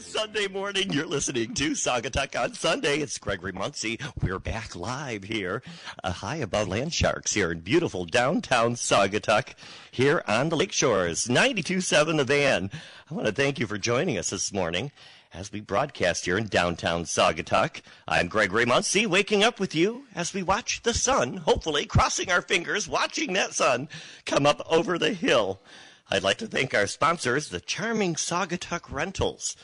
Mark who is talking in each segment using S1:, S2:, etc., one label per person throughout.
S1: Sunday morning. You're listening to Saga Talk on Sunday. It's Gregory Muncie. We're back live here, uh, high above land sharks here in beautiful downtown Saugatuck here on the lake shores. 92.7 The Van. I want to thank you for joining us this morning as we broadcast here in downtown Saugatuck. I'm Gregory Muncie, waking up with you as we watch the sun, hopefully crossing our fingers, watching that sun come up over the hill. I'd like to thank our sponsors, the charming Saugatuck Rentals.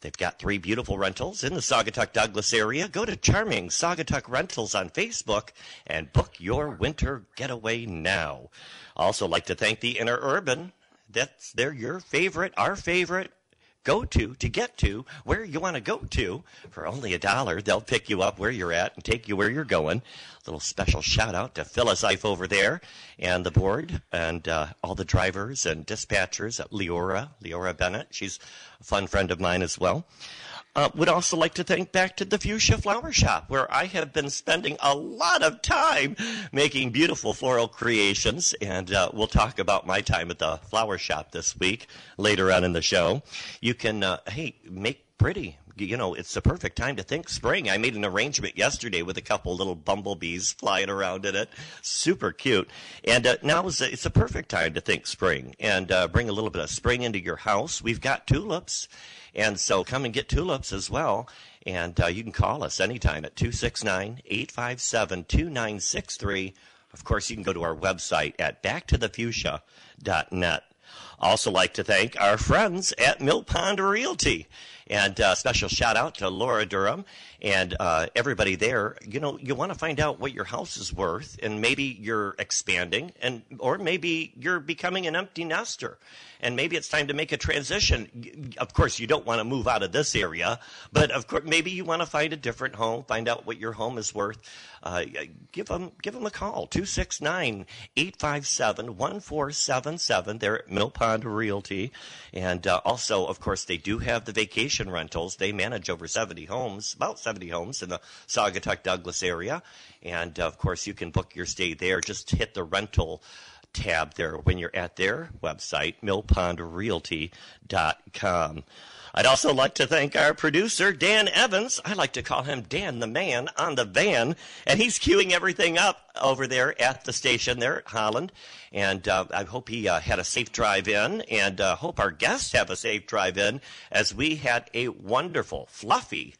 S1: They've got three beautiful rentals in the Saugatuck Douglas area. Go to Charming Saugatuck Rentals on Facebook and book your winter getaway now. Also like to thank the Inner Urban. That's they're your favorite, our favorite go to to get to where you want to go to for only a dollar they'll pick you up where you're at and take you where you're going little special shout out to phyllis ife over there and the board and uh, all the drivers and dispatchers at leora leora bennett she's a fun friend of mine as well uh, would also like to thank back to the Fuchsia Flower Shop, where I have been spending a lot of time making beautiful floral creations. And uh, we'll talk about my time at the flower shop this week later on in the show. You can, uh, hey, make pretty. You know, it's the perfect time to think spring. I made an arrangement yesterday with a couple little bumblebees flying around in it. Super cute. And uh, now is it's the perfect time to think spring and uh, bring a little bit of spring into your house. We've got tulips. And so come and get tulips as well. And uh, you can call us anytime at 269 857 2963. Of course, you can go to our website at backtothefuchsia.net. Also, like to thank our friends at Mill Pond Realty. And uh, special shout out to Laura Durham and uh, everybody there. You know, you want to find out what your house is worth, and maybe you're expanding, and or maybe you're becoming an empty nester, and maybe it's time to make a transition. Y- Of course, you don't want to move out of this area, but of course, maybe you want to find a different home. Find out what your home is worth. Uh, y- give them give them a call 269-857-1477. They're at Mill Pond Realty, and uh, also, of course, they do have the vacation rentals. They manage over 70 homes, about 70 homes in the Saugatuck Douglas area. And uh, of course, you can book your stay there. Just hit the rental tab there when you're at their website, millpondrealty.com. I'd also like to thank our producer, Dan Evans. I like to call him Dan the man on the van. And he's queuing everything up over there at the station there at Holland. And uh, I hope he uh, had a safe drive in and uh, hope our guests have a safe drive in as we had a wonderful, fluffy,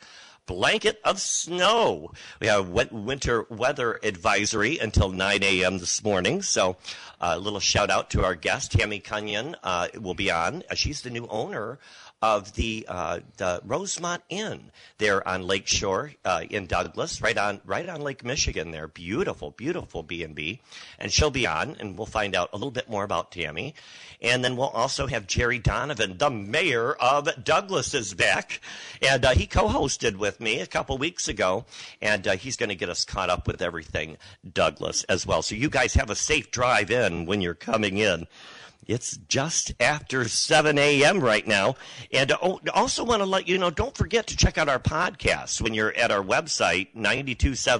S1: blanket of snow. We have a wet winter weather advisory until 9 a.m. this morning. So uh, a little shout out to our guest, Tammy Cunyon, uh, will be on. Uh, She's the new owner of the uh, the Rosemont Inn there on Lake Shore uh, in Douglas, right on right on Lake Michigan. There, beautiful, beautiful B and B, and she'll be on, and we'll find out a little bit more about Tammy, and then we'll also have Jerry Donovan, the mayor of Douglas, is back, and uh, he co-hosted with me a couple weeks ago, and uh, he's going to get us caught up with everything Douglas as well. So you guys have a safe drive in when you're coming in. It's just after 7 a.m. right now. And oh, also want to let you know don't forget to check out our podcast when you're at our website,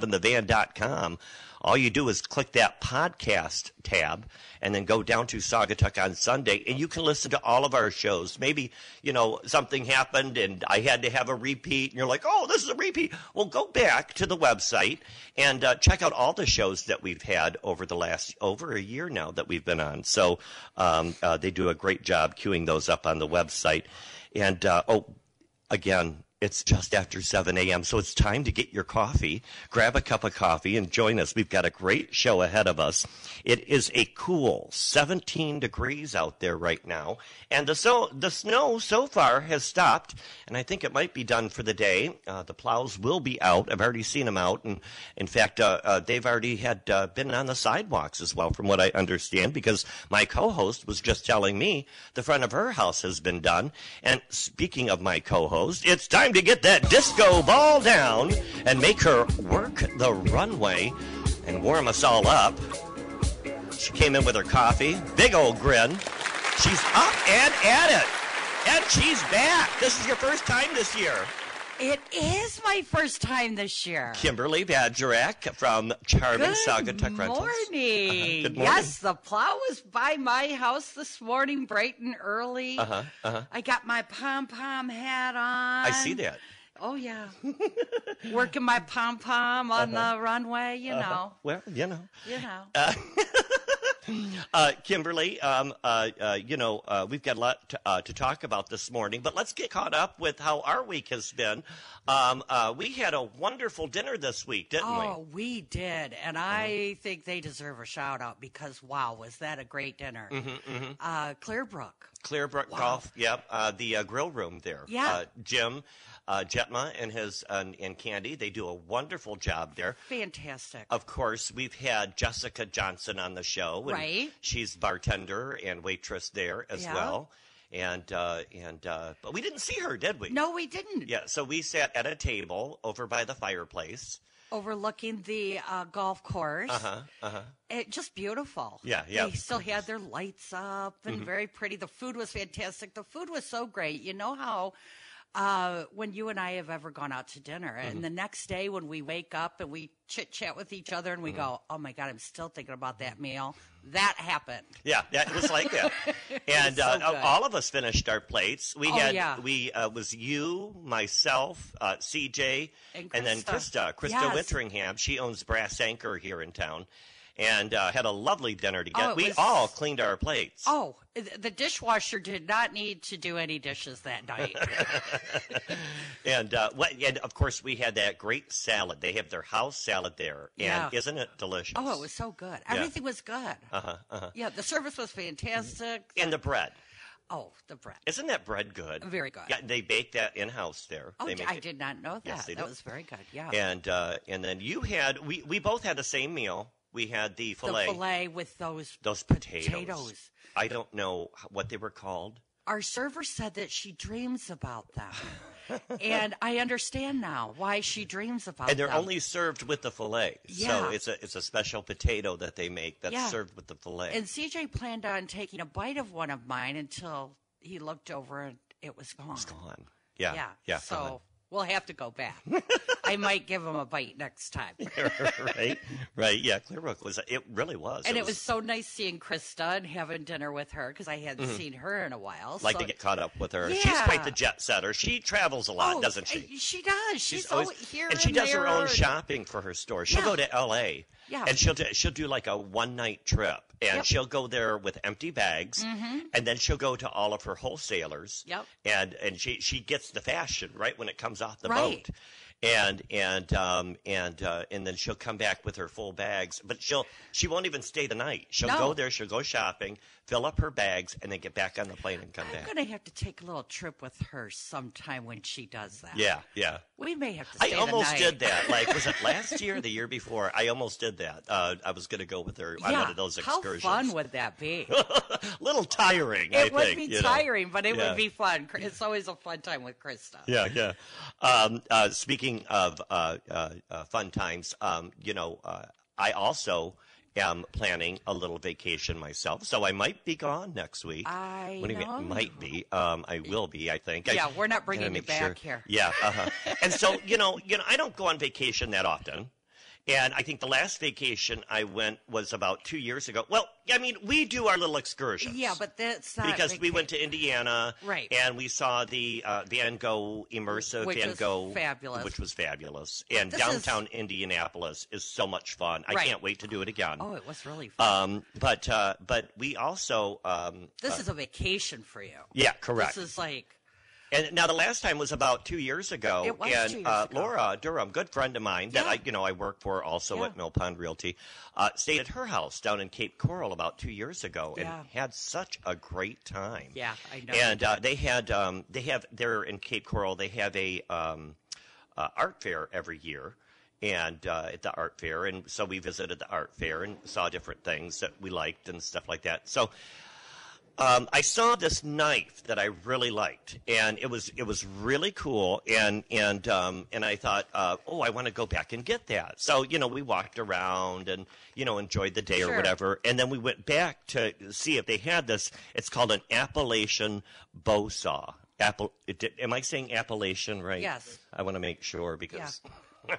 S1: 927thevan.com. All you do is click that podcast tab and then go down to Saugatuck on Sunday, and you can listen to all of our shows. Maybe, you know, something happened and I had to have a repeat, and you're like, oh, this is a repeat. Well, go back to the website and uh, check out all the shows that we've had over the last, over a year now that we've been on. So um, uh, they do a great job queuing those up on the website. And, uh, oh, again, it's just after 7 a.m., so it's time to get your coffee. Grab a cup of coffee and join us. We've got a great show ahead of us. It is a cool 17 degrees out there right now, and the, so, the snow so far has stopped, and I think it might be done for the day. Uh, the plows will be out. I've already seen them out, and in fact, uh, uh, they've already had uh, been on the sidewalks as well, from what I understand, because my co-host was just telling me the front of her house has been done. And speaking of my co-host, it's time to get that disco ball down and make her work the runway and warm us all up. She came in with her coffee, big old grin. She's up and at it. And she's back. This is your first time this year.
S2: It is my first time this year.
S1: Kimberly Badgerak from Charming
S2: Good
S1: Saugatuck Rentals. Uh-huh.
S2: morning.
S1: Good morning.
S2: Yes, the plow was by my house this morning, bright and early.
S1: Uh-huh, uh-huh.
S2: I got my pom pom hat on.
S1: I see that.
S2: Oh yeah, working my pom pom on
S1: Uh-huh.
S2: the runway. You know,
S1: Well, you know.
S2: you know.
S1: Uh, Kimberly, um, uh, uh, you know, uh, we've got a lot to, uh, to talk about this morning, but let's get caught up with how our week has been. Um, uh, we had a wonderful dinner this week, didn't
S2: Oh, we did. And
S1: Uh-huh.
S2: I think they deserve a shout out because, wow, was that a great dinner?
S1: Mm-hmm,
S2: Uh, Clearbrook.
S1: we? Clearbrook Golf, yep, uh, the uh, grill room there.
S2: Yeah.
S1: Uh, Jim uh, Jetma and his and, and Candy, they do a wonderful job there.
S2: Fantastic.
S1: Of course, we've had Jessica Johnson on the show. and
S2: Right.
S1: She's bartender and waitress there as
S2: Yeah.
S1: well. And uh, and uh, but we didn't see her, did we?
S2: no, we didn't.
S1: Yeah, so we sat at a table over by the fireplace.
S2: Overlooking the uh, golf course.
S1: Uh, uh
S2: It just beautiful.
S1: Yeah, yeah.
S2: They still had their lights up and very pretty. The food was fantastic. The food was so great. You know how uh, when you and I have ever gone out to dinner, and the next day when we wake up and we chit chat with each other and we go, "Oh my God, I'm still thinking about that meal." That happened.
S1: Yeah, that it was like that. and uh,
S2: so
S1: uh,
S2: good.
S1: all of us finished our plates. We
S2: Oh,
S1: had
S2: yeah.
S1: we uh, was you, myself, uh, CJ,
S2: And
S1: then Krista,
S2: Krista.
S1: Krista
S2: Yes.
S1: Winteringham. She owns Brass Anchor here in town, and uh, had a lovely dinner together.
S2: Oh, it
S1: we
S2: was-
S1: all cleaned our plates.
S2: Oh, th- the dishwasher did not need to do any dishes that night.
S1: And uh, what, and of course we had that great salad. They have their house salad there, and
S2: Yeah.
S1: isn't it delicious?
S2: oh, it was so good. Everything was good. Uh-huh, Yeah, the service was fantastic.
S1: And the bread,
S2: Oh, the bread.
S1: isn't that bread good?
S2: Very good.
S1: Yeah, they bake that in house there.
S2: Oh,
S1: they
S2: d-
S1: make
S2: I
S1: it.
S2: did not know that.
S1: Yes, they
S2: that
S1: do.
S2: was very good. Yeah.
S1: And uh, and then you had we we both had the same meal. We had the
S2: the
S1: fillet,
S2: fillet with those.
S1: those potatoes.
S2: potatoes.
S1: I don't know h- what they were called.
S2: Our server said that she dreams about them. and I understand now why she dreams about
S1: And they're
S2: them.
S1: only served with the fillet. So
S2: Yeah.
S1: it's a it's a special potato that they make that's
S2: Yeah.
S1: served with the fillet.
S2: And CJ planned on taking a bite of one of mine until he looked over and it was gone.
S1: Gone. Yeah.
S2: Yeah.
S1: Yeah.
S2: so
S1: gone.
S2: we'll have to go back. I might give him a bite next time.
S1: right. Right. Yeah. Clearbrook was it really was.
S2: And it was so nice seeing Krista and having dinner with her because I hadn't seen her in a while.
S1: Mm-hmm. like
S2: so
S1: to get caught up with her. She's quite
S2: Yeah.
S1: the jet setter. She travels a lot,
S2: Oh,
S1: doesn't
S2: uh,
S1: she?
S2: She does. She's, always, here
S1: and she does her own
S2: there.
S1: shopping for her store. She'll go
S2: Yeah.
S1: to L.A.
S2: Yeah.
S1: and she'll do, she'll do like a one night trip, and
S2: Yep. Mm-hmm.
S1: she'll go there with empty bags, and then she'll go to all of her wholesalers.
S2: Yep.
S1: and and she she gets the fashion right when it comes off the
S2: Right.
S1: boat. And and um and uh, and then she'll come back with her full bags, but she'll she won't even stay the night. She'll
S2: No.
S1: go there, she'll go shopping, fill up her bags, and then get back on the plane and come
S2: I'm
S1: back.
S2: gonna have to take a little trip with her sometime when she does that.
S1: Yeah, yeah.
S2: we may have to.
S1: I
S2: Stay
S1: almost
S2: the night.
S1: did that. Like, was it last year or the year before? I almost did that. Uh, I was going to go with her on
S2: yeah.
S1: one of those excursions.
S2: How fun would that be?
S1: little tiring, I
S2: it would
S1: think,
S2: be
S1: you know.
S2: tiring, but it
S1: Yeah.
S2: would be fun. It's always a fun time with Krista.
S1: Yeah, yeah. Um, uh, speaking of uh, uh, uh, fun times, um, you know, uh, I also am planning a little vacation myself, so I might be gone next week.
S2: I
S1: what do you mean,
S2: know.
S1: might be? Um, I will be. I think. I
S2: Yeah, we're not bringing
S1: gotta
S2: you
S1: make sure-
S2: back here.
S1: Yeah. Uh-huh. and so you know, you know, I don't go on vacation that often. And I think the last vacation I went was about two years ago. Well, I mean, we do our little excursions
S2: Yeah, but that's not
S1: because we
S2: vaca-
S1: went to Indiana,
S2: Right.
S1: And we saw the uh, Van Gogh immersive
S2: Which
S1: Van
S2: was
S1: Gogh,
S2: fabulous.
S1: which was fabulous. And
S2: this is-
S1: downtown Indianapolis is so much fun. I
S2: Right.
S1: can't wait to do it again.
S2: Oh, it was really fun.
S1: Um, but uh, but we also um,
S2: this is a vacation for you.
S1: yeah, correct.
S2: This is like
S1: And now the last time was about two years ago.
S2: It was
S1: and
S2: two years
S1: uh,
S2: ago.
S1: Laura Durham, good friend of mine that
S2: Yeah.
S1: I, you know, I work for also
S2: Yeah.
S1: at Mill Pond Realty, uh, stayed at her house down in Cape Coral about two years ago
S2: Yeah.
S1: and had such a great time.
S2: Yeah, I know.
S1: And uh, they had, um, they have there in Cape Coral, they have a um, uh, art fair every year. And uh, at the art fair, and so we visited the art fair and saw different things that we liked and stuff like that. So um, I saw this knife that I really liked, and it was it was really cool, and and um, and I thought, uh, oh, I want to go back and get that. So you know, we walked around and you know enjoyed the day or
S2: Sure.
S1: whatever, and then we went back to see if they had this. It's called an Appalachian bow saw. Apple. it did- Am I saying Appalachian right?
S2: Yes.
S1: I want to make sure because I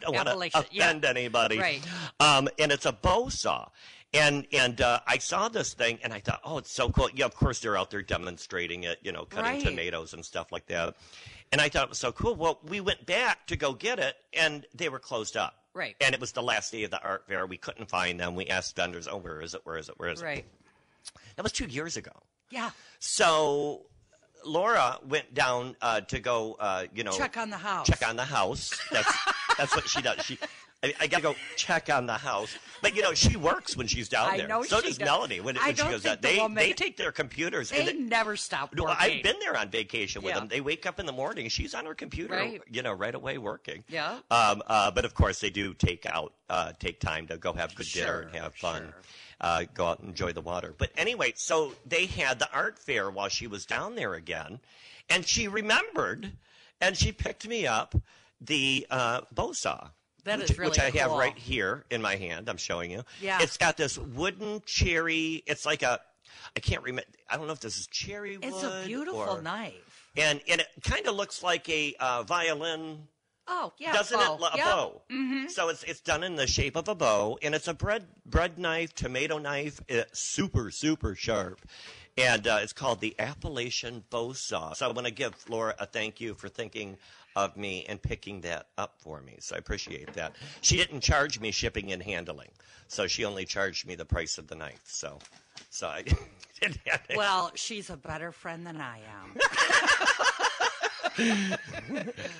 S1: don't want to
S2: Appalachian, yeah.
S1: offend anybody.
S2: Right.
S1: Um, and it's a bow saw. And and uh, I saw this thing and I thought, oh, it's so cool. Yeah, of course they're out there demonstrating it, you know, cutting
S2: Right.
S1: tomatoes and stuff like that. And I thought it was so cool. Well, we went back to go get it and they were closed up.
S2: Right.
S1: And it was the last day of the art fair. We couldn't find them. We asked vendors, oh, where is it? Where is it? Where is it?
S2: Right.
S1: That was two years ago.
S2: Yeah.
S1: So Laura went down uh, to go, uh, you know,
S2: Check on the house.
S1: check on the house. That's that's what she does. She. I, I gotta go check on the house, but you know she works when she's down
S2: I
S1: there.
S2: know
S1: so
S2: she
S1: does
S2: does.
S1: Melanie when,
S2: I
S1: when she
S2: don't
S1: goes
S2: think
S1: out.
S2: the
S1: They
S2: woman-
S1: they take their computers.
S2: They
S1: and they-
S2: never stop
S1: no,
S2: working.
S1: I've been there on vacation with
S2: Yeah.
S1: them. They wake up in the morning. She's on her computer,
S2: Right.
S1: you know, right away working.
S2: Yeah.
S1: Um, uh, but of course, they do take out, uh, take time to go have good dinner and
S2: Sure,
S1: have fun,
S2: sure.
S1: uh, go out and enjoy the water. But anyway, so they had the art fair while she was down there again, and she remembered, and she picked me up the uh, bow saw.
S2: That
S1: which,
S2: is really
S1: which I have
S2: cool.
S1: right here in my hand. I'm showing you.
S2: Yeah.
S1: It's got this wooden cherry. It's like a. I can't remember. I don't know if this is cherry
S2: It's a
S1: wood
S2: beautiful
S1: or-
S2: knife.
S1: and and it kind of looks like a uh, violin,
S2: Oh yeah.
S1: doesn't
S2: bow.
S1: it? Lo- oh. A
S2: Yep. Mm-hmm.
S1: bow. So it's it's done in the shape of a bow, and it's a bread bread knife, tomato knife, uh, super super sharp, and uh, it's called the Appalachian Bow Saw. So I want to give Laura a thank you for thinking of me and picking that up for me. So I appreciate that. She didn't charge me shipping and handling, so she only charged me the price of the knife. So, so I. didn't have to-
S2: Well, she's a better friend than I am.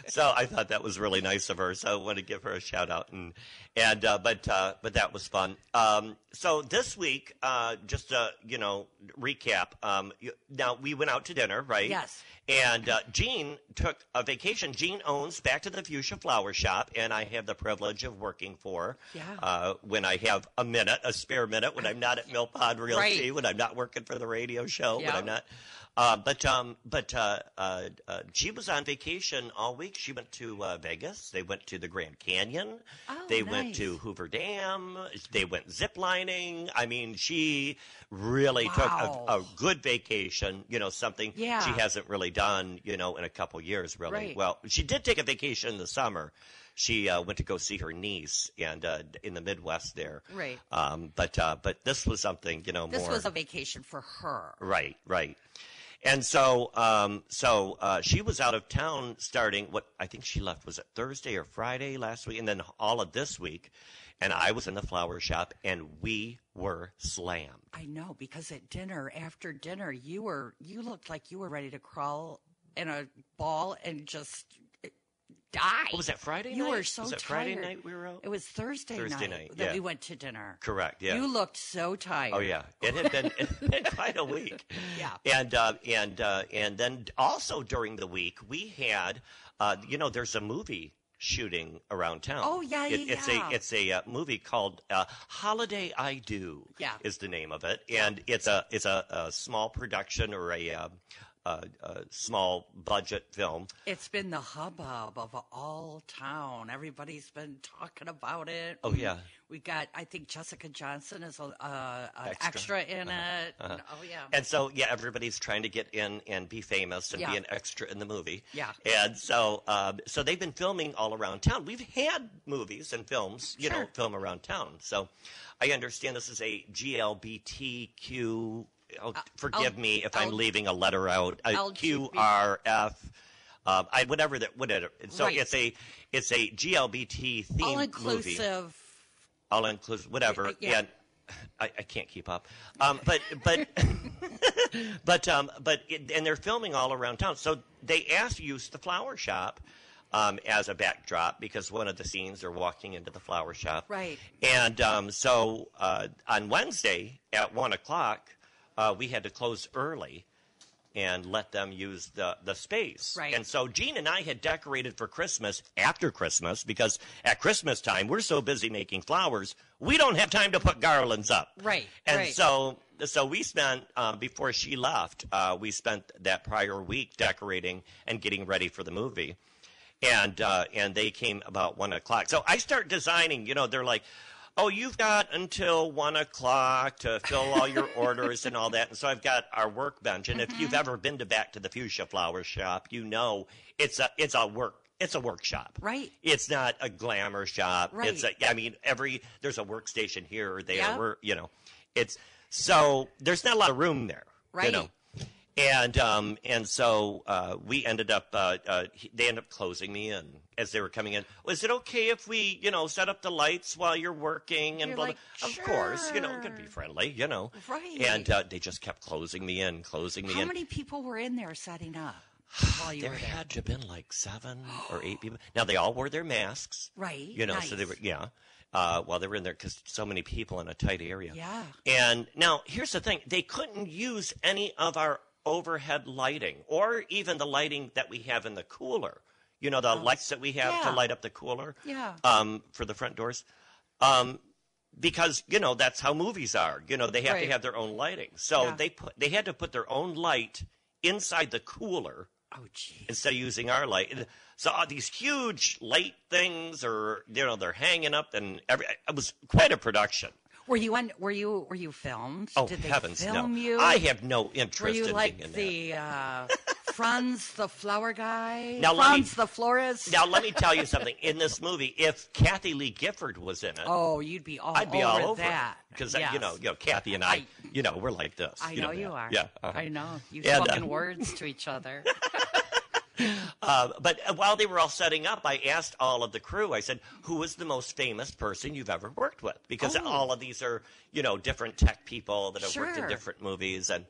S1: so I thought that was really nice of her. So I want to give her a shout out and and uh, but uh, but that was fun. Um, so this week, uh, just to, you know recap. Um, you, now we went out to dinner, right?
S2: Yes.
S1: And uh, Jean took a vacation. Jean owns Back to the Fuchsia Flower Shop, and I have the privilege of working for.
S2: Yeah.
S1: Uh, when I have a minute, a spare minute, when I'm not at Mill Pond Realty,
S2: Right.
S1: when I'm not working for the radio show, when
S2: Yeah.
S1: I'm not uh, but um, but uh, uh, uh, she was on vacation all week. She went to uh, Vegas. They went to the Grand Canyon.
S2: Oh,
S1: they went
S2: nice.
S1: to Hoover Dam. They went ziplining. I mean, she really
S2: Wow.
S1: took a, a good vacation. You know, something
S2: Yeah.
S1: she hasn't really done. You know, in a couple years, really.
S2: Right.
S1: Well, she did take a vacation in the summer. She uh, went to go see her niece and uh, in the Midwest there.
S2: Right.
S1: Um, but uh, but this was something you know
S2: This
S1: more.
S2: was a vacation for her.
S1: Right, right. And so, um, so uh, she was out of town starting what I think she left was it Thursday or Friday last week, and then all of this week. And I was in the flower shop, and we were slammed.
S2: I know because at dinner, after dinner, you were you looked like you were ready to crawl in a ball and just eh, die.
S1: What Oh, was that Friday?
S2: You
S1: night?
S2: were so
S1: was that
S2: tired.
S1: Friday night we were out.
S2: It was Thursday,
S1: Thursday
S2: night,
S1: night,
S2: that
S1: yeah.
S2: we went to dinner.
S1: Correct. Yeah.
S2: You looked so tired.
S1: Oh yeah, it had been, it had been quite a week.
S2: Yeah.
S1: and uh, and uh, and then also during the week we had, uh, you know, there's a movie shooting around town.
S2: Oh, yeah,
S1: It-
S2: yeah,
S1: It's
S2: yeah.
S1: a it's a uh, movie called uh, Holiday I Do.
S2: Yeah.
S1: is the name of it, and it's a it's a, a small production or a. Uh, uh, uh, small budget film,
S2: It's been the hubbub of all town. Everybody's been talking about it.
S1: Oh, yeah.
S2: We got, I think Jessica Johnson is a, uh, an
S1: Extra. Uh-huh.
S2: extra, in it. Oh, yeah.
S1: And so, yeah, everybody's trying to get in and be famous and be
S2: Yeah.
S1: an extra in the movie.
S2: Yeah.
S1: And so, um, so they've been filming all around town. We've had movies and films, you know,
S2: Sure.
S1: film around town. So, I understand this is a GLBTQ. Oh,
S2: Uh,
S1: forgive
S2: I'll-
S1: me if i am
S2: I'll-
S1: leaving a letter out. Uh, A
S2: LGBT.
S1: QRF. Um, I whatever that whatever. And So
S2: Right.
S1: it's a it's a GLBT themed
S2: All
S1: movie
S2: inclusive.
S1: all inclusive, whatever.
S2: Uh, yeah.
S1: And I, I can't keep up. Um, but but but um, but it, and they're filming all around town. So they asked to use the flower shop um, as a backdrop because one of the scenes they're walking into the flower shop.
S2: Right.
S1: And um, so uh, on Wednesday at one o'clock, uh, we had to close early. And let them use the, the space.
S2: Right.
S1: And so Gene and I had decorated for Christmas after Christmas because at Christmas time we're so busy making flowers we don't have time to put garlands up.
S2: Right,
S1: And
S2: right.
S1: so so we spent um, before she left uh, we spent that prior week decorating and getting ready for the movie and uh, and they came about one o'clock. So I start designing. You know, they're like, oh, you've got until one o'clock to fill all your orders and all that. And so I've got our workbench. And if you've ever been to Back to the Fuchsia Flower Shop, you know it's a it's a work it's a workshop.
S2: Right.
S1: It's not a glamour shop. It's a,
S2: Right.
S1: I mean, every there's a workstation here or there.
S2: Yeah.
S1: We're, you know, it's so there's not a lot of room there. You
S2: Right.
S1: know? And um and so uh, we ended up uh, uh, he- they ended up closing me in as they were coming in. Was it okay if we you know set up the lights while you're working and
S2: You're
S1: blah,
S2: like,
S1: blah. of course you know gonna be
S2: "Sure."
S1: friendly you know
S2: Right.
S1: and uh, they just kept closing me in closing me
S2: How
S1: in.
S2: many people were in there setting up while you
S1: there
S2: were there?
S1: had to have been like seven or eight people. Now they all wore their masks
S2: right.
S1: you know so they
S2: nice.
S1: were yeah uh, while they were in there because so many people in a tight area
S2: Yeah.
S1: and now here's the thing they couldn't use any of our overhead lighting or even the lighting that we have in the cooler you know the lights that we have to
S2: Oh, yeah.
S1: light up the cooler
S2: Yeah.
S1: um, for the front doors um, because you know that's how movies are you know they have
S2: Right.
S1: to have their own lighting so
S2: Yeah.
S1: they put they had to put their own light inside the cooler
S2: Oh, geez.
S1: instead of using our light. And So uh, these huge light things are, you know, they're hanging up, and every, it was quite a production.
S2: Were you on? Were you? Were you filmed?
S1: Oh
S2: Did they
S1: heavens,
S2: film
S1: no!
S2: you?
S1: I have no
S2: were
S1: interest
S2: you
S1: in being
S2: like
S1: in
S2: the uh, Franz the flower guy?
S1: Now let me-
S2: Franz the florist.
S1: that. Now let me tell you something. In this movie, if Kathy Lee Gifford was in it,
S2: oh, you'd be all.
S1: I'd be
S2: over
S1: all over
S2: that
S1: because
S2: yes.
S1: you know, you know, Kathy and I,
S2: I-
S1: you know, we're like this.
S2: I know,
S1: that.
S2: you are.
S1: Yeah. uh-huh.
S2: I know. You've
S1: And, uh,
S2: spoken words to each other.
S1: Uh, but uh, while they were all setting up, I asked all of the crew, I said, who is the most famous person you've ever worked with? Because
S2: Oh.
S1: all of these are, you know, different tech people that have worked in
S2: Sure.
S1: different movies. And,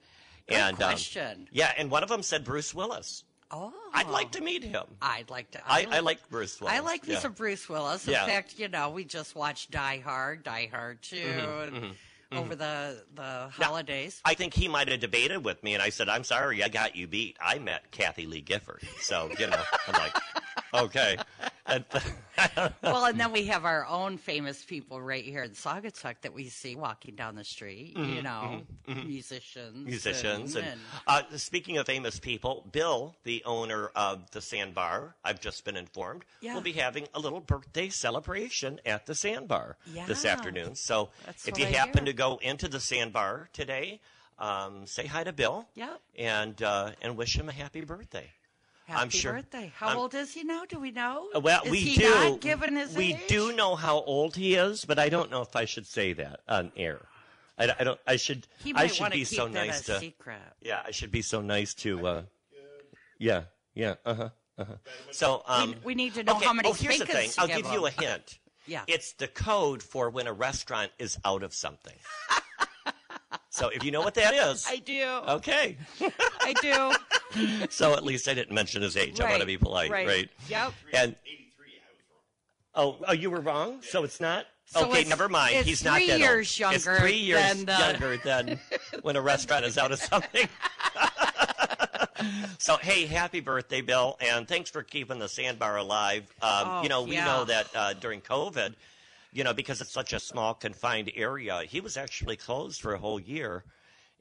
S2: Good
S1: and, um,
S2: question.
S1: yeah, and one of them said Bruce Willis.
S2: Oh,
S1: I'd like to meet him.
S2: I'd like to.
S1: I, I like Bruce Willis.
S2: I like me
S1: yeah.
S2: some Bruce Willis. In
S1: Yeah.
S2: fact, you know, we just watched Die Hard, Die Hard 2
S1: Mm-hmm,
S2: and over the the holidays.
S1: I think he might have debated with me, and I said, I'm sorry, I got you beat. I met Kathy Lee Gifford. So, you know, I'm like, okay. And-
S2: well, and then we have our own famous people right here in Saugatuck that we see walking down the street, you know, musicians.
S1: Mm-hmm, musicians.
S2: and,
S1: And, uh, speaking of famous people, Bill, the owner of the Sandbar, I've just been informed,
S2: Yeah.
S1: will be having a little birthday celebration at the Sandbar this
S2: Yeah.
S1: afternoon. So
S2: That's
S1: if
S2: what
S1: you
S2: I
S1: happen
S2: hear.
S1: to go into the Sandbar today, um, say hi to Bill.
S2: Yep.
S1: And uh, and wish him a happy birthday.
S2: Happy
S1: I'm sure-
S2: birthday. How
S1: I'm-
S2: old is he now? Do we know?
S1: Uh, Well,
S2: Is
S1: we
S2: he
S1: do.
S2: Not given his
S1: we
S2: age?
S1: do know how old he is, but I don't know if I should say that on air. I, I don't. I should.
S2: He
S1: I
S2: might
S1: should
S2: want to
S1: be
S2: keep
S1: so
S2: that
S1: nice
S2: a
S1: to. um,
S2: secret.
S1: Yeah, I should be so nice to. Uh, yeah, yeah, uh huh, uh huh. So um,
S2: we need to know
S1: okay,
S2: how many
S1: Oh, here's the thing.
S2: spankings to
S1: I'll
S2: give
S1: give you a
S2: them.
S1: hint.
S2: Yeah.
S1: it's the code for when a restaurant is out of something. so if you know what that is,
S2: I do.
S1: okay.
S2: I do.
S1: so at least I didn't mention his age. I want to
S2: Right,
S1: be polite, right?
S2: Yep.
S1: And oh, oh, you were wrong. So it's not.
S2: So
S1: okay,
S2: it's-
S1: never mind.
S2: it's
S1: He's not
S2: three
S1: that old.
S2: years
S1: It's
S2: younger
S1: three years
S2: than the-
S1: younger than when a restaurant is out of something. so hey, happy birthday, Bill, and thanks for keeping the sandbar alive. Um,
S2: Oh,
S1: you know, we
S2: yeah.
S1: know that uh, during COVID, you know, because it's such a small confined area, he was actually closed for a whole year,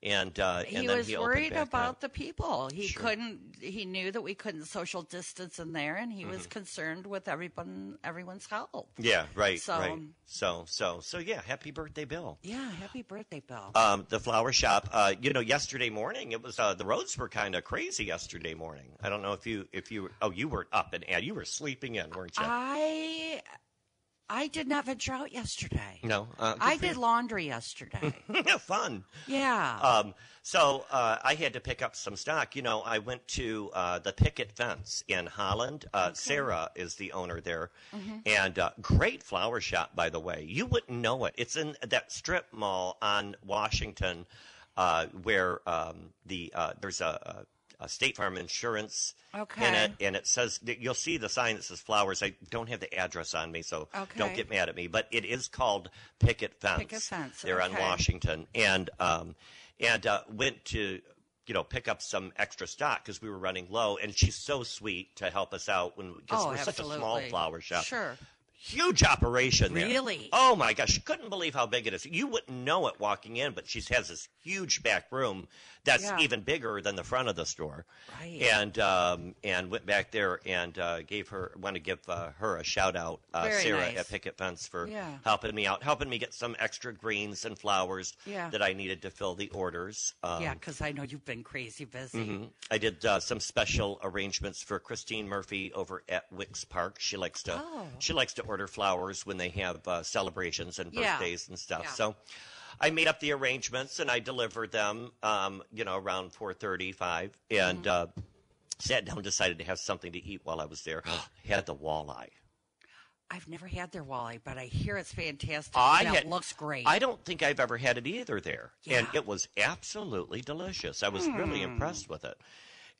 S1: and uh,
S2: He
S1: and then
S2: was
S1: he opened
S2: worried
S1: back
S2: about
S1: up.
S2: the people. He
S1: Sure.
S2: couldn't. He knew that we couldn't social distance in there, and he
S1: Mm-hmm.
S2: was concerned with everyone, everyone's health.
S1: Yeah, right,
S2: So-
S1: right. So, so, so, yeah. Happy birthday, Bill.
S2: Yeah. Happy birthday, Bill.
S1: um, the flower shop. Uh, you know, yesterday morning it was uh, the roads were kind of crazy yesterday morning. I don't know if you if you oh you were up and and you were sleeping in, weren't
S2: Uh,
S1: you?
S2: I I did not venture out yesterday.
S1: no, uh,
S2: I did laundry yesterday.
S1: fun.
S2: yeah.
S1: Um, so uh, I had to pick up some stock. You know, I went to uh, the Picket Fence in Holland. Uh, Sarah is the owner there,
S2: Mm-hmm.
S1: and uh, great flower shop, by the way. You wouldn't know it. It's in that strip mall on Washington, uh, where um, the uh, there's a, a, a State Farm Insurance. In
S2: Okay.
S1: it, and it says you'll see the sign that says flowers. I don't have the address on me, so don't
S2: Okay.
S1: get mad at me. But it is called Picket Fence.
S2: Picket fence,
S1: They're on
S2: okay.
S1: Washington. Washington and um, and uh, went to you know pick up some extra stock because we were running low. And she's so sweet to help us out when because
S2: Oh,
S1: we're such a small
S2: absolutely.
S1: flower shop.
S2: Sure.
S1: Huge operation there.
S2: Really?
S1: Oh my gosh, she couldn't believe how big it is. You wouldn't know it walking in, but she has this huge back room that's
S2: Yeah.
S1: even bigger than the front of the store.
S2: Right.
S1: And um, and went back there and uh, gave her want to give uh, her a shout out, uh,
S2: Very
S1: Sarah
S2: nice.
S1: at Picket Fence for
S2: Yeah.
S1: helping me out, helping me get some extra greens and flowers
S2: Yeah.
S1: that I needed to fill the orders. Um,
S2: yeah, because I know you've been crazy busy.
S1: I did uh, some special arrangements for Christine Murphy over at Wicks Park. She likes to
S2: Oh.
S1: she likes to order flowers when they have uh, celebrations and
S2: Yeah.
S1: birthdays and stuff.
S2: Yeah.
S1: So I made up the arrangements and I delivered them. Um, you know, around four thirty five, and uh,
S2: Mm-hmm.
S1: sat down. Decided to have something to eat while I was there. had the walleye.
S2: I've never had their walleye, but I hear it's fantastic.
S1: I
S2: and it
S1: had-
S2: looks great.
S1: I don't think I've ever had it either there. And
S2: Yeah. Hmm.
S1: it was absolutely delicious. I was really impressed with it.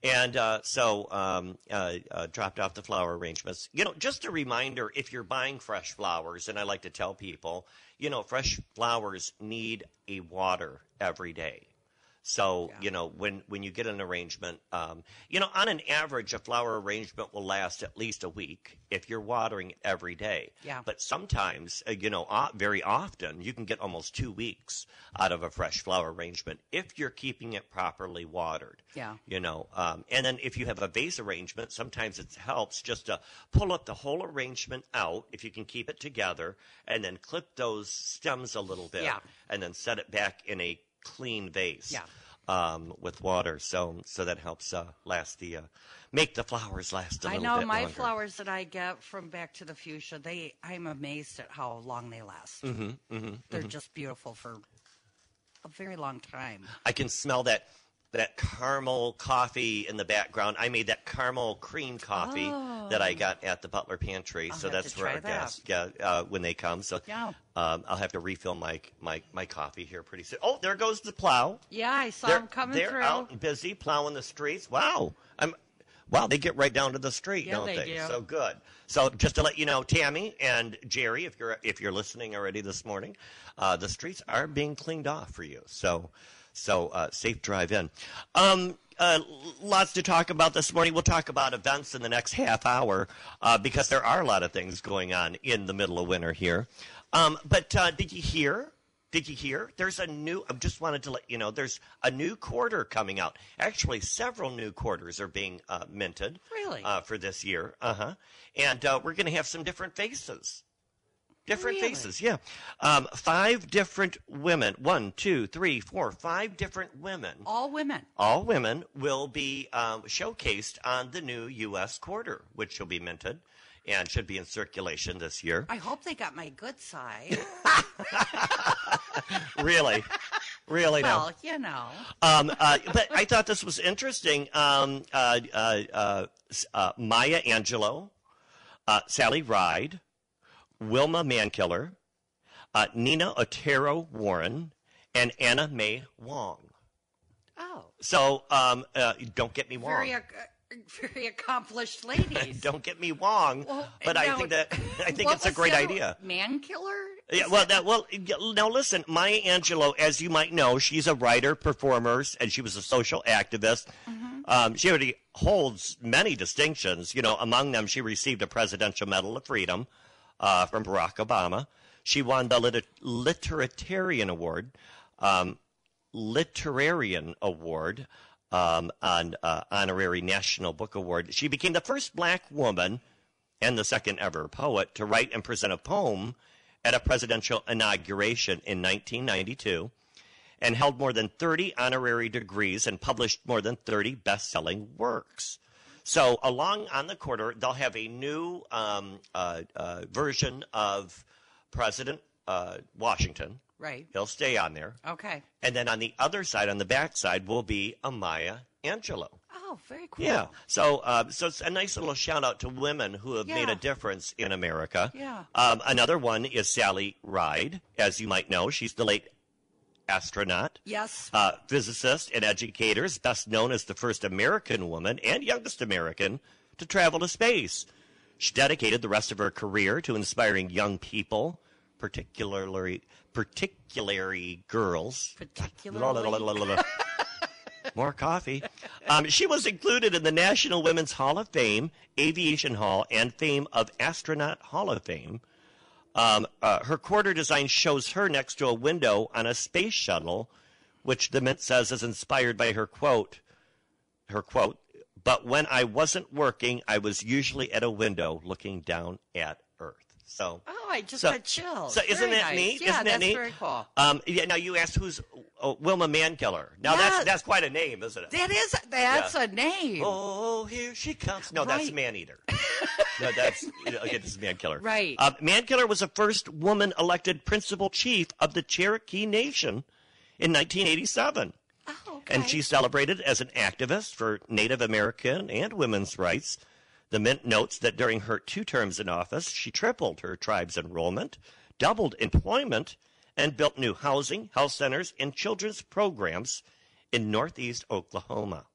S1: And uh, so um, uh, uh, dropped off the flower arrangements. You know, just a reminder if you're buying fresh flowers, and I like to tell people, you know, fresh flowers need a water every day. So, you know, when, when you get an arrangement, um, you know, on an average, a flower arrangement will last at least a week if you're watering it every day.
S2: Yeah.
S1: But sometimes, uh, you know, uh, very often, you can get almost two weeks out of a fresh flower arrangement if you're keeping it properly watered.
S2: Yeah.
S1: You know, um, and then if you have a vase arrangement, sometimes it helps just to pull up the whole arrangement out if you can keep it together and then clip those stems a little bit
S2: Yeah.
S1: and then set it back in a clean vase
S2: Yeah.
S1: um, with water. So so that helps uh, last the uh, make the flowers last a
S2: I
S1: little
S2: know
S1: bit
S2: my
S1: longer.
S2: flowers that I get from Back to the Fuchsia. They, I'm amazed at how long they last. Mm-hmm, They're just beautiful for a very long time.
S1: I can smell that that caramel coffee in the background. I made that caramel cream coffee that I got at the Butler Pantry. so
S2: Oh. have to
S1: that's where
S2: try
S1: our
S2: that.
S1: guests yeah, uh, when they come. So
S2: Yeah.
S1: um, I'll have to refill my my my coffee here pretty soon. Oh, there goes the plow.
S2: Yeah, I saw
S1: They're,
S2: them coming
S1: they're
S2: through.
S1: out and busy plowing the streets. Wow. I'm wow, they get right down to the street,
S2: Yeah,
S1: don't
S2: they
S1: they?
S2: do.
S1: So good. So just to let you know, Tammy and Jerry, if you're if you're listening already this morning, uh, the streets are being cleaned off for you. So so uh, safe drive in. Um uh, lots to talk about this morning. We'll talk about events in the next half hour uh, because there are a lot of things going on in the middle of winter here. Um, but uh, did you hear did you hear? There's a new. I just wanted to let you know. There's a new quarter coming out. Actually, several new quarters are being uh, minted.
S2: Really?
S1: Uh, for this year. Uh huh. And uh, we're going to have some different faces. Different
S2: Really?
S1: faces. Yeah. Um, five different women. One, two, three, four, five different women.
S2: All women.
S1: All women will be um, showcased on the new U.S. quarter, which will be minted and should be in circulation this year.
S2: I hope they got my good side.
S1: really. Really now.
S2: well, you know.
S1: Um, uh, but I thought this was interesting. Um, uh, uh, uh, s- uh, Maya Angelou, uh, Sally Ride, Wilma Mankiller, uh, Nina Otero Warren, and Anna Mae Wong.
S2: Oh,
S1: So um, uh, don't get me wrong.
S2: very ac- uh, very accomplished ladies.
S1: don't get me wrong,
S2: Well,
S1: but I
S2: now-
S1: think that I think
S2: What
S1: it's a
S2: was
S1: great
S2: the other-
S1: idea.
S2: Man killer.
S1: Yeah, well, that well. yeah, Now listen, Maya Angelou, as you might know, she's a writer, performer, and she was a social activist. Um, she already holds many distinctions. You know, among them, she received a Presidential Medal of Freedom uh, from Barack Obama. She won the Liter- Literatarian Award, um, Literarian Award, um, on uh, honorary National Book Award. She became the first black woman and the second ever poet to write and present a poem at a presidential inauguration in 1992 and held more than 30 honorary degrees and published more than 30 best selling works. So, along on the quarter, they'll have a new um, uh, uh, version of President uh, Washington.
S2: Right.
S1: He'll stay on there.
S2: Okay.
S1: And then on the other side, on the back side, will be Amaya Angelou.
S2: Oh, very cool.
S1: Yeah. So, uh, so it's a nice little shout out to women who have made
S2: Yeah.
S1: a difference in America.
S2: Yeah.
S1: Um, another one is Sally Ride, as you might know. She's the late astronaut,
S2: Yes.
S1: uh, physicist, and educator, is best known as the first American woman and youngest American to travel to space. She dedicated the rest of her career to inspiring young people, particularly particularly girls. La, la, la,
S2: Particularly.
S1: la, la, la. More coffee. Um, she was included in the National Women's Hall of Fame, Aviation Hall, and Fame of Astronaut Hall of Fame. Um, uh, her quarter design shows her next to a window on a space shuttle, which the Mint says is inspired by her quote. Her quote. But when I wasn't working, I was usually at a window looking down at Earth. So
S2: Oh, I just
S1: So-
S2: got chills.
S1: so isn't
S2: Very
S1: that
S2: nice.
S1: neat?
S2: Yeah,
S1: isn't that
S2: that's
S1: neat?
S2: very cool.
S1: Um, yeah, now you asked who's oh, Wilma Mankiller. Now
S2: Yeah.
S1: that's that's quite a name, isn't it?
S2: That is that's
S1: Yeah.
S2: a name.
S1: Oh, here she comes. No, that's
S2: Right.
S1: Man Eater. no, that's okay. This is Man Killer.
S2: Right.
S1: Uh, Man Killer was the first woman elected principal chief of the Cherokee Nation in 1987,
S2: Oh, okay.
S1: and she's celebrated as an activist for Native American and women's rights. The Mint notes that during her two terms in office, she tripled her tribe's enrollment, doubled employment, and built new housing, health centers, and children's programs in Northeast Oklahoma.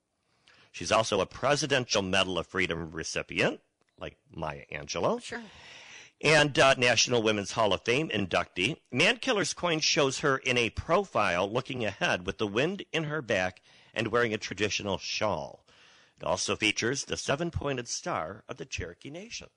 S1: She's also a Presidential Medal of Freedom recipient, like Maya Angelou,
S2: sure.
S1: and uh, National Women's Hall of Fame inductee. Mankiller's coin shows her in a profile looking ahead with the wind in her back and wearing a traditional shawl. It also features the seven pointed star of the Cherokee Nation.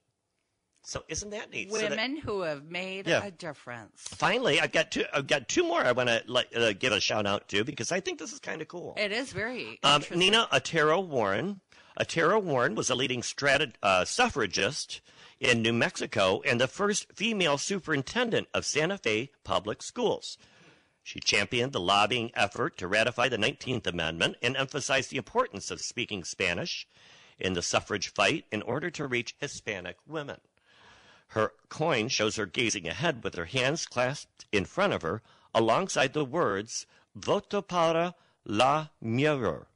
S1: So, isn't that neat? So that-
S2: Women who have made
S1: Yeah.
S2: a difference.
S1: finally, I've got two. I've got two more. I want to like, uh, give a shout out to because I think this is kind of cool.
S2: It is very
S1: Um,
S2: interesting.
S1: Nina Otero Warren. Otero Warren was a leading strat- uh, suffragist in New Mexico and the first female superintendent of Santa Fe public schools. She championed the lobbying effort to ratify the 19th Amendment and emphasized the importance of speaking Spanish in the suffrage fight in order to reach Hispanic women. Her coin shows her gazing ahead with her hands clasped in front of her alongside the words Voto para la mirror.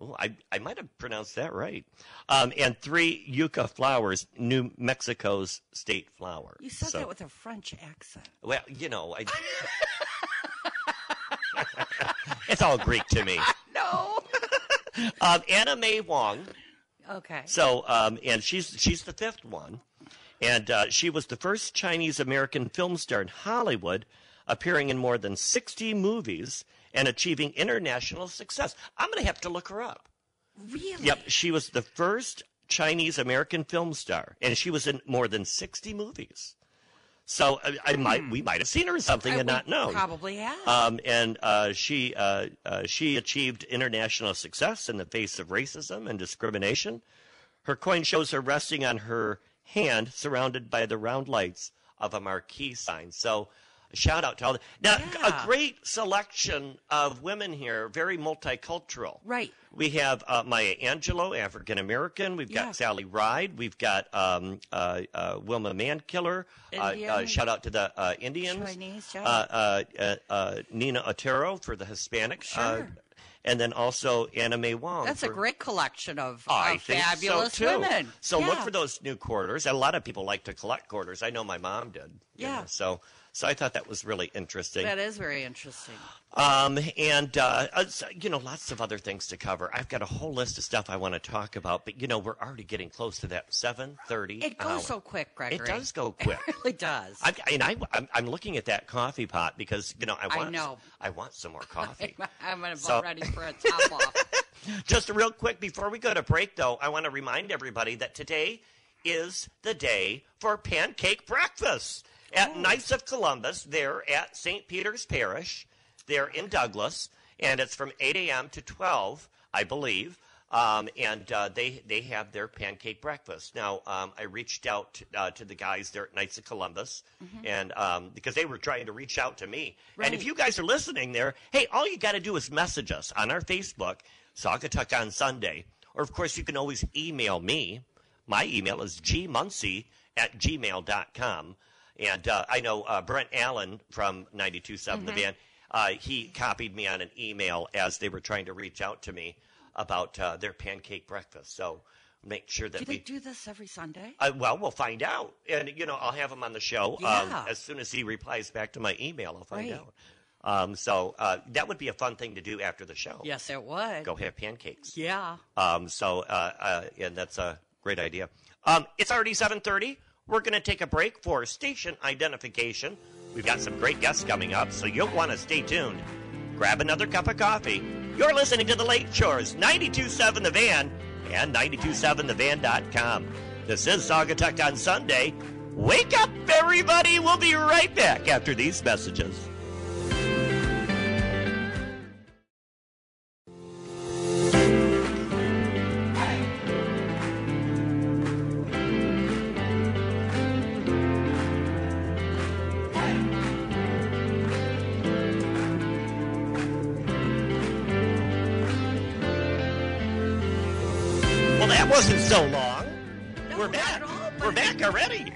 S1: Oh, I, I might have pronounced that right. Um, and three yucca flowers, New Mexico's state flower.
S2: You said
S1: So-
S2: that with a French accent.
S1: well, you know, I. it's all Greek to me.
S2: No.
S1: Um, Anna Mae Wong.
S2: okay.
S1: So, um, and she's she's the fifth one, and uh, she was the first Chinese American film star in Hollywood, appearing in more than sixty movies and achieving international success. I'm gonna have to look her up.
S2: really?
S1: Yep, she was the first Chinese American film star, and she was in more than sixty movies. So I, I might we might have seen her in something
S2: Hmm. I
S1: and
S2: would
S1: not known.
S2: Probably have.
S1: Um, and uh, she uh, uh, she achieved international success in the face of racism and discrimination. Her coin shows her resting on her hand, surrounded by the round lights of a marquee sign. So, shout out to all the now
S2: Yeah.
S1: a great selection of women here, very multicultural.
S2: right.
S1: We have uh, Maya Angelou, African American. We've got
S2: Yeah.
S1: Sally Ride. We've got um, uh, uh, Wilma Mankiller. Uh, uh,
S2: Indian.
S1: shout out to the uh, Indians.
S2: Chinese, yeah.
S1: Uh, uh, uh, uh, Nina Otero for the Hispanic. Uh,
S2: Sure.
S1: and then also Anna Mae Wong.
S2: That's a
S1: for- Oh,
S2: great collection of,
S1: I
S2: of
S1: think so,
S2: fabulous
S1: too.
S2: women.
S1: So look
S2: Yeah.
S1: for those new quarters. A lot of people like to collect quarters. I know my mom did. you
S2: Yeah.
S1: know, so so I thought that was really interesting.
S2: That is very interesting.
S1: Um, and, uh, uh, so, you know, lots of other things to cover. I've got a whole list of stuff I want to talk about, but, you know, we're already getting close to that 7.30
S2: It goes
S1: hour.
S2: so quick,
S1: It
S2: Gregory.
S1: does go quick.
S2: It really does.
S1: I've, and I, I'm, I'm looking at that coffee pot because, you know, I
S2: I
S1: want,
S2: know.
S1: I want some more coffee.
S2: I'm gonna
S1: So-
S2: ready for a top off.
S1: Just real quick before we go to break, though, I want to remind everybody that today is the day for pancake breakfast at Knights of Columbus. They're at St. Peter's Parish. They're in Douglas, and it's from 8 a.m. to 12, I believe. Um, and uh, they they have their pancake breakfast. Now um, I reached out uh, to the guys there at Knights of Columbus, and um, because they were trying to reach out to me. And if
S2: Right.
S1: you guys are listening there, hey, all you got to do is message us on our Facebook, Saugatuck on Sunday, or of course you can always email me. My email is gmuncie at gmail.com. And uh, I know uh, Brent Allen from 92.7
S2: Mm-hmm.
S1: The Van, uh, he copied me on an email as they were trying to reach out to me about uh, their pancake breakfast. So make sure that
S2: Do
S1: we
S2: they do this every Sunday?
S1: uh, well, we'll find out, and you know, I'll have him on the show
S2: Yeah.
S1: um, as soon as he replies back to my email. I'll find
S2: Right.
S1: out. Um, so uh, that would be a fun thing to do after the show.
S2: Yes, it would.
S1: go have pancakes.
S2: Yeah.
S1: Um, so, uh, uh, and that's a great idea. Um, it's already seven thirty. We're going to take a break for station identification. We've got some great guests coming up, so you'll want to stay tuned. Grab another cup of coffee. You're listening to The Late Shores, 92.7 The Van and 92.7thevan.com. This is Saugatuck on Sunday. Wake up, everybody! We'll be right back after these messages. Well, that wasn't so long.
S2: No,
S1: We're
S2: not
S1: back.
S2: at all, but-
S1: We're back already.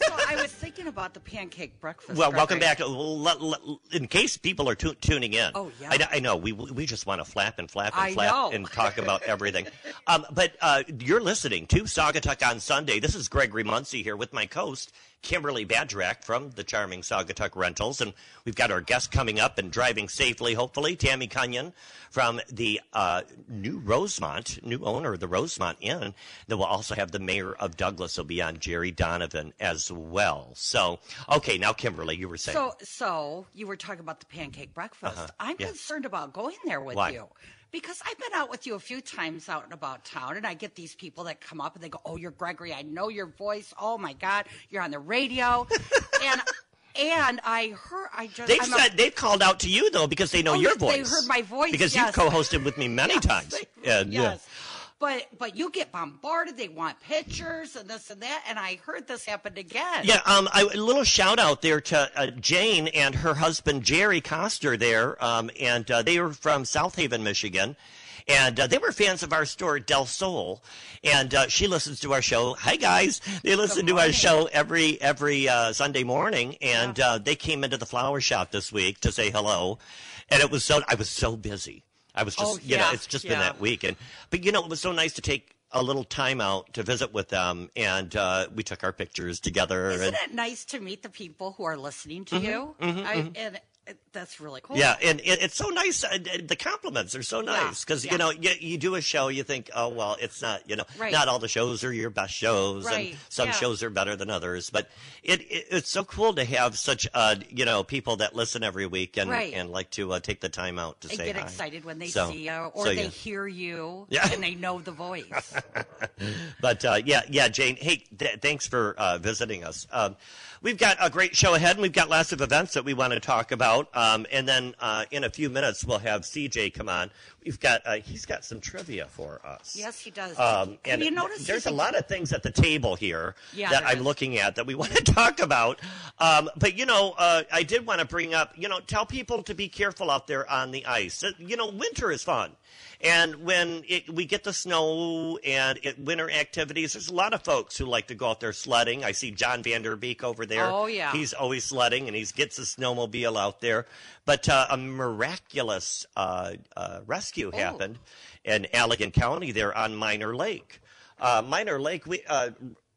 S2: So I was thinking about the pancake breakfast.
S1: Well, welcome
S2: Gregory.
S1: back. Well, let- let- In case people are tu- tuning in,
S2: Oh, yeah.
S1: I, kn- I know we we just want to flap and flap and
S2: I
S1: flap
S2: know.
S1: and talk about everything. um, but uh, you're listening to Saugatuck on Sunday. This is Gregory Muncy here with my co-host Kimberly Badrak from the charming Saugatuck Rentals, and we've got our guest coming up and driving safely, hopefully. Tammy Cunyon from the uh, new Rosemont, new owner of the Rosemont Inn. Then we'll also have the mayor of Douglas will be on, Jerry Donovan, as well. So, okay, now Kimberly, you were saying.
S2: So, so you were talking about the pancake breakfast. I'm
S1: yeah.
S2: concerned about going there with
S1: Uh-huh. Why?
S2: you because I've been out with you a few times out and about town, and I get these people that come up and they go, "Oh, you're Gregory. I know your voice. Oh my God, you're on the radio." and and I heard I just
S1: They've
S2: I'm a-
S1: said they've called out to you though because they know
S2: Oh,
S1: your
S2: yes, they
S1: voice.
S2: heard my voice,
S1: because you've
S2: yes.
S1: co-hosted with me many times. And, yeah.
S2: yes. But but you get bombarded. They want pictures and this and that. And I heard this happened again.
S1: Yeah, um, I, a little shout out there to uh, Jane and her husband Jerry Coster there, um, and uh, they were from South Haven, Michigan, and uh, they were fans of our store Del Sol, and uh, she listens to our show. Hi guys, they listen to our
S2: morning.
S1: show every every uh, Sunday morning, and uh, they came into the flower shop this week to say hello, and it was so I was so busy. I was just
S2: Oh,
S1: you know
S2: yeah,
S1: it's just been
S2: yeah.
S1: that week, and but you know it was so nice to take. A little time out to visit with them, and uh, we took our pictures together. and,
S2: Isn't it nice to meet the people who are listening to you? I, And it, that's really cool.
S1: Mm-hmm. Yeah, and it, it's so nice. uh, d- The compliments are so nice because
S2: yeah.
S1: you know you, you do a show, you think, oh well, it's not you know
S2: Right.
S1: not all the shows are your best shows,
S2: Right,
S1: and some
S2: yeah.
S1: shows are better than others. But it, it it's so cool to have such uh you know people that listen every week and
S2: Right.
S1: and like to uh, take the time out to
S2: They
S1: say
S2: get
S1: hi.
S2: excited when they
S1: So-
S2: see you or
S1: so,
S2: they
S1: yeah.
S2: hear you
S1: Yeah.
S2: and they know the voice.
S1: But uh, yeah, yeah, Jane. Hey, th- thanks for uh, visiting us. Um, we've got a great show ahead, and we've got lots of events that we want to talk about. Um, and then uh, in a few minutes, we'll have CJ come on. We've got uh, he's got some trivia for us.
S2: yes, he does.
S1: Um,
S2: Have
S1: and
S2: you noticed
S1: there's
S2: he's
S1: a lot of things at the table here
S2: Yeah,
S1: that
S2: there
S1: I'm
S2: is.
S1: looking at that we want to talk about. Um, but you know, uh, I did want to bring up. You know, tell people to be careful out there on the ice. Uh, You know, winter is fun, and when it, we get the snow and it, winter activities, there's a lot of folks who like to go out there sledding. I see John Vanderbeek over there.
S2: Oh, yeah.
S1: he's always sledding, and he gets his snowmobile out there. But uh, a miraculous uh, uh, rescue
S2: Oh,
S1: happened in Allegan County there on Minor Lake. Uh, Minor Lake, we uh,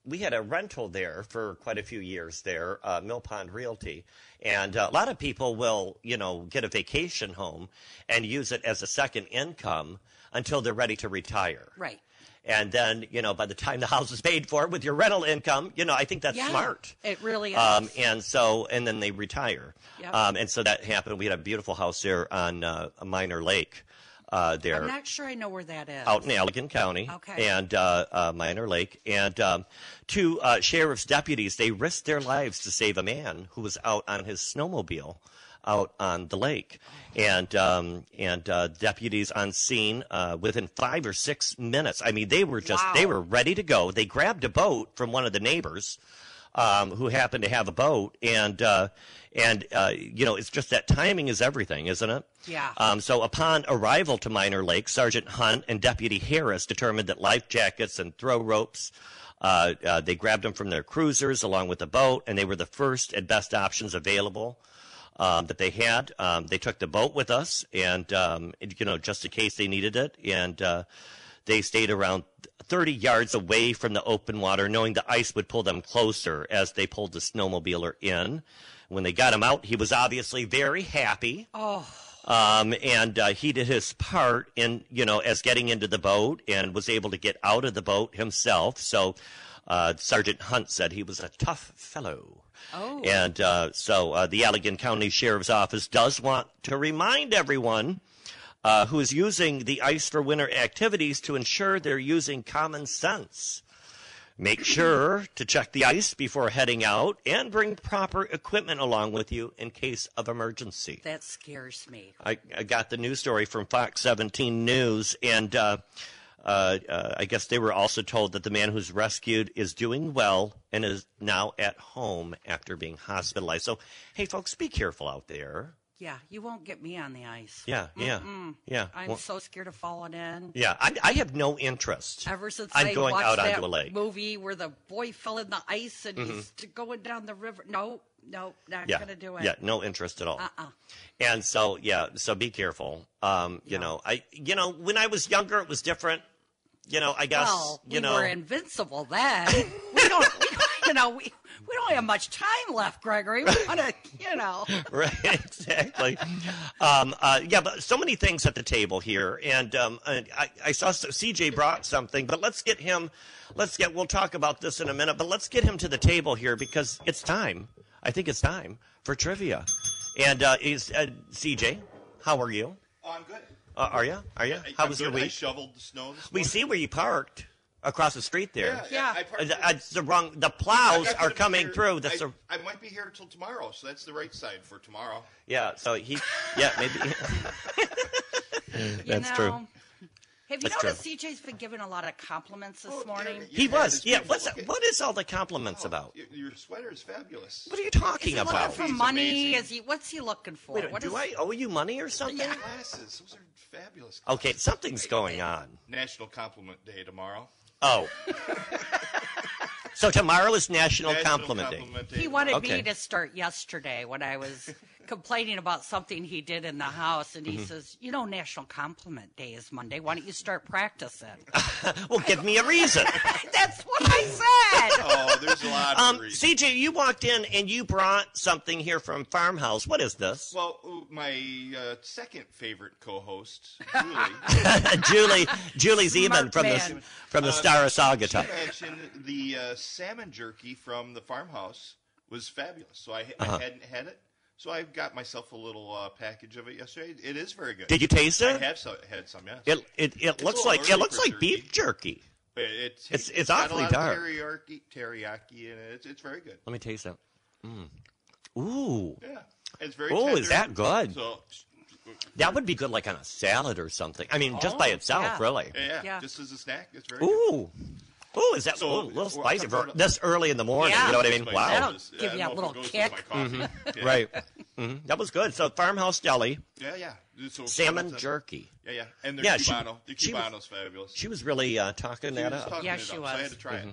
S1: we had a rental there for quite a few years there, uh, Mill Pond Realty, and uh, a lot of people will you know get a vacation home and use it as a second income until they're ready to retire.
S2: right.
S1: And then, you know, by the time the house is paid for with your rental income, you know, I think that's
S2: Yeah,
S1: smart.
S2: It really is.
S1: Um, and so, and then they retire.
S2: Yep.
S1: Um, and so that happened. We had a beautiful house there on uh, Minor Lake, uh, there
S2: I'm not sure I know where that is.
S1: out in Allegan County
S2: Okay.
S1: and uh, uh, Minor Lake. And um, two uh, sheriff's deputies, they risked their lives to save a man who was out on his snowmobile out on the lake. And um, and uh, deputies on scene uh, within five or six minutes. I mean, they were just,
S2: Wow.
S1: they were ready to go. They grabbed a boat from one of the neighbors. Um, who happened to have a boat and uh, and uh, you know it's just that timing is everything, isn't it?
S2: Yeah.
S1: Um, so upon arrival to Minor Lake, Sergeant Hunt and Deputy Harris determined that life jackets and throw ropes. Uh, uh, they grabbed them from their cruisers along with the boat, and they were the first and best options available um, that they had. Um, they took the boat with us, and um, you know, just in case they needed it, and uh, they stayed around 30 yards away from the open water, knowing the ice would pull them closer as they pulled the snowmobiler in. When they got him out, he was obviously very happy
S2: oh,
S1: um, and uh, he did his part in you know as getting into the boat and was able to get out of the boat himself. So uh, Sergeant Hunt said he was a tough fellow.
S2: Oh.
S1: And uh, so uh, the Allegan County Sheriff's Office does want to remind everyone uh, who is using the ice for winter activities to ensure they're using common sense. Make sure to check the ice before heading out and bring proper equipment along with you in case of emergency.
S2: That scares me.
S1: I, I got the news story from Fox 17 News, and uh, uh, uh, I guess they were also told that the man who's rescued is doing well and is now at home after being hospitalized. So, hey, folks, be careful out there.
S2: Yeah, you won't get me on the ice.
S1: Yeah, yeah, yeah.
S2: I'm
S1: Well,
S2: so scared of falling in.
S1: yeah, I, I have no interest.
S2: Ever since
S1: I'm
S2: I
S1: going
S2: watched
S1: out
S2: that
S1: onto a lake. Mm-hmm.
S2: movie where the boy fell in the ice and he's going down the river. No, no, not
S1: yeah,
S2: gonna do it.
S1: yeah, no interest at all.
S2: Uh-uh.
S1: And so, yeah, so be careful. Um, you know, I, you know, when I was younger, it was different. You know, I guess,
S2: Well,
S1: you
S2: we
S1: know,
S2: were invincible then. we don't, we don't you know, we, we don't have much time left, Gregory. We want to, you know.
S1: right? Exactly. um, uh, yeah, but so many things at the table here, and um, and I, I saw so CJ brought something, but let's get him. Let's get. We'll talk about this in a minute, but let's get him to the table here because it's time. I think it's time for trivia. And uh, is uh, CJ? How are you?
S3: Oh, I'm good.
S1: Uh, are you? Are you?
S3: I,
S1: How
S3: I'm
S1: was
S3: good.
S1: your
S3: I
S1: week?
S3: shoveled the snow. This
S1: We
S3: morning.
S1: see where you parked across the street there.
S2: Yeah.
S3: I, I
S1: Uh,
S3: parked-
S1: th- uh, It's the wrong. The
S3: I
S1: plows
S3: got
S1: are
S3: to be
S1: coming
S3: here-
S1: through. That's
S3: I,
S1: the
S3: I might be here till tomorrow, so that's the right side for tomorrow.
S1: yeah. So he yeah maybe
S2: You
S1: That's
S2: know.
S1: true.
S2: Have you
S1: That's true.
S2: noticed CJ's been given a lot of compliments this
S3: Oh, yeah,
S2: morning?
S3: yeah.
S1: he
S3: Your head
S1: was
S3: is
S1: yeah.
S3: beautiful. Oh,
S1: What's
S3: Look at-
S1: what is all the compliments about?
S3: Your, your sweater is fabulous.
S1: What are you
S2: Is
S1: talking
S2: he looking
S1: about?
S2: for
S3: He's
S2: money?
S3: amazing.
S2: Is he? What's he looking for?
S1: Wait a minute,
S2: What
S1: do I
S2: is-
S1: owe you Oh. money or something?
S2: Yeah.
S3: Glasses, those are fabulous.
S1: Okay, something's going on.
S3: National Compliment Day tomorrow.
S1: Oh. so tomorrow is National,
S3: National
S1: Oh, Compliment Day.
S3: Day
S2: He
S3: tomorrow.
S2: wanted
S1: Okay.
S2: me to start yesterday when I was complaining about something he did in the house, and he
S1: Mm-hmm.
S2: says, "You know, National Compliment Day is Monday. Why don't you start practicing?"
S1: Well, give me a reason.
S2: That's what I said.
S3: Oh, there's a lot
S1: Um,
S3: of reasons.
S1: CJ, you walked in and you brought something here from Farmhouse. What is this?
S3: Well, ooh, my uh, second favorite co-host, Julie.
S1: Julie, Julie Zeman
S2: Smart
S1: from the
S2: man.
S1: from
S3: Uh,
S1: the Star of
S3: She
S1: Saugatuck.
S3: mentioned the uh, salmon jerky from the farmhouse was fabulous. So I, I
S1: Uh-huh.
S3: hadn't had it. So I got myself a little uh, package of it yesterday. It is very good.
S1: Did you taste
S3: I
S1: it?
S3: have so, had some, yes.
S1: It it, it looks
S3: a little
S1: like it
S3: early
S1: looks
S3: for
S1: like beef jerky.
S3: But it tastes-
S1: It's- it's
S3: got
S1: awfully
S3: a lot
S1: dark.
S3: Of teriyaki, teriyaki in it. It's, it's very good.
S1: Let me taste that. Mm. Ooh,
S3: Yeah. It's very
S1: Ooh, is
S3: tender.
S1: that good?
S3: So,
S1: that would be good like on a salad or something. I mean, just by
S2: Oh,
S1: itself,
S2: yeah.
S1: really.
S3: yeah,
S2: Yeah.
S3: just as a snack, it's very good.
S1: Ooh. Ooh, is that
S3: Eh. So,
S1: ooh, a little
S3: well,
S1: spicy for
S3: compared to-
S1: this early in the morning?
S2: Yeah.
S1: You know what I mean?
S3: It's my
S1: Wow. Mm-hmm.
S3: delicious.
S2: That'll give
S3: I
S2: you a
S3: don't know if
S2: little
S3: it goes with
S2: kick.
S3: my coffee. Yeah.
S1: Right. hmm That was good. So farmhouse deli,
S3: Yeah, yeah. So-
S1: salmon jerky.
S3: Yeah, yeah. And their
S1: Yeah, she-
S3: Cubano. The
S1: she was-
S3: Cubano's fabulous.
S1: She was really uh, talking
S3: She
S1: that
S3: was
S1: up.
S3: talking
S2: Yeah,
S3: it
S2: she
S3: up,
S2: was.
S3: So I had to try it.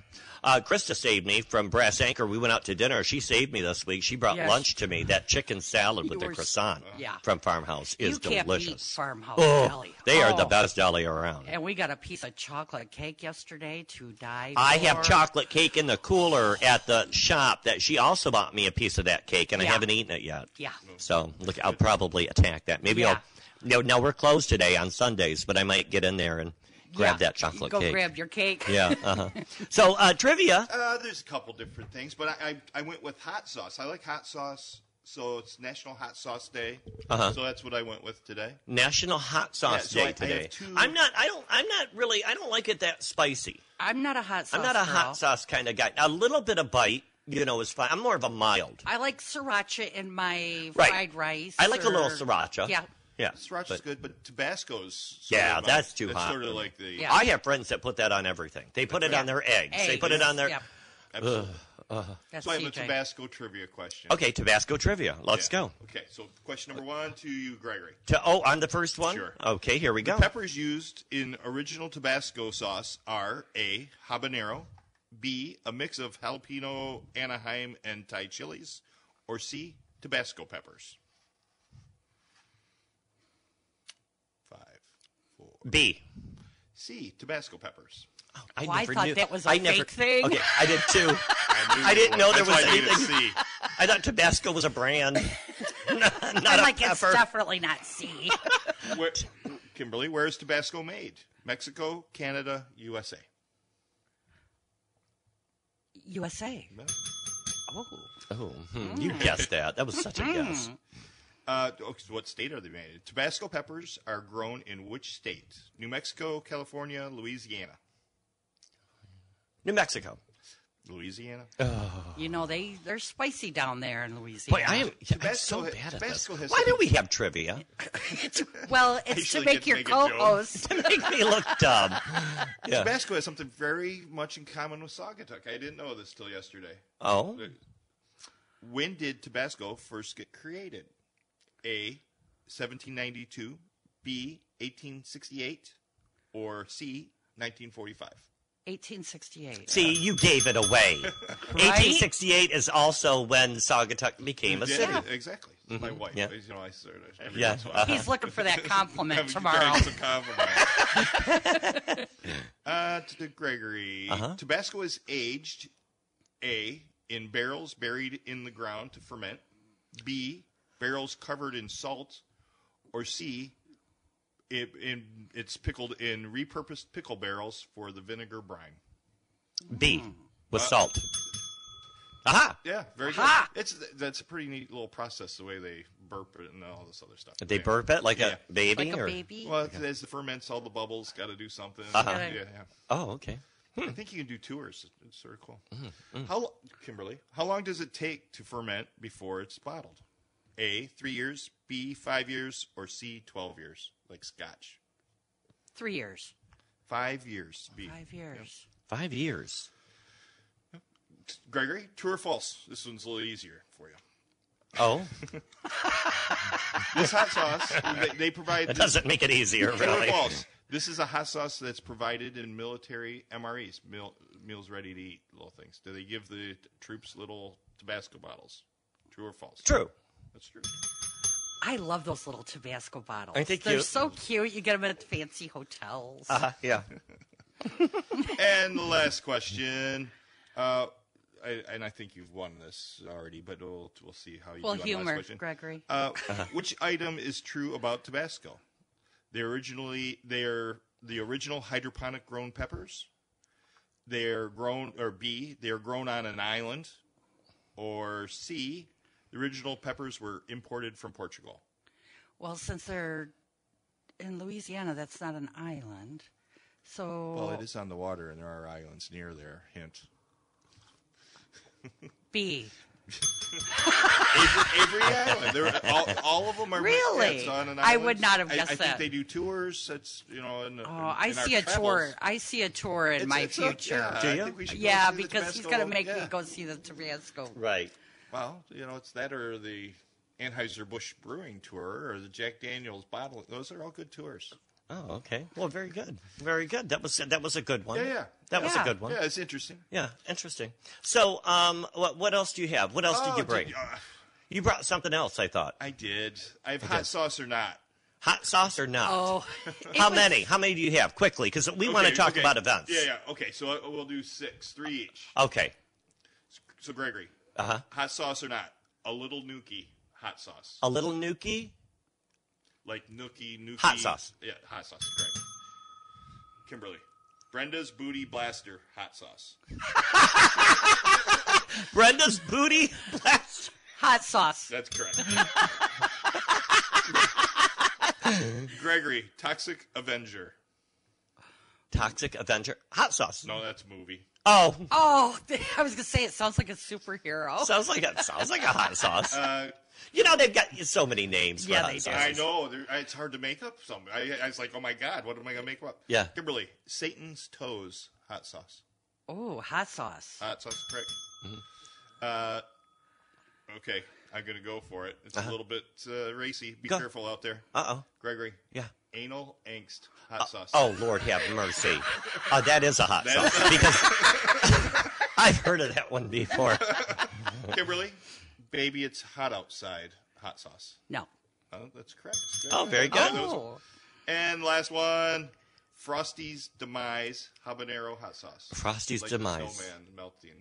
S1: Uh, Krista saved me from Brass Anchor. We went out to dinner. She saved me this week. She brought
S2: Yes.
S1: lunch to me. That chicken salad with the
S2: Yours-
S1: croissant
S2: Yeah.
S1: from Farmhouse is
S2: you can't beat
S1: delicious.
S2: farmhouse
S1: Oh,
S2: deli.
S1: they are the
S2: Oh.
S1: best deli around.
S2: And we got a piece of chocolate cake yesterday to die.
S1: I have
S2: for.
S1: chocolate cake in the cooler at the shop that she also bought me a piece of that cake, and I
S2: Yeah.
S1: haven't eaten it yet.
S2: Yeah.
S1: So look, I'll probably attack that. Maybe
S2: Yeah.
S1: I'll. No, no, we're closed today on Sundays, but I might get in there and grab
S2: Yeah.
S1: that chocolate
S2: Go
S1: cake.
S2: grab your cake.
S1: yeah. Uh-huh. so uh, trivia.
S3: Uh, there's a couple different things, but I, I I went with hot sauce. I like hot sauce, so it's National Hot Sauce Day.
S1: Uh-huh.
S3: So that's what I went with today.
S1: National Hot Sauce
S3: so I- I
S1: Day
S3: have
S1: today.
S3: two-
S1: I'm not. I don't. I'm not really. I don't like it that spicy.
S2: I'm not a hot sauce.
S1: I'm not a
S2: girl.
S1: hot sauce kind of guy. A little bit of bite, you know, is fine. I'm more of a mild.
S2: I like sriracha in my
S1: Right.
S2: fried rice.
S1: I like a little
S2: or-
S1: sriracha.
S2: Yeah.
S1: Yeah.
S3: Sriracha's
S1: but-
S3: good, but Tabasco's sort
S1: Yeah,
S3: of, uh,
S1: that's too hot.
S3: sort of like the
S2: Yeah.
S1: I have friends that put that on everything. They put it on their eggs. They put it
S2: Eggs,
S1: on their.
S2: yeah.
S3: absolutely.
S2: That's
S3: So I have a
S2: CJ.
S3: Tabasco trivia question.
S1: Okay, Tabasco trivia. Let's
S3: Yeah.
S1: go.
S3: Okay, so question number one to you, Gregory.
S1: To oh, on the first one.
S3: Sure.
S1: Okay, here we go.
S3: Peppers used in original Tabasco sauce are A, habanero, B, a mix of jalapeno, Anaheim, and Thai chilies, or C, Tabasco peppers. Five, four.
S1: B.
S3: C, Tabasco peppers.
S1: I
S2: Well, Oh, I thought that was a
S1: I never,
S2: fake thing.
S1: Okay, I did too.
S3: I, knew
S1: I didn't know there
S3: That's
S1: was
S3: why I needed
S1: anything-
S3: C.
S1: I thought Tabasco was a brand, not, not
S2: I'm
S1: a
S2: like, it's
S1: pepper.
S2: definitely not C.
S3: Where, Kimberly, where is Tabasco made? Mexico, Canada, USA.
S2: USA. Oh.
S1: Oh, hmm, you guessed that. That was such a guess.
S2: Mm.
S3: Uh, okay, so what state are they made in? Tabasco peppers are grown in which state? New Mexico, California, Louisiana.
S1: New Mexico.
S3: Louisiana.
S2: You know they they're spicy down there in Louisiana.
S1: Boy, I am yeah, I'm
S3: Tabasco
S1: so
S3: ha-
S1: bad at this.
S3: Tabasco has
S1: Why
S3: to
S1: do we have trivia?
S2: well, it's to
S3: should
S2: make
S3: get-
S2: your
S3: make a joke.
S2: co-host.
S1: Make me look dumb. Yeah.
S3: Tabasco has something very much in common with Saugatuck. I didn't know this till yesterday.
S1: Oh,
S3: When did Tabasco first get created? A. 1792, B. 1868, or C. 1945.
S2: 1868.
S1: see, you gave it away. 1868 is also when Saugatuck became a
S3: Yeah,
S1: city.
S3: Exactly. My wife.
S1: Mm-hmm. Yeah.
S3: You know, I sort of. every
S1: Yeah. Uh,
S3: once in a while.
S2: He's looking for that compliment
S3: I'm
S2: tomorrow.
S3: trying to compliment. uh, to the Gregory.
S1: Uh-huh.
S3: Tabasco is aged A, in barrels buried in the ground to ferment, B, barrels covered in salt, or C, it, in, it's pickled in repurposed pickle barrels for the vinegar brine. Hmm.
S1: B
S3: Uh,
S1: with salt. Aha!
S3: Yeah, very
S2: Ha!
S3: good. It's that's a pretty neat little process the way they burp it and all this other stuff.
S1: Did they
S3: Yeah.
S1: burp it like
S3: Yeah.
S1: a baby?
S2: Like a
S1: or?
S2: baby.
S3: Well, it's- as the ferments, all the bubbles got to do something. Yeah,
S2: Uh-huh.
S3: yeah.
S1: Oh, okay.
S3: I think you can do tours. It's sort of cool. How, lo- Kimberly? How long does it take to ferment before it's bottled? A. Three years. B. Five years. Or C. Twelve years, like Scotch.
S2: Three years.
S3: Five years. B.
S2: Five years.
S1: Five years.
S3: Gregory, true or false? This one's a little easier for you.
S1: Oh,
S3: This hot sauce they, they provide.
S1: that doesn't make it easier,
S3: true or
S1: really.
S3: false? This is a hot sauce that's provided in military MREs, meal, meals ready to eat, little things. Do they give the troops little Tabasco bottles? True or false?
S1: True.
S3: That's true.
S2: I love those little Tabasco bottles.
S1: Aren't they
S2: are
S1: cute?
S2: so cute. You get them at fancy hotels.
S1: Uh,
S3: Uh-huh,
S1: yeah.
S3: And the last question. Uh, I, and I think you've won this already, but we'll, we'll see how you
S2: well,
S3: do on the last
S2: humor,
S3: question.
S2: Gregory.
S3: Uh, which item is true about Tabasco? They originally they're the original hydroponic grown peppers. They're grown or B, they're grown on an island, or C, the original peppers were imported from Portugal.
S2: Well, since they're in Louisiana, that's not an island. So
S3: Well, it is on the water, and there are islands near there. Hint.
S2: B.
S3: Every island. They're, all, all of them are
S2: Really?
S3: it's on an
S2: I
S3: island.
S2: would not have
S3: I-
S2: guessed
S3: I,
S2: that.
S3: think they do tours. That's you know. In,
S2: Oh, I see a tour. I see a tour in my future.
S3: yeah,
S1: Do
S3: I
S1: you?
S3: think we should go
S2: Yeah,
S3: see the
S2: because he's
S3: Tabasco.
S2: gonna make me
S3: Yeah.
S2: go see the Tabasco.
S1: Right.
S3: Well, you know, it's that or the Anheuser Busch Brewing tour or the Jack Daniel's bottle. Those are all good tours.
S1: Oh, okay. Well, very good. Very good. That was that was a good one.
S3: Yeah, yeah.
S1: That was a
S2: Yeah.
S1: good one.
S3: Yeah, it's interesting.
S1: Yeah, interesting. So, um, what, what else do you have? What else
S3: Oh,
S1: did you bring?
S3: uh,
S1: you brought something else, I thought.
S3: I did. I have hot sauce or not.
S1: Hot sauce or not?
S2: Oh,
S1: How many? How many do you have? Quickly, because we want to
S3: Okay,
S1: talk
S3: okay.
S1: about events.
S3: Yeah, yeah. Okay, so uh, we'll do six, three each.
S1: Okay.
S3: So Gregory, uh-huh. hot sauce or not? A little nookie hot sauce,
S1: A little nookie.
S3: like nookie nookie
S1: Hot sauce.
S3: Yeah, hot sauce. Correct. Kimberly, Brenda's booty blaster hot sauce.
S1: Brenda's booty blast.
S2: hot sauce.
S3: That's correct. Gregory, Toxic Avenger.
S1: Toxic Avenger. Hot sauce.
S3: No, that's a movie.
S1: Oh,
S2: Oh, I was gonna say it sounds like a superhero.
S1: sounds like a sounds like a hot sauce.
S3: Uh,
S1: you know they've got so many names. for
S2: Yeah,
S1: hot
S2: they do.
S1: sauces.
S3: I know there- it's hard to make up some. I, I was like, oh my god, what am I gonna make up?
S1: Yeah.
S3: Kimberly, Satan's toes hot sauce.
S2: oh, hot sauce.
S3: Hot sauce, correct.
S1: Mm-hmm.
S3: Uh, okay, I'm gonna go for it. It's a little bit uh, racy. Be
S1: Uh-huh. Go.
S3: careful out there,
S1: Uh oh.
S3: Gregory.
S1: Yeah.
S3: Anal angst hot sauce.
S1: Oh Lord, have mercy. Uh, that is a hot
S3: That-
S1: sauce because I've heard of that one before.
S3: Kimberly, baby, it's hot outside hot sauce.
S2: No.
S3: Oh, that's correct.
S1: Oh, very good.
S3: those-
S2: Oh,
S3: And last one, Frosty's Demise habanero hot sauce.
S1: Frosty's
S3: Like the
S1: Demise.
S3: Snowman melting.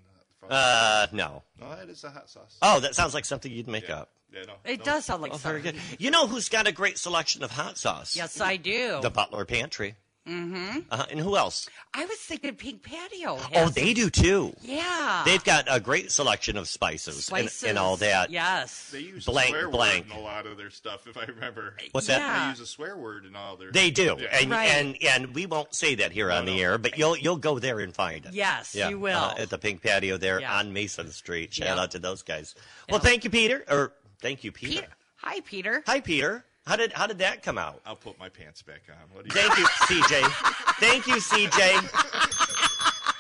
S3: Frosty.
S1: Uh, no.
S3: no, that is a hot sauce.
S1: Oh, that sounds like something you'd make up.
S3: Yeah, no,
S2: it
S3: no.
S2: does sound like
S1: Oh, very
S2: something.
S1: good. You know who's got a great selection of hot sauce?
S2: Yes, I do.
S1: The Butler Pantry. Mm-hmm. Uh, and who else?
S2: I was thinking Pink Patio.
S1: Oh,
S2: has-
S1: they do too.
S2: yeah.
S1: They've got a great selection of spices,
S2: Spices.
S1: And, and all that.
S2: Yes.
S3: They use
S1: Blank,
S3: a swear
S1: blank.
S3: word in a lot of their stuff, if I remember.
S1: What's that?
S3: They
S2: yeah.
S3: use a swear word in all their.
S1: They do,
S3: Yeah.
S1: and
S2: Right.
S1: and and we won't say that here on
S3: No,
S1: the
S3: no.
S1: air, but you'll you'll go there and find it.
S2: Yes, you will.
S1: uh, at the Pink Patio there
S2: Yeah.
S1: on Mason Street. Shout
S2: Yeah.
S1: out to those guys. Well,
S2: Yeah.
S1: thank you, Peter. Or thank you, Peter.
S2: Peter. Hi, Peter.
S1: Hi, Peter. How did how did that come out?
S3: I'll put my pants back on. What do you?
S1: Thank you, CJ. Thank you, CJ,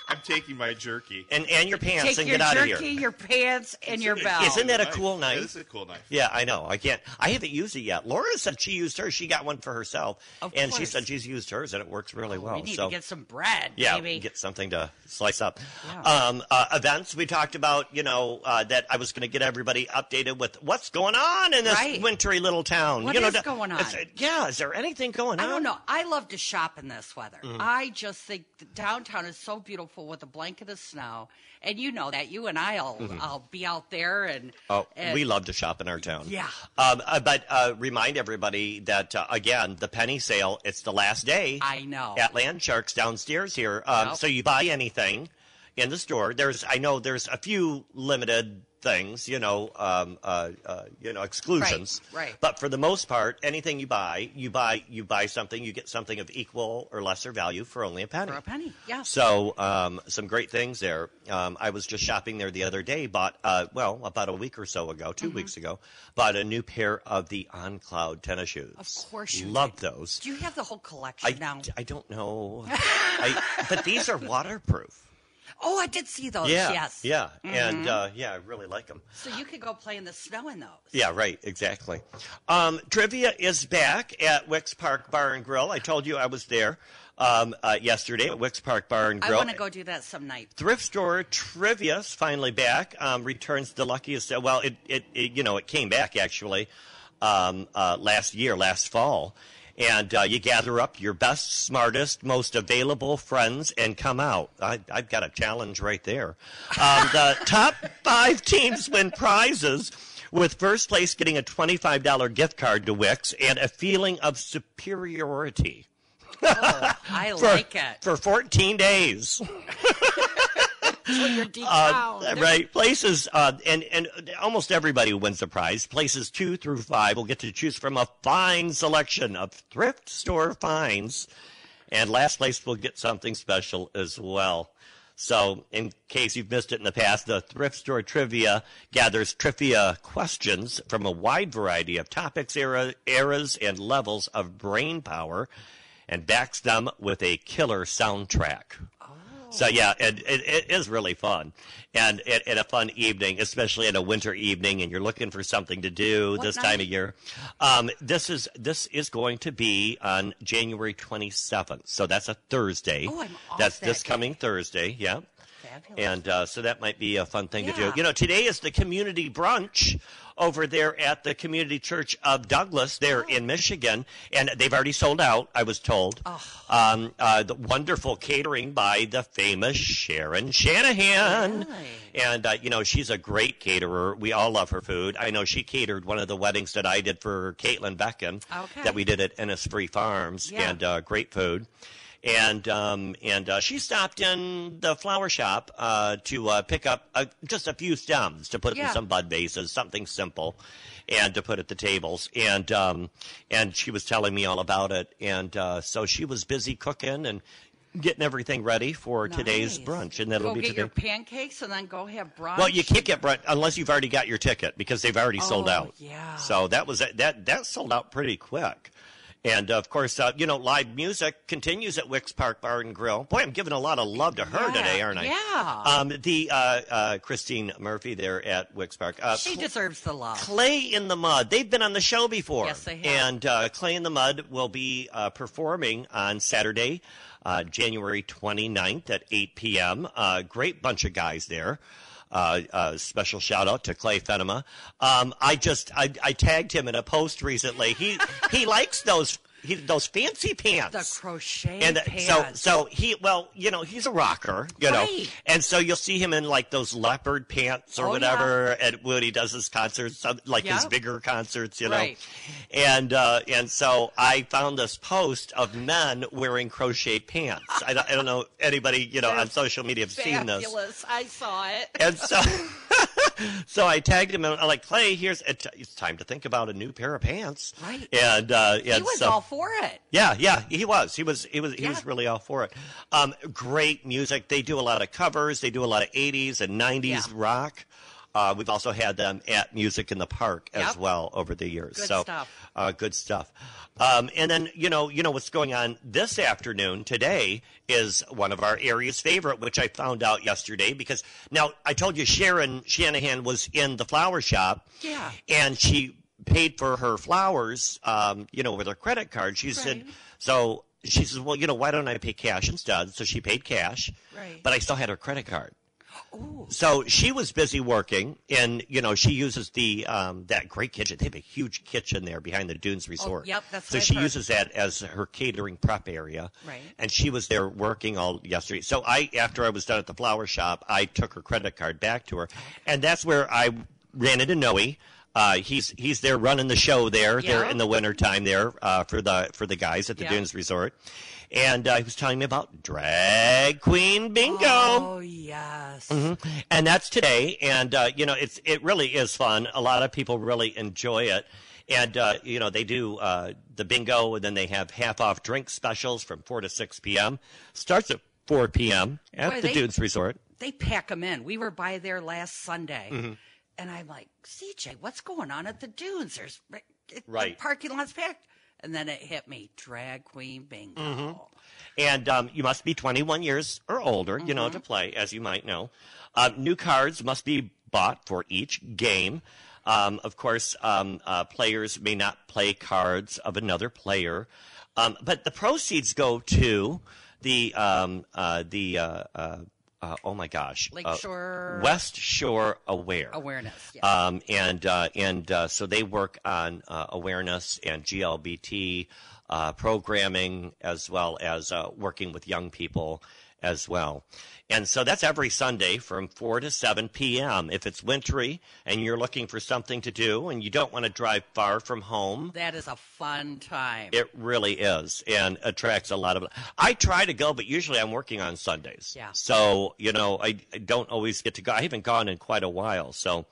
S3: I'm taking my jerky.
S1: and and your pants
S2: Take
S1: and
S2: your
S1: get out
S2: jerky,
S1: of here.
S2: your pants, and your
S3: Isn't it-
S2: belt.
S1: Isn't that a cool
S3: Yeah,
S1: knife?
S3: This is a cool knife.
S1: Yeah, I know. I can't. I haven't used it yet. Laura said she used hers. She got one for herself,
S2: Of
S1: and she
S2: course. Oh,
S1: said she's used hers, and it works really well.
S2: we need
S1: Oh, so
S2: to get some bread,
S1: Yeah,
S2: maybe.
S1: get something to slice up.
S2: Yeah.
S1: Um, uh, events we talked about, you know, uh, that I was going to get everybody updated with what's going on in this
S2: Right.
S1: wintry little town.
S2: What
S1: you know,
S2: is
S1: da-
S2: going
S1: is
S2: on?
S1: it- yeah, is there anything going on?
S2: I don't know. I love to shop in this weather.
S1: Mm-hmm.
S2: I just think the downtown is so beautiful with a blanket of snow, and you know that. You and I'll I'll be out there and
S1: Mm-hmm. Oh,
S2: and-
S1: we love to shop in our town.
S2: Yeah.
S1: Um, uh, but uh, remind everybody that, uh, again, the penny sale, it's the last day.
S2: I know.
S1: At Land Sharks downstairs here. Um,
S2: Yep.
S1: So you buy anything in the store. There's, I know there's a few limited things, you know, um, uh, uh, you know, exclusions.
S2: right.
S1: But for the most part, anything you buy, you buy, you buy something, you get something of equal or lesser value for only a penny.
S2: for a penny. Yeah.
S1: So um, some great things there. Um, I was just shopping there the other day. Bought uh, well about a week or so ago,
S2: Mm-hmm.
S1: 2 weeks ago. Bought a new pair of the On Cloud tennis shoes.
S2: Of course you
S1: love those.
S2: Do you have the whole collection
S1: I
S2: now?
S1: I don't know, I, but these are waterproof.
S2: oh, I did see those.
S1: Yeah,
S2: Yes. Mm-hmm.
S1: yeah, and uh, yeah, I really like them.
S2: So you could go play in the snow in those.
S1: Yeah, right, exactly. Um, trivia is back at Wicks Park Bar and Grill. I told you I was there um, uh, yesterday at Wicks Park Bar and
S2: I
S1: Grill.
S2: want to go do that some night.
S1: Thrift store trivia's finally back. Um, returns the luckiest. uh, Well, it, it, it you know it came back actually um, uh, last year, last fall, and uh, you gather up your best, smartest, most available friends and come out. I, I've got a challenge right there. Um, the top five teams win prizes. With first place getting a $25 gift card to Wix and a feeling of superiority
S2: Oh, I
S1: for,
S2: like it.
S1: for 14 days.
S2: You're deep down.
S1: Uh, right. Places, uh, and, and almost everybody who wins the prize. Places two through five will get to choose from a fine selection of thrift store finds. And last place will get something special as well. So, in case you've missed it in the past, the thrift store trivia gathers trivia questions from a wide variety of topics, era, eras, and levels of brain power and backs them with a killer soundtrack. So yeah, it, it, it is really fun, and and and a fun evening, especially in a winter evening, and you're looking for something to do
S2: What
S1: this time
S2: night?
S1: of year. Um, this is this is going to be on January 27th, so that's a Thursday.
S2: Oh, I'm off
S1: that's
S2: that
S1: this
S2: day.
S1: coming Thursday. Yeah.
S2: Fabulous.
S1: And uh, so that might be a fun thing to do.
S2: Yeah.
S1: You know, today is the community brunch over there at the Community Church of Douglas
S2: Oh.
S1: there in Michigan, and they've already sold out, I was told.
S2: Oh.
S1: Um, uh, the wonderful catering by the famous Sharon Shanahan.
S2: Really?
S1: And, uh, you know, she's a great caterer. We all love her food. I know she catered one of the weddings that I did for Caitlin Becken
S2: Okay.
S1: that we did at Ennisfree Farms
S2: Yeah.
S1: and uh, great food. And um, and uh, she stopped in the flower shop uh, to uh, pick up uh, just a few stems to put in
S2: Yeah.
S1: some bud vases, something simple, and to put at the tables. And um, and she was telling me all about it. And uh, so she was busy cooking and getting everything ready for today's
S2: Nice.
S1: brunch, and that'll
S2: go
S1: be
S2: get
S1: today.
S2: your pancakes and then go have brunch.
S1: Well, you can't get brunch unless you've already got your ticket because they've already sold
S2: Oh,
S1: out.
S2: yeah.
S1: So that was that that sold out pretty quick. And of course, uh, you know, live music continues at Wicks Park Bar and Grill. Boy, I'm giving a lot of love to her
S2: Yeah,
S1: today, aren't I?
S2: yeah.
S1: Um, the uh, uh, Christine Murphy there at Wicks Park. Uh,
S2: she
S1: Cl-
S2: deserves the love.
S1: Clay in the Mud. They've been on the show before.
S2: Yes, they have.
S1: And uh, Clay in the Mud will be uh, performing on Saturday, uh, January 29th at 8 p.m. Uh, great bunch of guys there. Uh, uh, special shout out to Clay Fenema. Um, I just I, I tagged him in a post recently. He he likes those he, those fancy pants.
S2: The crochet
S1: and uh,
S2: pants.
S1: so so he well you know he's a rocker you know
S2: Right.
S1: and so you'll see him in like those leopard pants or
S2: Oh, yeah.
S1: whatever at when he does his concerts some- like his
S2: Yeah.
S1: bigger concerts you know
S2: Right.
S1: and uh, and so I found this post of men wearing crochet pants I don't, I don't know anybody you know on social media have seen
S2: fabulous.
S1: this
S2: I saw it.
S1: and so so I tagged him and I'm like Clay here's it's it's time to think about a new pair of pants
S2: Right.
S1: and uh,
S2: He
S1: and
S2: was
S1: so,
S2: all for it.
S1: yeah, yeah, he was. He was. He was. He was
S2: Yeah.
S1: really all for it. Um, great music. They do a lot of covers. They do a lot of '80s and '90s
S2: Yeah.
S1: rock. Uh, we've also had them at Music in the Park as
S2: Yep.
S1: well over the years.
S2: Good
S1: so,
S2: stuff.
S1: Uh, good stuff. Um, and then you know, you know what's going on this afternoon today is one of our area's favorite, which I found out yesterday because now I told you Sharon Shanahan was in the flower shop.
S2: Yeah.
S1: And she paid for her flowers, um, you know, with her credit card. She said,
S2: Right.
S1: so she says, well, you know, why don't I pay cash instead? So she paid cash,
S2: Right.
S1: but I still had her credit card.
S2: Ooh.
S1: So she was busy working, and you know she uses the um, that great kitchen. They have a huge kitchen there behind the Dunes Resort.
S2: Oh, yep, that's
S1: so
S2: what I've
S1: she
S2: heard.
S1: uses that as her catering prep area.
S2: Right.
S1: And she was there working all yesterday. So I, after I was done at the flower shop, I took her credit card back to her, and that's where I ran into Noe. Uh, he's he's there running the show there there
S2: Yeah.
S1: in the wintertime there uh, for the for the guys at the
S2: Yeah.
S1: Dunes Resort, and uh, he was telling me about drag queen bingo.
S2: Oh yes.
S1: Mm-hmm. And that's today. And, uh, you know, it's, it really is fun. A lot of people really enjoy it. And, uh, you know, they do, uh, the bingo and then they have half off drink specials from 4 to 6 p.m. Starts at 4 p.m. at
S2: Boy,
S1: the
S2: they-
S1: Dunes Resort.
S2: They pack them in. We were by there last Sunday,
S1: Mm-hmm.
S2: and I'm like, CJ, what's going on at the dunes? There's it,
S1: Right.
S2: the parking lot's packed. And then it hit me, drag queen bingo.
S1: Mm-hmm. And, um, you must be 21 years or older, you know, to play, as you might know. Um, new cards must be bought for each game. Um, of course, um, uh, players may not play cards of another player. Um, but the proceeds go to the, um, uh, the, uh, uh, uh, oh my gosh. uh,
S2: Lakeshore-
S1: West Shore Aware.
S2: Awareness. Yes.
S1: Um, and uh, and uh, so they work on uh, awareness and GLBT uh, programming as well as uh, working with young people as well. And so that's every Sunday from 4 to 7 p.m. If it's wintry and you're looking for something to do and you don't want to drive far from home,
S2: that is a fun time.
S1: it really is and attracts a lot of. I try to go, but usually I'm working on Sundays.
S2: Yeah.
S1: So, you know, I, I don't always get to go. I haven't gone in quite a while. So,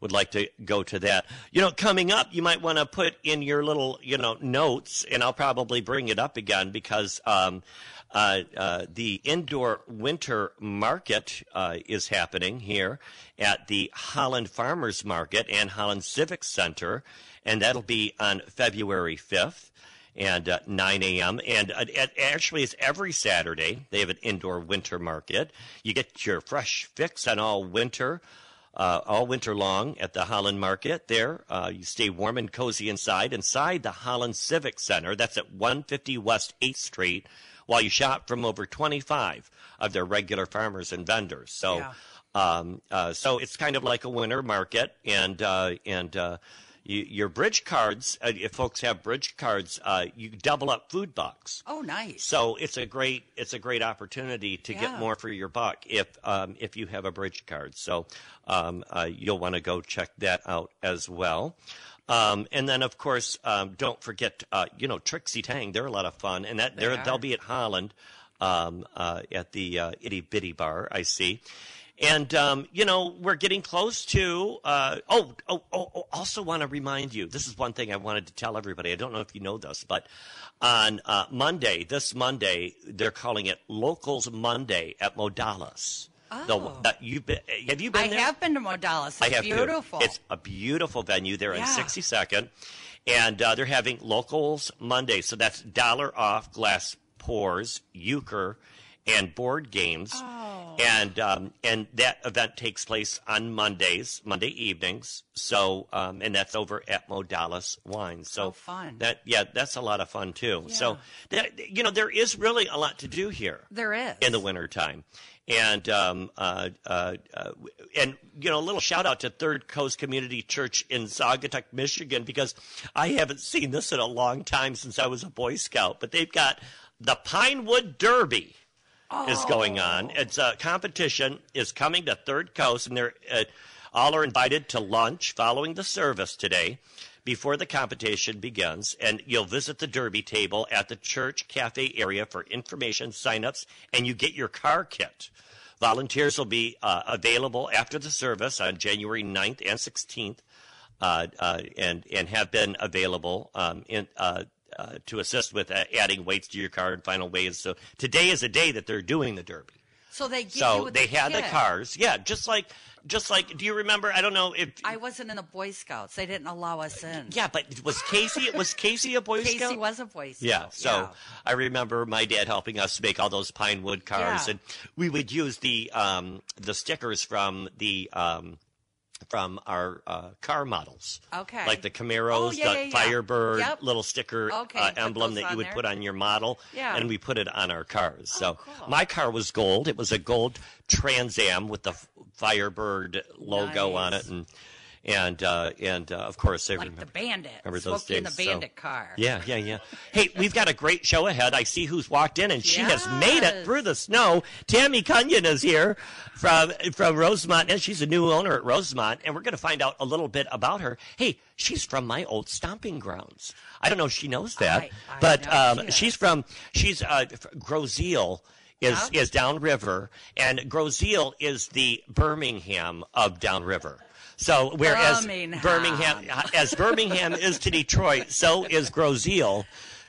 S1: would like to go to that. You know, coming up, you might want to put in your little, you know, notes, and I'll probably bring it up again because um, uh, uh, the indoor winter market uh, is happening here at the Holland Farmers Market and Holland Civic Center, and that'll be on February 5th and uh, 9 a.m. And uh, it actually is every Saturday. They have an indoor winter market. You get your fresh fix on all winter, uh, all winter long at the Holland Market. There, uh, you stay warm and cozy inside, inside the Holland Civic Center. That's at 150 West 8th Street. While you shop from over 25 of their regular farmers and vendors. So.
S2: Yeah.
S1: Um, uh, so it's kind of like a winter market, and uh, and uh, you, your bridge cards. Uh, if folks have bridge cards, uh, you double up food bucks.
S2: oh, nice.
S1: So it's a great it's a great opportunity to get
S2: Yeah.
S1: more for your buck if um, if you have a bridge card. So um, uh, you'll want to go check that out as well. Um, and then of course um, don't forget uh, you know Trixie Tang. They're a lot of fun, and that they are
S2: are.
S1: they'll be at Holland um, uh, at the uh, Itty Bitty Bar. I see. And um, you know we're getting close to. Uh, oh, oh, oh, oh! Also, want to remind you. This is one thing I wanted to tell everybody. I don't know if you know this, but on uh, Monday, this Monday, they're calling it Locals Monday at Modalis. The-
S2: Oh.
S1: that you've been, have you been
S2: I
S1: there?
S2: have been to Modalis. It's
S1: I have too.
S2: beautiful.
S1: It's a beautiful venue there
S2: Yeah.
S1: in 62nd, and uh, they're having locals Monday. So that's dollar off glass pours, euchre, and board games.
S2: Oh.
S1: And um, and that event takes place on Mondays, Monday evenings. So um, and that's over at Modalis Wines. So
S2: Oh, fun.
S1: That yeah, that's a lot of fun too. So that, you know there is really a lot to do here
S2: There is.
S1: in the wintertime. And um, uh, uh, uh, and you know a little shout out to Third Coast Community Church in Saugatuck, Michigan, because I haven't seen this in a long time since I was a Boy Scout. But they've got the Pinewood Derby is going on. It's a competition is coming to Third Coast, and they're uh, all are invited to lunch following the service today. Before the competition begins, and you'll visit the Derby table at the church cafe area for information signups, and you get your car kit. Volunteers will be uh, available after the service on January 9th and 16th uh, uh, and and have been available um, in, uh, uh, to assist with uh, adding weights to your car in final ways. So today is a day that they're doing the derby.
S2: So they get you
S1: So
S2: with
S1: they had the
S2: kit.
S1: cars, yeah, just like just like. Do you remember? I don't know if.
S2: I wasn't in the Boy Scouts. They didn't allow us in.
S1: yeah, but was Casey was Casey a Boy
S2: Casey
S1: Scout?
S2: was a Boy Scout.
S1: Yeah, so I remember my dad helping us make all those pine wood cars,
S2: Yeah.
S1: and we would use the um, the stickers from the um, from our uh, car models.
S2: Okay.
S1: like the Camaros,
S2: Oh, yeah,
S1: the
S2: yeah, yeah.
S1: Firebird,
S2: Yep.
S1: little sticker
S2: Okay,
S1: uh,
S2: put
S1: emblem
S2: those
S1: that you
S2: on
S1: would
S2: there.
S1: put on your model,
S2: Yeah. Oh,
S1: and we put it on our cars. so
S2: cool.
S1: my car was gold; it was a gold Trans Am with the F- Firebird logo on
S2: Nice.
S1: it, and and uh, and uh, of course I
S2: like
S1: remember.
S2: the Bandit.
S1: remember those
S2: Smokey and
S1: days,
S2: the
S1: so-
S2: Bandit car.
S1: Yeah, yeah, yeah. Hey, we've got a great show ahead. I see who's walked in, and she has made it
S2: Yes.
S1: through the snow. Tammy Cunyon is here from from Rosemont, and she's a new owner at Rosemont, and we're going to find out a little bit about her. Hey, she's from my old stomping grounds. I don't know if she knows that,
S2: I- I
S1: but
S2: know
S1: um,
S2: she is.
S1: she's from she's uh, f- Grozeal. Is,
S2: Yeah.
S1: is downriver, and Grozeal is the Birmingham of downriver. So whereas
S2: Birmingham.
S1: Birmingham as Birmingham is to Detroit, so is Grozeal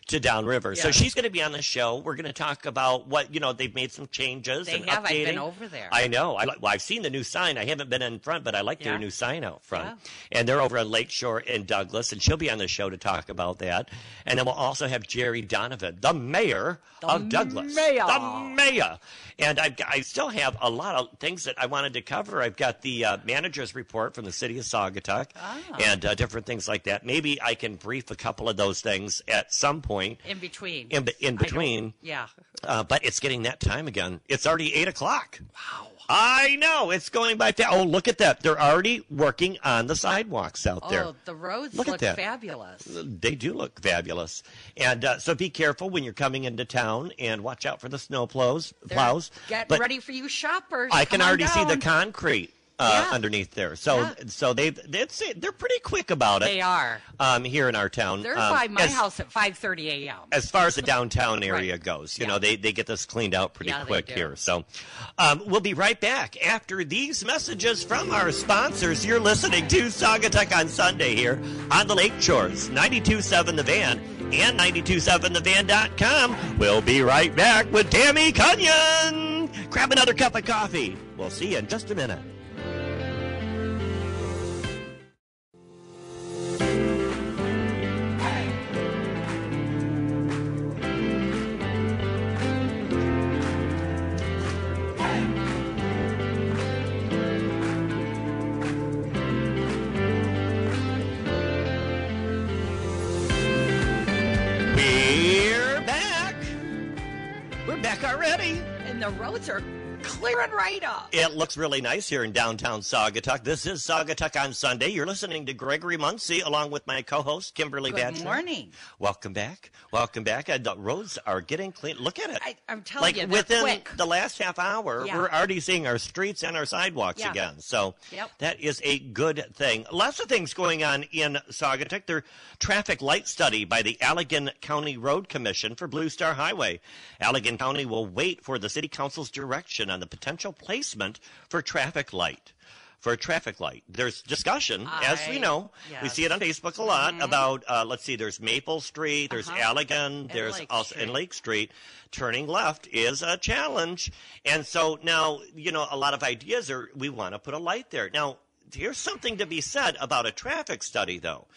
S1: to Downriver. So
S2: Yeah.
S1: she's going to be on the show. We're going to talk about what you know. They've made some changes.
S2: They
S1: and
S2: have. I've
S1: Updating.
S2: been over there.
S1: I know. I, li- well, I've seen the new sign. I haven't been in front, but I like their
S2: Yeah.
S1: new sign out front. And they're over on Lakeshore in Douglas, and she'll be on the show to talk about that. And then we'll also have Jerry Donovan, the mayor of Douglas,
S2: mayor.
S1: the mayor. And I've got, I still have a lot of things that I wanted to cover. I've got the uh, manager's report from the city of Saugatuck
S2: Ah.
S1: and uh, different things like that. Maybe I can brief a couple of those things at some point
S2: In between.
S1: in, be- in
S2: I don't-
S1: between.
S2: Yeah.
S1: Uh, but it's getting that time again. It's already eight o'clock. Wow. I know it's going by. Fa- oh, look at that! They're already working on the sidewalks out there.
S2: Oh, the roads
S1: Look
S2: look,
S1: at that.
S2: fabulous.
S1: They do look fabulous, and uh, so be careful when you're coming into town, and watch out for the snow plows.
S2: They're
S1: plows.
S2: Getting
S1: But-
S2: ready for you shoppers.
S1: I can
S2: Come on
S1: already see the
S2: down.
S1: concrete uh,
S2: Yeah.
S1: underneath there. So
S2: Yeah.
S1: so they that's it. They're pretty quick about it.
S2: They are.
S1: um, here in our town.
S2: They're
S1: Um,
S2: by my
S1: as-
S2: house at 5:30 a.m.
S1: As far as the downtown area
S2: Right.
S1: goes, you
S2: Yeah.
S1: know, they, they get this cleaned out pretty
S2: Yeah, they
S1: quick
S2: do.
S1: here. So um, we'll be right back after these messages from our sponsors. You're listening to Saugatuck on Sunday here on the Lake Shores, 92.7 The Van and 92.7thevan.com. We'll be right back with Tammy Cunyon. Grab another cup of coffee. We'll see you in just a minute. We're back. We're back already.
S2: and the roads are clearing right up.
S1: It looks really nice here in downtown Saugatuck. This is Saugatuck on Sunday. You're listening to Gregory Muncie along with my co-host Kimberly
S2: Good
S1: Badger.
S2: morning.
S1: Welcome back. Welcome back. And the roads are getting clean. Look at it.
S2: I, I'm telling
S1: like
S2: you, they're
S1: within
S2: quick.
S1: the last half hour,
S2: Yeah.
S1: we're already seeing our streets and our sidewalks
S2: Yeah.
S1: again. So
S2: Yep.
S1: that is a good thing. Lots of things going on in Saugatuck. Their traffic light study by the Allegan County Road Commission for Blue Star Highway. Allegan County will wait for the City Council's direction on the potential placement for traffic light. For a traffic light, there's discussion, as we
S2: I-
S1: know. We
S2: yes.
S1: see it on Facebook a lot about, uh, let's see, there's Maple Street, there's
S2: Mm-hmm. Uh-huh.
S1: Allegan, there's
S2: Lake
S1: also and
S2: Street.
S1: Lake Street, turning left is a challenge. And so now, you know, a lot of ideas are we want to put a light there. Now, here's something to be said about a traffic study, though.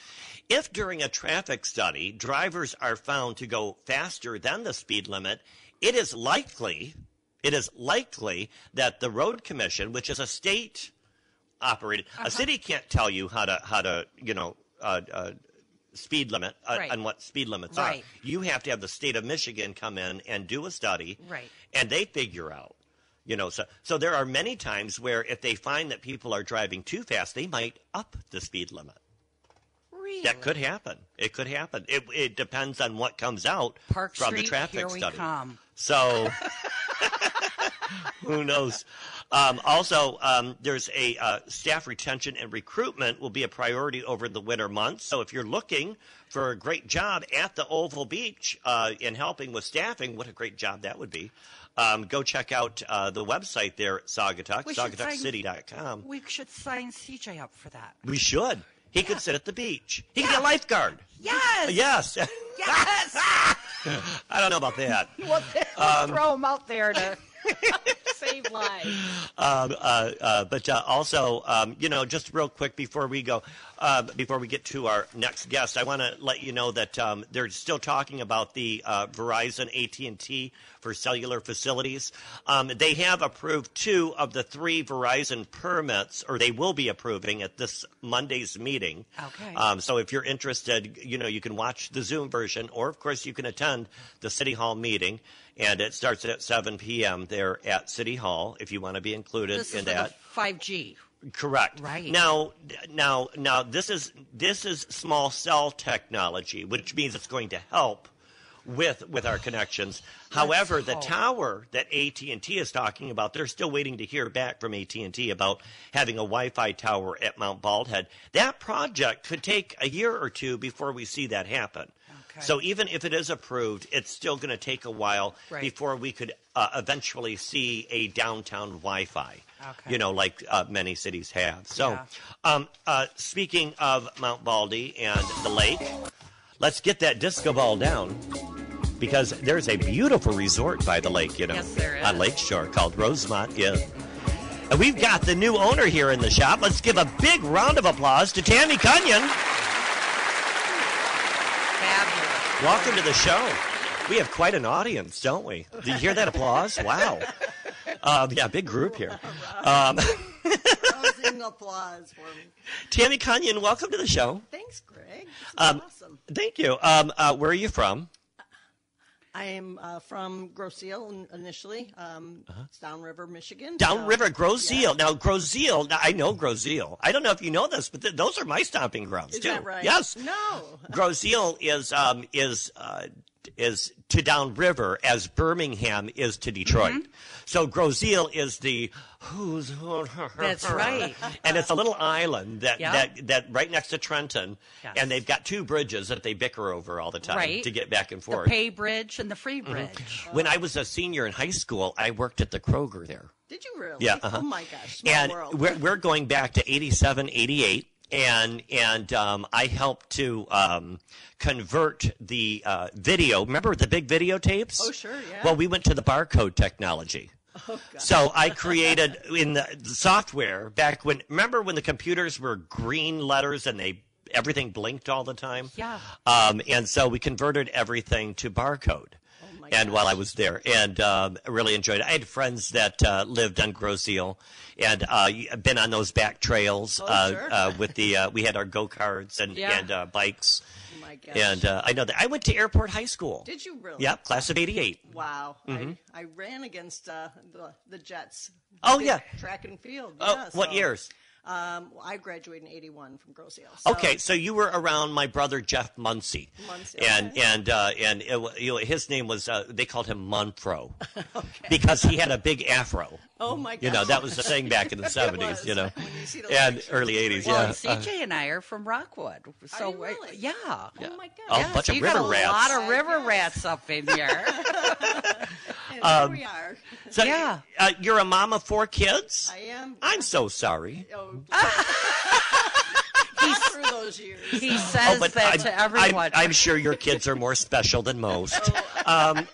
S1: If during a traffic study drivers are found to go faster than the speed limit, it is likely. It is likely that the road commission, which is a state operated,
S2: Uh-huh.
S1: a city can't tell you how to how to you know uh, uh, speed limit uh,
S2: Right.
S1: and what speed limits
S2: Right.
S1: are. You have to have the state of Michigan come in and do a study,
S2: Right.
S1: And they figure out. You know, so so there are many times where if they find that people are driving too fast, they might up the speed limit.
S2: Really?
S1: That could happen. It could happen. It, it depends on what comes out
S2: Park
S1: from
S2: Street,
S1: the traffic
S2: here we
S1: study.
S2: come.
S1: So who knows? Um, also, um, there's a uh, staff retention and recruitment will be a priority over the winter months. So if you're looking for a great job at the Oval Beach uh, in helping with staffing, what a great job that would be. Um, go check out uh, the website there at Saugatuck,
S2: We should find-
S1: saugatuckcity.com.
S2: We should sign CJ up for that.
S1: We should. He could sit at the beach. He could be
S2: Yeah.
S1: a lifeguard.
S2: Yes.
S1: Yes.
S2: Yes.
S1: I don't know about that.
S2: we'll, we'll throw him out there to save lives.
S1: um, uh, uh, but uh, also, um, you know, just real quick before we go, uh, before we get to our next guest, I want to let you know that um, they're still talking about the uh, Verizon AT and T for cellular facilities. Um, they have approved two of the three Verizon permits, or they will be approving at this Monday's meeting.
S2: Okay.
S1: Um, so if you're interested, you know, you can watch the Zoom version, or of course, you can attend the City Hall meeting. And it starts at 7 p.m. there at City Hall if you want to be included
S2: This
S1: in
S2: is for
S1: that.
S2: the 5G.
S1: Correct.
S2: Right.
S1: Now, now, now, this is this is small cell technology, which means it's going to help with with our connections. However, the
S2: hope.
S1: tower that AT and T is talking about, they're still waiting to hear back from AT and T about having a Wi-Fi tower at Mount Baldhead. That project could take a year or two before we see that happen.
S2: Okay.
S1: So even if it is approved, it's still going to take a while
S2: Right.
S1: before we could uh, eventually see a downtown Wi-Fi.
S2: Okay.
S1: You know, like uh, many cities have. So,
S2: Yeah.
S1: um, uh, speaking of Mount Baldy and the lake, let's get that disco ball down because there's a beautiful resort by the lake, you know,
S2: Yes, there
S1: on
S2: is.
S1: Lake Shore called Rosemont Inn. And we've got the new owner here in the shop. Let's give a big round of applause to Tammy Cunyon.
S2: Fabulous.
S1: Welcome to the show. We have quite an audience, don't we? Do you hear that applause? Wow. Um, yeah, big group here. Um,
S4: Closing applause for me.
S1: Tammy Cunyon, welcome to the show.
S4: Thanks, Greg. This is
S1: Um,
S4: awesome.
S1: Thank you. Um, uh, where are you from?
S4: I am uh, from Grosseal in- initially. Um,
S1: Uh-huh.
S4: It's downriver, Michigan.
S2: Oh,
S1: Downriver,
S4: Um,
S1: Grosseal. Now, Grosseal, now, I know Grosseal. I don't know if you know this, but th- those are my stomping grounds,
S4: Is
S1: too.
S4: that right?
S1: Yes.
S4: No.
S1: Grosseal is, um, is, uh, is to downriver as Birmingham is to Detroit.
S2: Mm-hmm.
S1: So Grosseal is the who's who.
S2: That's right.
S1: and it's a little island that,
S2: Yeah.
S1: that, that right next to Trenton,
S2: Yes.
S1: and they've got two bridges that they bicker over all the time
S2: Right.
S1: to get back and
S2: The
S1: forth.
S2: pay bridge and the free
S1: Mm-hmm.
S2: bridge.
S1: when I was a senior in high school, I worked at the Kroger there.
S4: Did you really?
S1: Yeah, uh-huh.
S4: Oh my gosh. Small
S1: and
S4: world.
S1: we're we're going back to 87 88 and and um, I helped to um, convert the uh, video. Remember the big videotapes?
S4: Oh, sure, yeah. Oh,
S1: Well, we went to the barcode technology. so I created in the, the software back when. Remember when the computers were green letters and they everything blinked all the time?
S2: Yeah.
S1: Um, and so we converted everything to barcode.
S4: Oh
S1: and while I was there, and um, I really enjoyed it. I had friends that uh, lived on Grosseal, and uh, y- been on those back trails uh,
S4: Oh, sure.
S1: uh, with the. Uh, we had our go karts and
S2: Yeah.
S1: and uh, bikes,
S4: oh my gosh.
S1: and uh, I know that I went to Airport High School.
S4: Did you really?
S1: Yep, class of '88.
S4: Wow. I, I ran against uh, the, the Jets.
S1: Oh,
S4: Big
S1: yeah.
S4: Track and field.
S1: Oh,
S4: yeah,
S1: what
S4: so,
S1: years?
S4: Um, well, I graduated in 81 from Grosseal. So
S1: Okay, so you were around my brother Jeff Muncie,
S4: Muncy,
S1: and
S4: okay.
S1: and uh, and it, wa- you know, his name was uh, they called him Munfro because he had a big afro.
S4: Oh my gosh.
S1: You know that was the thing back in the seventies.
S4: was.
S1: You know,
S4: When you see those
S1: and
S4: pictures,
S1: early
S4: it's
S1: eighties.
S4: great.
S2: Well,
S1: Yeah. uh,
S2: and CJ and I are from Rockwood. So
S4: you
S2: we-
S4: really?
S2: yeah.
S4: Oh my Oh
S1: Oh,
S4: gosh.
S1: bunch
S2: So
S1: of
S2: you
S1: river
S2: got a
S1: rats.
S2: lot of river rats up in here.
S4: And
S1: um,
S4: here we are.
S1: So,
S2: Yeah.
S1: uh, you're a mom of four kids.
S4: I am.
S1: I'm so sorry.
S4: Oh, through those years.
S2: he says that
S1: Oh, I'm,
S2: to everyone.
S1: I'm, I'm sure your kids are more special than most.
S2: Not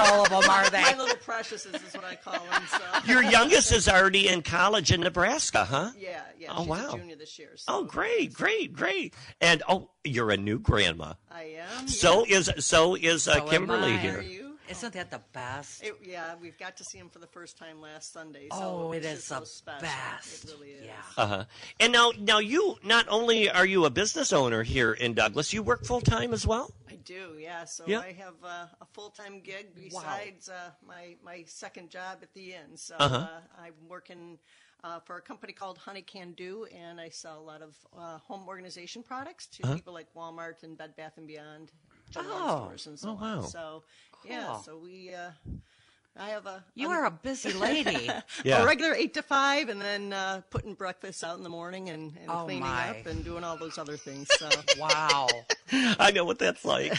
S2: all of them are they.
S4: My little preciouses is what I call them. So.
S1: Your youngest is already in college in Nebraska, huh?
S4: Yeah, yeah.
S1: Oh,
S4: she's
S1: wow.
S4: a junior this year. So
S1: Oh, great, great, great. And oh, you're a new grandma.
S4: I am.
S1: So is so is uh,
S2: So am
S1: Kimberly
S2: I.
S4: yeah.
S1: here.
S4: Are you?
S2: Isn't that the best?
S4: It, yeah, we've got to see him for the first time last Sunday. So
S2: Oh, it
S4: it's
S2: is
S4: just
S2: the
S4: so special.
S2: best.
S4: It really is.
S2: Yeah.
S1: Uh-huh. And now, now you not only are you a business owner here in Douglas, you work full time as well.
S4: I do, yeah. So
S1: Yeah.
S4: I have uh, a full time gig besides uh, my my second job at the inn. So
S2: Uh-huh.
S4: uh I'm working uh, for a company called Honey Can Do, and I sell a lot of uh, home organization products to people like Walmart and Bed Bath and Beyond, general
S2: Uh-huh. Oh.
S4: stores and so
S1: Oh, wow.
S4: on. So yeah,
S2: Cool.
S4: so we. Uh, I have a
S2: You
S4: I'm
S2: are a busy lady.
S1: Yeah.
S4: a regular eight to five, and then uh, putting breakfast out in the morning and, and
S2: Oh,
S4: cleaning
S2: my.
S4: up and doing all those other things. So
S2: wow.
S1: I know what that's like.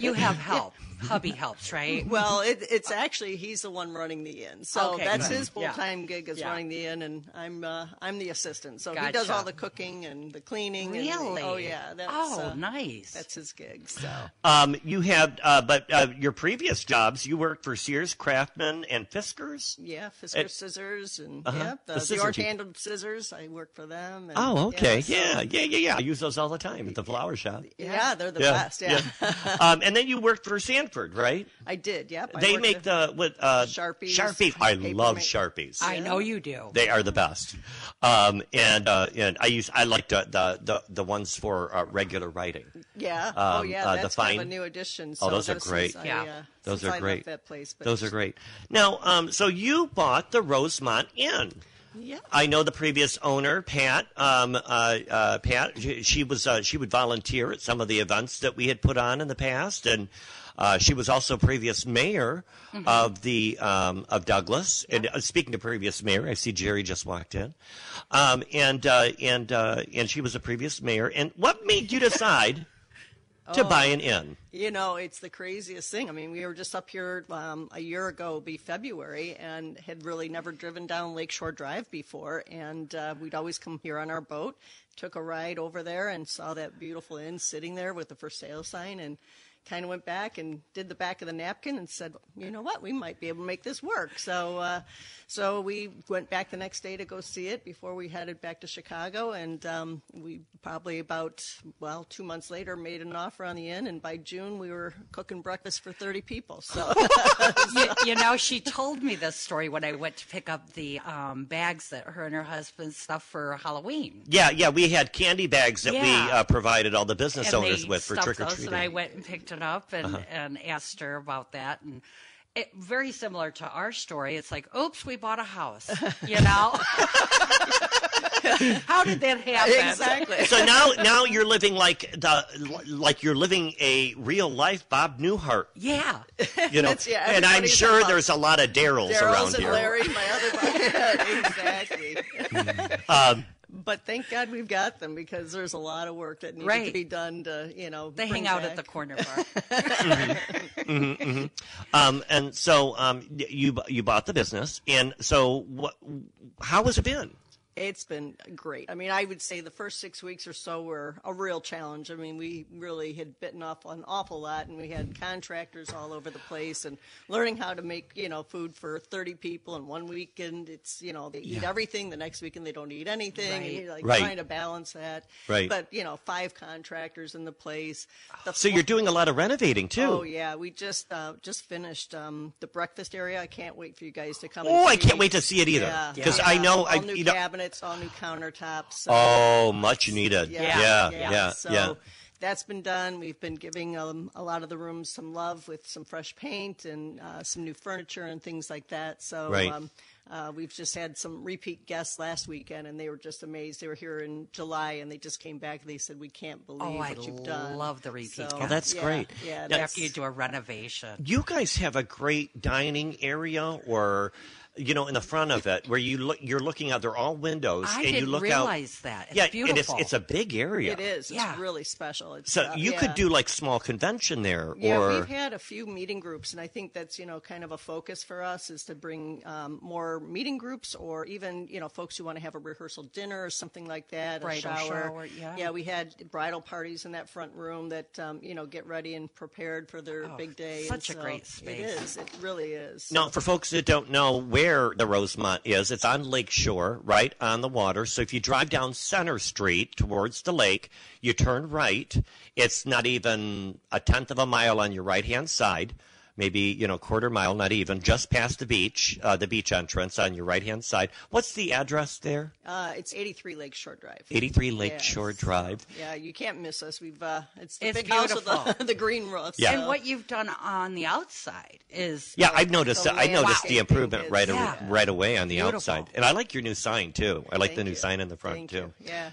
S2: You have help. Hubby helps, right?
S4: Well, it, it's actually he's the one running the inn, so
S2: Okay,
S4: that's
S2: good.
S4: his full
S2: Yeah.
S4: time gig is
S2: Yeah.
S4: running the inn, and I'm uh, I'm the assistant. So he does
S2: Gotcha.
S4: all the cooking and the cleaning. and the-
S2: Really?
S4: oh yeah. That's,
S2: oh,
S4: uh,
S2: nice.
S4: That's his gig. So
S1: Um, you had, uh, but uh, your previous jobs, you worked for Sears, Craftsman, and Fiskars.
S4: yeah, Fisker scissors and yep,
S1: Uh-huh. The
S4: the, the
S1: scissor
S4: orange
S1: people.
S4: handled scissors. I work for them. And,
S1: Oh, okay,
S4: so-
S1: yeah, yeah, yeah, yeah. I use those all the time at the flower shop.
S4: yeah, they're the best. Yeah,
S1: yeah. um, and then you worked for Sanford, right?
S4: I did. Yep, I
S1: they
S4: worked
S1: make
S4: at-
S1: the with uh,
S4: Sharpies,
S1: Sharpie. I
S4: paper
S1: love
S4: ma-
S1: sharpies.
S2: I know you do.
S1: They are the best. Um, and uh, and I use I like the the the, the ones for uh, regular writing.
S4: Yeah. oh,
S1: um,
S4: yeah.
S1: uh, the
S4: that's kind of
S1: fine-
S4: a new addition.
S1: Oh,
S4: So
S1: those are
S4: since
S1: great.
S4: I,
S2: Yeah.
S4: uh,
S1: Those
S4: since
S1: are
S4: I
S1: great.
S4: Left that place, but
S1: Those are great. Now, um, so you bought the Rosemont Inn.
S4: Yeah.
S1: I know the previous owner, Pat. Um, uh, uh, Pat, she, she was uh, she would volunteer at some of the events that we had put on in the past, and uh, she was also previous mayor
S2: Mm-hmm.
S1: of the um, of Douglas. And uh, speaking to previous mayor, I see Jerry just walked in, um, and uh, and uh, and she was a previous mayor. And what made you decide to
S2: Oh.
S1: buy an inn?
S4: You know, it's the craziest thing. I mean, we were just up here um, a year ago, be February, and had really never driven down Lakeshore Drive before. And uh, we'd always come here on our boat, took a ride over there, and saw that beautiful inn sitting there with the for sale sign, and kind of went back and did the back of the napkin and said, you know what, we might be able to make this work. So, uh, so we went back the next day to go see it before we headed back to Chicago, and um, we probably about well two months later made an offer on the inn, and by June we were cooking breakfast for thirty people. So
S2: you, you know, she told me this story when I went to pick up the um, bags that her and her husband stuff for Halloween.
S1: Yeah, yeah, we had candy bags that we
S2: Yeah.
S1: uh, provided all the business
S2: and
S1: owners
S2: they
S1: with for Uh-huh.
S2: stuffed
S1: trick or
S2: those,
S1: treating.
S2: And I went and picked it up and, and asked her about that. And it, very similar to our story. It's like, oops, we bought a house. You know, how did that happen?
S1: so now, now you're living like the like you're living a real life Bob Newhart,
S2: Yeah,
S1: you know.
S4: That's- yeah,
S1: and I'm
S4: everybody's
S1: sure
S4: a Bob-
S1: there's a lot of Daryls
S4: Daryl's
S1: around
S4: and
S1: here.
S4: Larry, my other buddy. exactly.
S2: Um,
S4: but thank God we've got them because there's a lot of work that needs
S2: Right.
S4: to be done to you know.
S2: they hang
S4: bring
S2: out at the
S4: back-
S2: corner bar.
S1: Um, and so um, y- you bu- you bought the business, and so what? How has it been?
S4: It's been great. I mean, I would say the first six weeks or so were a real challenge. I mean, we really had bitten off an awful lot, and we had contractors all over the place, and learning how to make you know food for thirty people in one weekend. It's you know they eat everything, the next weekend they don't eat anything, and
S2: Right.
S4: you're like
S1: Right.
S4: trying to balance that.
S1: Right.
S4: But you know, five contractors in the place. The
S1: So you're doing a lot of renovating too.
S4: Oh yeah, we just uh, just finished um, the breakfast area. I can't wait for you guys to come. and
S1: Oh, I
S4: see.
S1: can't wait to see it either
S4: Yeah,
S1: because
S4: yeah.
S1: I know
S4: all
S1: I
S4: new
S1: you know.
S4: cabinets, all new countertops. so-
S1: Oh, much needed. Yeah, yeah, yeah.
S4: So that's been done. We've been giving um, a lot of the rooms some love with some fresh paint and uh, some new furniture and things like that. So
S1: Right.
S4: um, uh, we've just had some repeat guests last weekend, and they were just amazed. They were here in July, and they just came back. and They said, "We can't believe
S2: Oh, I
S4: what you've done."
S2: love the repeat
S4: So,
S2: guests.
S1: Oh, that's
S4: yeah,
S1: great.
S4: Yeah,
S1: Now-
S4: that's-
S2: After you do a renovation,
S1: you guys have a great dining area or you know in the front of it where you look you're looking out they're all windows
S2: I
S1: and
S2: didn't
S1: you look
S2: realize
S1: out
S2: that. It's
S1: yeah and it's
S2: beautiful.
S1: it's a big area
S4: It is. It's
S2: Yeah.
S4: really special. It's,
S1: so
S4: uh,
S1: you could
S4: yeah.
S1: do like small convention there
S4: Yeah,
S1: or
S4: we've had a few meeting groups, and I think that's you know kind of a focus for us is to bring um, more meeting groups, or even you know folks who want to have a rehearsal dinner or something like that.
S2: Bridal
S4: a shower.
S2: shower, yeah.
S4: we had bridal parties in that front room that um, you know get ready and prepared for their big day. and
S2: Oh, such a
S4: so
S2: great
S4: It
S2: space.
S4: is. It really is.
S1: now for folks that don't know where the rosemont is it's on lake shore right on the water so if you drive down center street towards the lake you turn right it's not even a tenth of a mile on your right hand side maybe you know quarter mile, not even, just past the beach, uh, the beach entrance on your right hand side. What's the address there?
S4: Uh, it's 83 Lakeshore Drive.
S1: 83 Lakeshore
S4: Yes.
S1: Drive.
S4: Yeah, you can't miss us. We've uh, it's the
S2: It's
S4: big house with the,
S2: beautiful.
S4: the green roof.
S1: Yeah.
S4: so-
S2: And what you've done on the outside is
S1: Yeah, I've noticed.
S4: the
S1: I noticed the
S4: landscaping
S1: improvement
S4: is-
S1: right aw-
S2: Yeah.
S1: right away on the
S2: Beautiful.
S1: outside, and I like your new sign too. I like the
S4: Thank
S1: new
S4: you.
S1: sign in the front
S4: Thank
S1: too. Um,
S4: you. Yeah.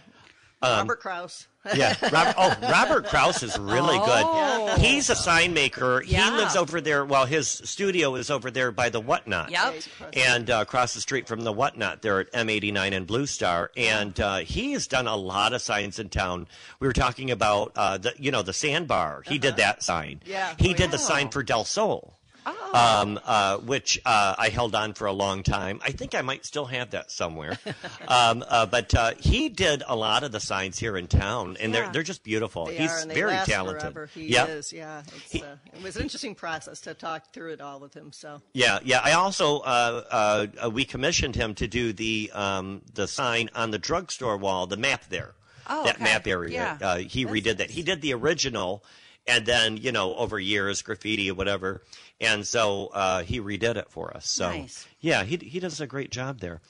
S4: Robert Krause.
S1: Yeah. Rob, oh, Robert Kraus is really
S2: Oh.
S1: good. He's a sign maker.
S2: Yeah.
S1: He lives over there. Well, his studio is over there by the Whatnot.
S2: Yep.
S1: And uh, across the street from the Whatnot, there at M89 and Blue Star, and uh, he has done a lot of signs in town. We were talking about uh, the, you know, the Sandbar. He did that sign.
S4: Uh-huh. Yeah.
S1: He
S4: Oh,
S1: did the
S2: yeah.
S1: sign for Del Sol. Um, uh, which uh, I held on for a long time. I think I might still have that somewhere. um, uh, but uh, he did a lot of the signs here in town, and
S2: Yeah.
S1: they're they're just beautiful.
S4: They
S1: He's
S4: are, and they
S1: very
S4: last
S1: talented.
S4: Forever. He
S1: yeah,
S4: is. Yeah. It's, uh, it was an interesting process to talk through it all with him. So
S1: yeah, yeah. I also uh, uh, uh, we commissioned him to do the um, the sign on the drugstore wall, the map there,
S2: Oh,
S1: that
S2: okay.
S1: map area.
S2: Yeah.
S1: Uh, he redid that. He did the original, and then you know over years graffiti or whatever, and so uh, he redid it for us. So
S2: Nice.
S1: yeah, he he does a great job there.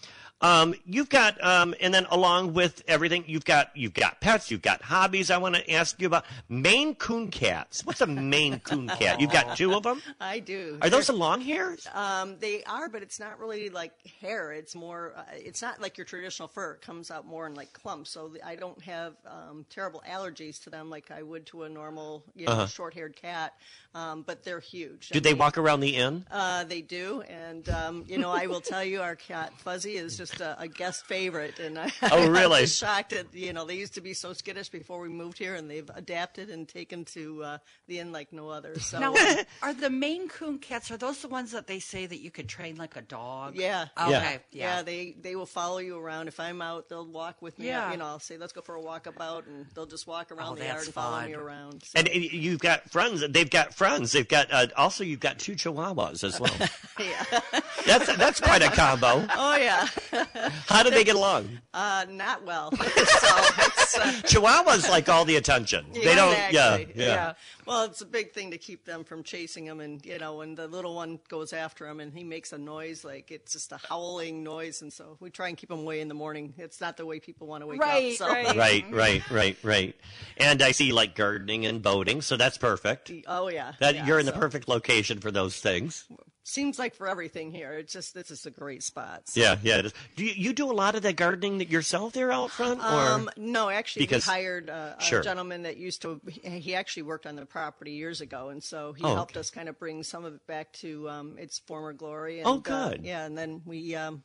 S1: Um, you've got, um, and then along with everything, you've got, you've got pets, you've got hobbies. I want to ask you about Maine Coon cats. What's a Maine Coon cat? You've got two of them.
S4: I do.
S1: Are those the long hairs?
S4: Um, they are, but it's not really like hair. It's more. Uh, it's not like your traditional fur. It comes out more in like clumps. So the- I don't have um, terrible allergies to them like I would to a normal, you know, short-haired cat. Um, but they're huge.
S1: Uh-huh. Do they walk around the inn?
S4: Uh, they do, and um, you know, I will tell you, our cat Fuzzy is just a, a guest favorite, and I,
S1: Oh, really?
S4: I'm just shocked at you know they used to be so skittish before we moved here, and they've adapted and taken to uh, the inn like no other. So
S2: Now, are the Maine Coon cats? Are those the ones that they say that you could train like a dog?
S4: Yeah.
S2: Okay.
S1: Yeah.
S2: Yeah.
S4: Yeah. they they will follow you around. If I'm out, they'll walk with me.
S2: Yeah.
S4: You know, I'll say, "Let's go for a walk about," and they'll just walk around
S2: Oh,
S4: the yard
S2: that's
S4: and follow me
S2: fun.
S4: around. So,
S1: And uh, you've got friends. They've got friends. They've got uh, also you've got two chihuahuas as well.
S4: yeah.
S1: That's that's quite a combo.
S4: oh yeah,
S1: How do they get along?
S4: uh, not well. so it's, uh,
S1: Chihuahuas like all the attention. They don't. Yeah, yeah.
S4: exactly. Well, it's a big thing to keep them from chasing him, and you know, when the little one goes after him and he makes a noise, like it's just a howling noise, and so we try and keep him away in the morning. It's not the way people want to wake
S2: Right,
S4: up. So.
S2: right.
S1: Right, right, right, right. And I see you like gardening and boating, so that's perfect.
S4: Oh yeah.
S1: That
S4: yeah,
S1: you're in the
S4: so-
S1: perfect location for those things.
S4: Seems like for everything here, it's just this is a great spot. so.
S1: Yeah, yeah. It is. Do you, you do a lot of that gardening that yourself there out front, or
S4: Um, no, actually,
S1: Because-
S4: we hired uh, a, a
S1: Sure.
S4: gentleman that used to. He actually worked on the property years ago, and so he
S1: Oh,
S4: helped
S1: okay.
S4: us kind of bring some of it back to um, its former glory. And,
S1: Oh,
S4: uh,
S1: good.
S4: yeah, and then we, um,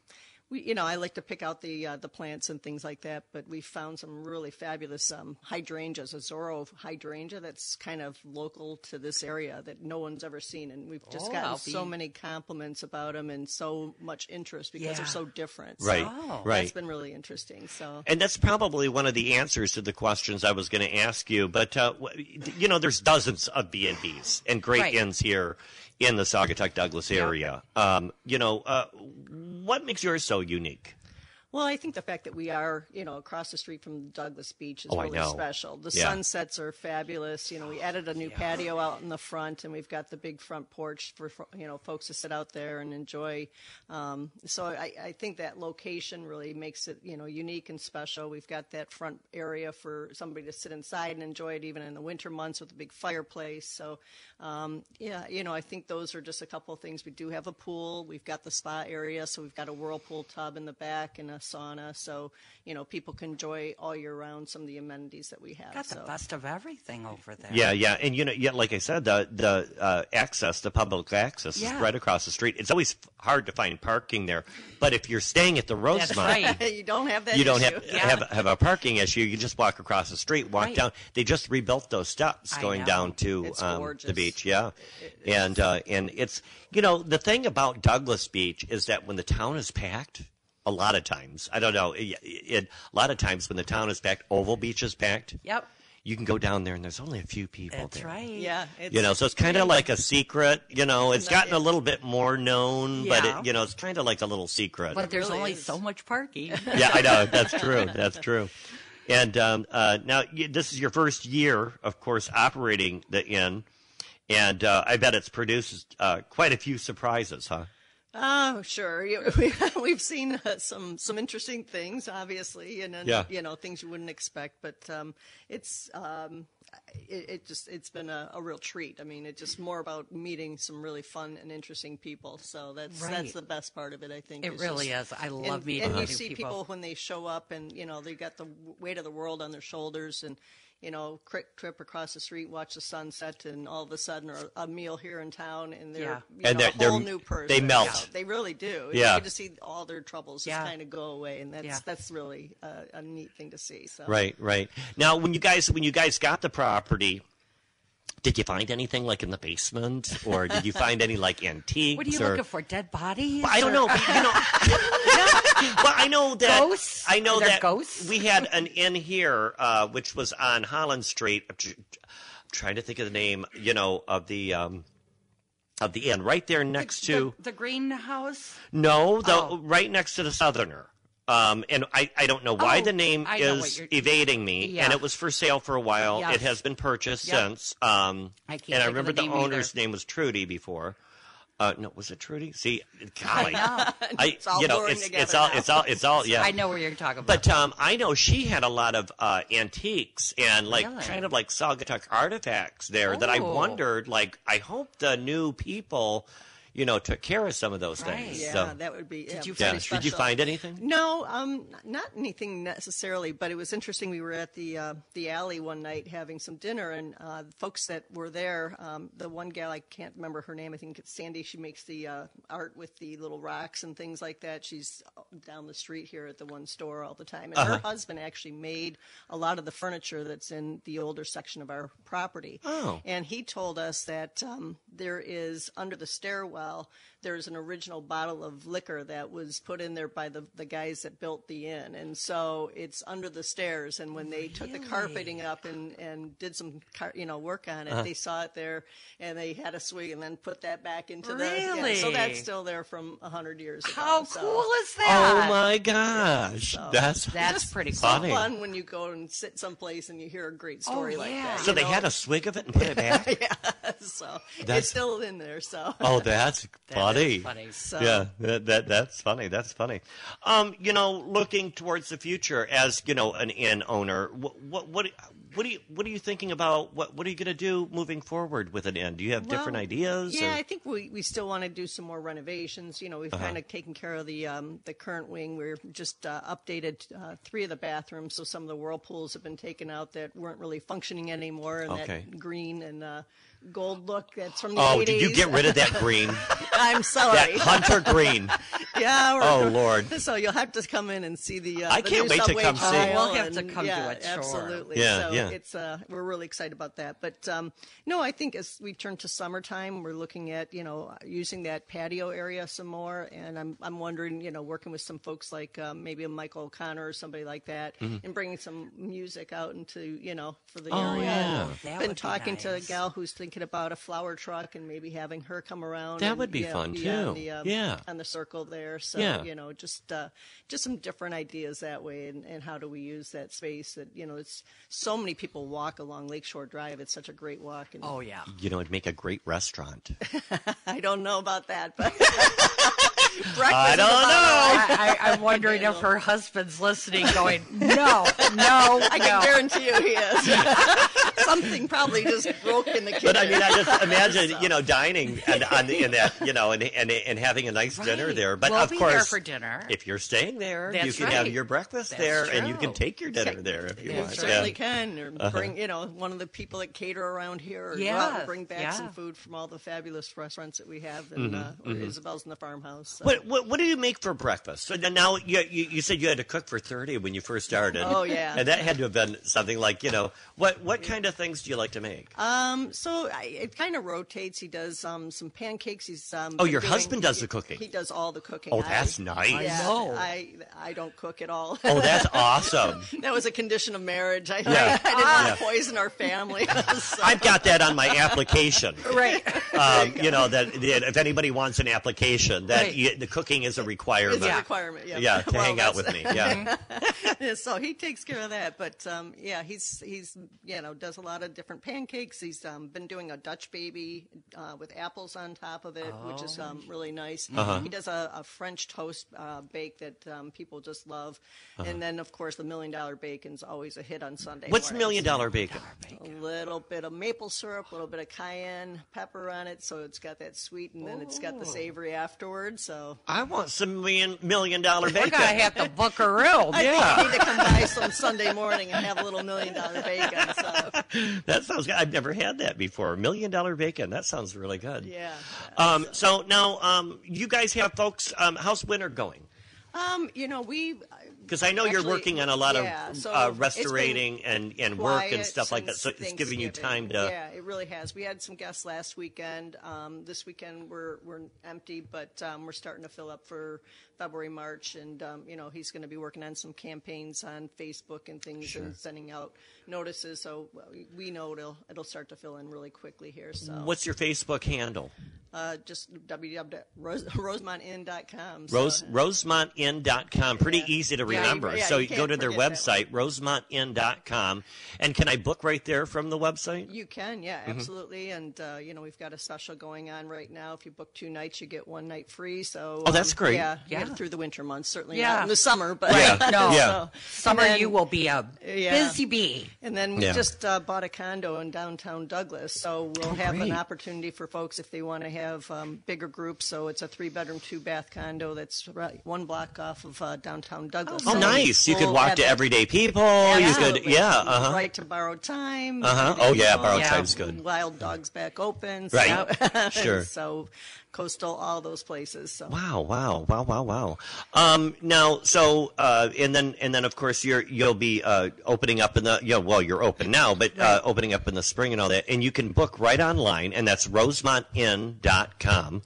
S4: we, you know, I like to pick out the uh, the plants and things like that, but we found some really fabulous um, hydrangeas, Azoro hydrangea, that's kind of local to this area that no one's ever seen, and we've just
S2: Oh,
S4: gotten
S2: I'll
S4: so
S2: be-
S4: many compliments about them and so much interest because they're
S2: Yeah.
S4: so different. So
S1: right,
S2: Oh.
S1: right?
S4: That's been really interesting. So.
S1: And that's probably one of the answers to the questions I was going to ask you. But uh, w- you know, there's dozens of B and B's and great
S2: Right.
S1: inns here in the Saugatuck Douglas area. Um, you know, uh, what makes yours so unique?
S4: Well, I think the fact that we are, you know, across the street from Douglas Beach is
S1: Oh, I
S4: really
S1: know.
S4: special. The
S1: Yeah.
S4: sunsets are fabulous. You know,
S2: Oh,
S4: we added a new patio out in the front, and we've got the big front porch for fo- you know folks to sit out there and enjoy. Um, so I, I think that location really makes it, you know, unique and special. We've got that front area for somebody to sit inside and enjoy it, even in the winter months with a big fireplace. So, um, yeah, you know, I think those are just a couple of things. We do have a pool. We've got the spa area, so we've got a whirlpool tub in the back and a sauna, so you know people can enjoy all year round some of the amenities that we have.
S2: Got the
S4: so.
S2: best of everything over there.
S1: Yeah, yeah, and you know, yeah, like I said, the the uh, access, the public access,
S2: Yeah.
S1: is right across the street. It's always f- hard to find parking there, but if you're staying at the Rosemont,
S2: That's right.
S4: you don't have that.
S1: you don't
S4: issue.
S1: have,
S2: Yeah.
S1: have have a parking issue. You just walk across the street, walk
S2: Right.
S1: down. They just rebuilt those steps
S2: I
S1: going
S2: know.
S1: down to
S4: It's
S1: um, the
S4: gorgeous.
S1: beach. Yeah, and uh, and it's you know the thing about Douglas Beach is that when the town is packed. A lot of times, I don't know. It, it- a lot of times when the town is packed, Oval Beach is packed.
S2: Yep.
S1: You can go down there and there's only a few people
S2: That's
S1: there.
S2: right.
S4: Yeah, it's,
S1: you know, so it's kind of like a secret. You know, it's gotten a little bit more known, but
S2: Yeah.
S1: it, you know, it's kind of like a little secret.
S2: But there's
S4: really
S2: only
S4: is.
S2: so much parking.
S1: yeah, I know. That's true. That's true. And um, uh, now you, this is your first year, of course, operating the inn. and uh, I bet it's produced uh, quite a few surprises, huh?
S4: Oh, sure. You- We've seen uh, some some interesting things, obviously, and then,
S1: Yeah.
S4: you know things you wouldn't expect. But um, it's um, it, it just it's been a, a real treat. I mean, it's just more about meeting some really fun and interesting people. So that's
S2: Right.
S4: that's the best part of it. I think
S2: It really
S4: just-
S2: is. I love
S4: and,
S2: meeting
S4: and you
S2: new
S4: see
S2: people.
S4: people when they show up and you know they got the w- weight of the world on their shoulders and you know quick trip across the street watch the sunset and all of a sudden or a meal here in town and they're
S2: Yeah.
S4: you
S1: And
S4: know,
S1: they're-
S4: a whole
S1: they're-
S4: new
S1: they
S4: person
S1: melt.
S4: So they really do
S1: Yeah.
S4: you just see all their troubles just
S2: Yeah.
S4: kind of go away and that's
S2: Yeah.
S4: that's really uh, a neat thing to see so
S1: Right, right. Now, when you guys when you guys got the property, did you find anything like in the basement, or did you find any like antiques?
S2: What are you
S1: or-
S2: looking for? Dead bodies?
S1: I don't
S2: or-
S1: know. But, you know, well, I know that
S2: Ghosts?
S1: I know
S2: Are there
S1: that
S2: ghosts?
S1: we had an inn here, uh, which was on Holland Street. I'm tr- trying to think of the name, you know, of the um, of the inn right there next to
S2: The, the greenhouse?
S1: no, the
S2: Oh.
S1: right next to the Southerner. Um, and I, I don't know why
S2: Oh,
S1: the name
S2: I know what
S1: is
S2: you're-
S1: evading me.
S2: Yeah.
S1: And it was for sale for a while.
S2: Yes.
S1: It has been purchased
S2: Yep.
S1: since. Um,
S2: I
S1: and
S2: can't
S1: I
S2: think of
S1: remember the,
S2: the name
S1: owner's
S2: either.
S1: name was Trudy before. Uh, no, was it Trudy? See, golly, I,
S4: It's all
S1: you know,
S4: blurring
S1: it's,
S4: together
S1: it's all,
S4: now.
S1: it's all, it's all, yeah.
S2: I know where you're talking about.
S1: But um, I know she had a lot of uh, antiques and like
S2: Really?
S1: kind of like Saugatuck artifacts there that I
S2: Oh.
S1: wondered. Like, I hope the new people, you know, took care of some of those
S2: Right.
S1: things.
S4: yeah
S1: So-
S4: that would be did
S2: you
S1: yeah.
S2: find
S1: Did you find anything?
S4: No, um, n- not anything necessarily, but it was interesting. We were at the uh, the alley one night having some dinner, and uh, the folks that were there, um, the one gal I can't remember her name. I think it's Sandy. She makes the uh, art with the little rocks and things like that. She's uh, down the street here at the one store all the time, and her husband actually made a lot of the furniture that's in the older section of our property.
S1: Oh.
S4: And he told us that um, there is under the stairwell there's an original bottle of liquor that was put in there by the the guys that built the inn, and so it's under the stairs. And when they took the carpeting up and and did some car, you know work on it,
S1: Uh-huh.
S4: they saw it there, and they had a swig and then put that back into the. yeah, so
S2: Really?
S4: that's still there from a hundred years ago.
S2: How
S4: so.
S2: cool is that?
S1: Oh my gosh, that's
S2: That's pretty cool.
S1: funny.
S4: Fun when you go and sit someplace and you hear a great story like
S2: Oh, yeah.
S4: that.
S1: So
S4: you
S1: they
S4: know?
S1: had a swig of it and put it back.
S4: so
S1: That's-
S4: it's still in there. So
S1: Oh, that's
S2: That
S1: funny.
S2: is funny.
S4: So-
S1: yeah, that, that that's funny. That's funny. Um, you know, looking towards the future as you know an inn owner, what what what, what are you what are you thinking about? What what are you going to do moving forward with an inn? Do you have different
S4: Well,
S1: ideas?
S4: Yeah,
S1: or- Uh-huh.
S4: I think we, we still want to do some more renovations. You know, we've kind of taken care of the um, the current wing. We're just uh, updated uh, three of the bathrooms, so some of the whirlpools have been taken out that weren't really functioning anymore, and
S1: Okay.
S4: that green and uh, gold look that's from the
S1: oh,
S4: 80s.
S1: did you get rid of that green?
S4: I'm
S1: that
S4: sorry.
S1: hunter green.
S4: yeah. we're-
S1: Oh Lord.
S4: So you'll have to come in and see the. Uh,
S1: I
S4: the
S1: can't
S4: new
S1: wait to
S4: subway
S1: come see.
S4: trail
S2: Oh, we'll have to
S4: and-
S2: come to
S4: yeah,
S2: it, sure.
S4: Absolutely.
S1: Yeah,
S4: so
S1: yeah.
S4: It's uh, we're really excited about that. But um, no, I think as we turn to summertime, we're looking at you know using that patio area some more, and I'm I'm wondering you know working with some folks like um, maybe a Michael O'Connor or somebody like that,
S1: Mm-hmm.
S4: and bringing some music out into you know for the area.
S1: Oh, yeah.
S2: That
S4: And
S2: would
S4: Oh, Been
S2: be
S4: talking to a
S2: nice.
S4: gal who's thinking about a flower truck and maybe having her come around.
S1: That
S4: and,
S1: would be
S4: you know,
S1: fun,
S4: be on
S1: too.
S4: the, um,
S1: Yeah.
S4: on the circle there. So
S1: Yeah.
S4: you know, just uh, just some different ideas that way, and, and how do we use that space? That you know, it's so many people walk along Lakeshore Drive. It's such a great walk, and
S2: Oh, yeah.
S1: You know, it'd make a great restaurant.
S4: I don't know about that, but breakfast. I
S1: don't know.
S2: I, I, I'm wondering if her husband's listening, going, no, no,
S4: I
S2: no.
S4: can guarantee you he is. Something probably just broke in the kitchen.
S1: But I mean, I just imagine, you know, dining and on the, in that, you know, and, and and having a nice dinner
S2: Right.
S1: there. But
S2: We'll
S1: of
S2: be
S1: course,
S2: there for dinner.
S1: if you're staying there, you
S2: That's
S1: can have
S2: right.
S1: your breakfast
S2: That's
S1: there, and you
S2: true.
S1: can take your dinner there if you Uh-huh.
S4: You
S1: want.
S4: certainly
S1: Yeah.
S4: can, or bring you know one of the people that cater around here, or go out
S2: Yes,
S4: and bring back
S2: yeah.
S4: some food from all the fabulous restaurants that we have, and uh, or Isabel's in the farmhouse. so-
S1: Mm-hmm, What, what what do you make for breakfast? So now you, you you said you had to cook for thirty when you first started.
S4: Oh, yeah.
S1: and that had to have been something like you know what what kind of things do you like to make?
S4: Um, so I, it kind of rotates. He does um some pancakes. He's um.
S1: Oh, your
S4: doing-
S1: husband does the cooking?
S4: He does all the cooking.
S1: oh, that's
S4: I,
S1: nice.
S4: Yeah,
S2: know.
S4: I I don't cook at all.
S1: Oh, that's awesome.
S4: that was a condition of marriage. I,
S1: Yeah.
S4: I, didn't want
S1: Yeah.
S4: to poison our family. so-
S1: I've got that on my application.
S2: Right.
S1: um, you know that, that if anybody wants an application, that
S2: Right.
S1: you, the cooking is a requirement.
S4: It's a
S2: Yeah.
S4: requirement. Yeah,
S1: Yeah, to
S4: Well,
S1: hang out with
S4: that's-
S1: me. Yeah.
S4: so he takes care of that. But um, yeah, he's he's you know does a lot of different pancakes. He's um, been doing a Dutch baby uh, with apples on top of it, which is um,
S1: Oh.
S4: really nice.
S1: Uh-huh.
S4: He does a, a French toast uh, bake that um, people just love,
S1: Uh-huh.
S4: and then of course the million dollar bacon's always a hit on Sunday.
S1: What's
S4: mornings.
S1: million dollar bacon?
S4: A little bit of maple syrup, a little bit of cayenne pepper on it, so it's got that sweet, and then it's
S1: Oh.
S4: got the savory afterwards. So
S1: I want some million million dollar
S2: We're
S1: bacon.
S2: gonna have to book a room.
S1: yeah.
S4: need to come by some Sunday morning and have a little million dollar bacon. So
S1: That sounds good. I've never had that before. Million dollar bacon. That sounds really good.
S4: yeah.
S1: Um, so now um, you guys have folks. Um, how's winter going?
S4: Um, you know, we
S1: Because I know you're
S4: Actually,
S1: working on a lot
S4: yeah,
S1: of
S4: so
S1: uh,
S4: it's been
S1: restaurating and, and work and
S4: quiet
S1: stuff like that.
S4: since
S1: So it's giving you time
S4: Thanksgiving.
S1: to.
S4: Yeah, it really has. We had some guests last weekend. Um, this weekend we're we're empty, but um, we're starting to fill up for February, March, and um, you know he's going to be working on some campaigns on Facebook and things, and sending out notices. So we know it'll it'll start to fill in really quickly here. So
S1: What's your Facebook handle?
S4: uh, just www.rosemontin.com. So,
S1: Rose, rosemontin.com. Pretty easy to
S4: Yeah, you-
S1: remember.
S4: yeah,
S1: so
S4: you
S1: you go
S4: can't
S1: to their
S4: forget
S1: website,
S4: that
S1: rosemontin.com. And can I book right there from the website?
S4: You can, yeah,
S1: Mm-hmm.
S4: absolutely. And, uh, you know, we've got a special going on right now. If you book two nights, you get one night free. So, um,
S1: Oh, that's great.
S4: Yeah,
S2: Yeah.
S4: yeah. through the winter months, certainly
S2: Yeah.
S4: not in the summer, but
S1: Right.
S2: No.
S1: Yeah.
S2: Summer,
S4: And then-
S2: you will be a
S4: Yeah.
S2: busy bee.
S4: And then we
S1: Yeah.
S4: just uh, bought a condo in downtown Douglas, so we'll have
S1: Oh, great.
S4: an opportunity for folks if they want to have um, bigger groups. So it's a three-bedroom, two-bath condo that's right, one block off of uh, downtown Douglas.
S1: Oh,
S4: So
S1: nice. You could
S4: we'll
S1: walk
S4: have
S1: to
S4: a-
S1: everyday people. You could,
S4: Absolutely.
S1: yeah. Uh huh.
S4: Right to borrowed time.
S1: Uh-huh. Oh, yeah, borrowed
S4: Yeah.
S1: time's good.
S4: Wild dogs back open.
S1: Right.
S4: So,
S1: Sure.
S4: So coastal, all those places. So
S1: Wow! Wow! Wow! Wow! Wow! Um, now, so uh, and then and then, of course, you're you'll be uh, opening up in the yeah. Well, you're open now, but uh, opening up in the spring and all that, and you can book right online, and that's rosemontin.com.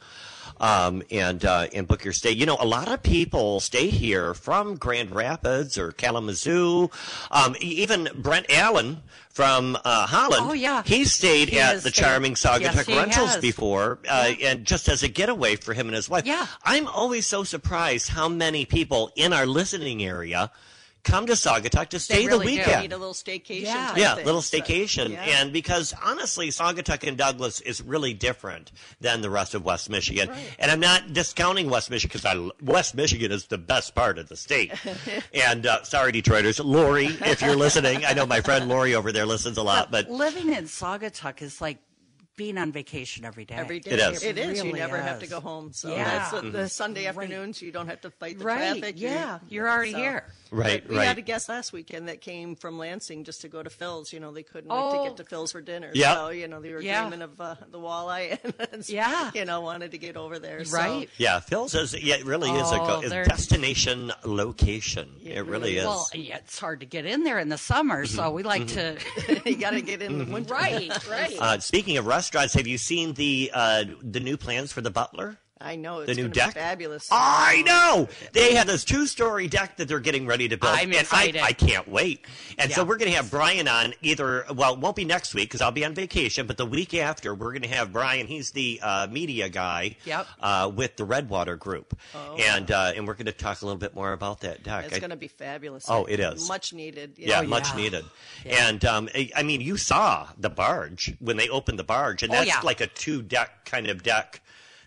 S1: Um, and uh, and book your stay. You know, a lot of people stay here from Grand Rapids or Kalamazoo. Um, e- even Brent Allen from uh, Holland.
S2: Oh, yeah.
S1: he stayed
S2: He
S1: at
S2: has
S1: the
S2: stayed-
S1: charming Saugatuck
S2: Yes, he
S1: Rentals
S2: has.
S1: before, uh, and just as a getaway for him and his wife.
S2: Yeah.
S1: I'm always so surprised how many people in our listening area come to Saugatuck to stay
S2: really do.
S1: the
S4: You need
S1: weekend.
S4: a little staycation.
S2: Yeah.
S4: type
S1: Yeah,
S4: thing.
S1: little
S4: So,
S1: staycation.
S4: yeah.
S1: And because honestly, Saugatuck and Douglas is really different than the rest of West Michigan. And I'm not discounting West Michigan because West Michigan is the best part of the state. and uh, sorry, Detroiters. Lori, if you're listening, I know my friend Lori over there listens a lot, but
S2: Living in Saugatuck is like being on vacation every day.
S4: Every day.
S1: It is. Mm-hmm.
S4: It is. you
S2: Really
S4: never have to
S2: is.
S4: go home. So
S2: Yeah.
S4: that's the, the Sunday
S2: Right.
S4: afternoons. You don't have to fight the
S2: Right.
S4: traffic. You-
S2: yeah. You're already
S4: so-
S2: here.
S1: right,
S4: We
S1: right.
S4: had a guest last weekend that came from Lansing just to go to Phil's. You know, they couldn't wait
S2: Oh.
S4: to get to Phil's for dinner.
S1: Yeah.
S4: So, you know, they were
S2: Yeah.
S4: dreaming of uh, the walleye and,
S2: Yeah.
S4: you know, wanted to get over there. So,
S2: Right.
S1: Yeah, Phil's is yeah, it really is a
S2: Oh,
S1: go-
S2: they're-
S1: destination location. it really is.
S2: Well, yeah, it's hard to get in there in the summer,
S1: Mm-hmm.
S2: so we like to.
S4: you got to get in the winter.
S2: right, right.
S1: uh, speaking of restaurants, have you seen the uh, the new plans for the Butler?
S4: I know. It's
S1: The new
S4: gonna
S1: deck?
S4: Be fabulous.
S1: I know they have this two story deck that they're getting ready to build.
S2: I'm
S1: and I-
S2: excited.
S1: I, can't wait. And so
S2: Yeah.
S1: we're going to have Brian on either. Well, it won't be next week because I'll be on vacation, but the week after we're going to have Brian. He's the uh, media guy.
S2: Yep. Oh.
S1: Uh, with the Redwater Group, and uh, and we're going to talk a little bit more about that deck.
S4: It's
S1: I-
S4: going to be fabulous.
S1: Oh, it is.
S4: Much needed. you
S1: Yeah,
S4: know.
S1: much
S2: yeah.
S1: needed. And um, I I mean, you saw the barge when they opened the barge, and
S2: Oh,
S1: that's
S2: yeah.
S1: like a two deck kind of deck.